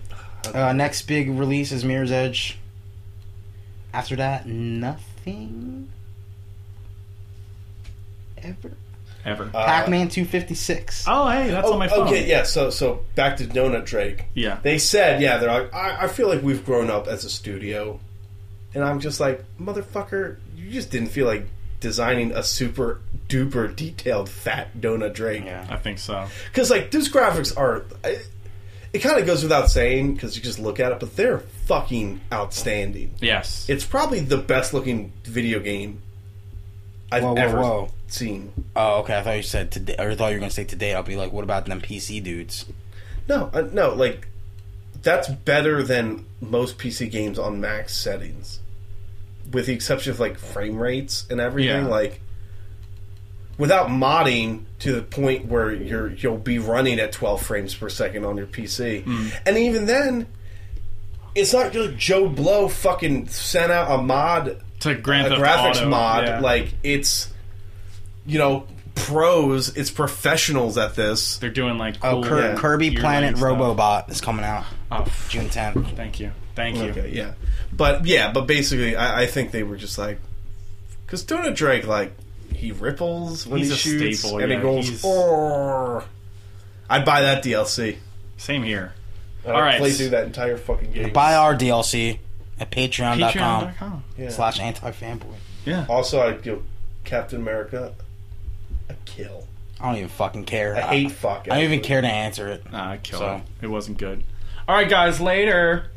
Uh, next big release is Mirror's Edge. After that, nothing. Ever.
Ever.
Uh,
Pac-Man 256.
oh, hey, that's on my phone.
okay, yeah. So, so back to Donut Drake.
Yeah.
They said, yeah, they're like, I, I feel like we've grown up as a studio, and I'm just like, motherfucker, you just didn't feel like designing a super duper detailed fat Donut Drake.
Yeah.
I think so.
Because like those graphics are, I, it kind of goes without saying because you just look at it, but they're fucking outstanding.
Yes.
It's probably the best looking video game I've
Whoa, whoa,
ever
whoa.
seen.
Oh, okay. I thought you said today, or I thought you were gonna say today. I'll be like, what about them PC dudes?
No, uh, no, like that's better than most PC games on max settings, with the exception of like frame rates and everything.
Yeah.
Like without modding to the point where you're you'll be running at 12 frames per second on your PC,
Mm.
and even then. It's not just Joe Blow fucking sent out a mod
to Grand
a
Theft
graphics
Auto,
mod.
yeah.
Like it's, you know, pros. It's professionals at this.
they're doing like
Oh,
cool
Kir-
yeah.
Kirby
yearling
Planet
stuff.
Robobot is coming out
Oh, f-
June 10th.
thank you, thank you.
Okay, yeah, but yeah, but basically, I, I think they were just like, because Donut Drake, like, he ripples when
He's
he
a
shoots,
staple,
and
yeah,
he goes,
he's-
"Arr." I'd buy that DLC.
Same here.
All
All right.
play through that entire fucking game.
Buy our DLC at patreon.com
Patreon.com.
Yeah.
slash anti-fanboy.
Yeah.
Also, I'd give Captain America a kill.
I don't even fucking care.
I hate fuck.
I don't even
actually.
Ah,
care to answer it.
Nah, I killed
So-
it. It wasn't good. All right, guys. Later.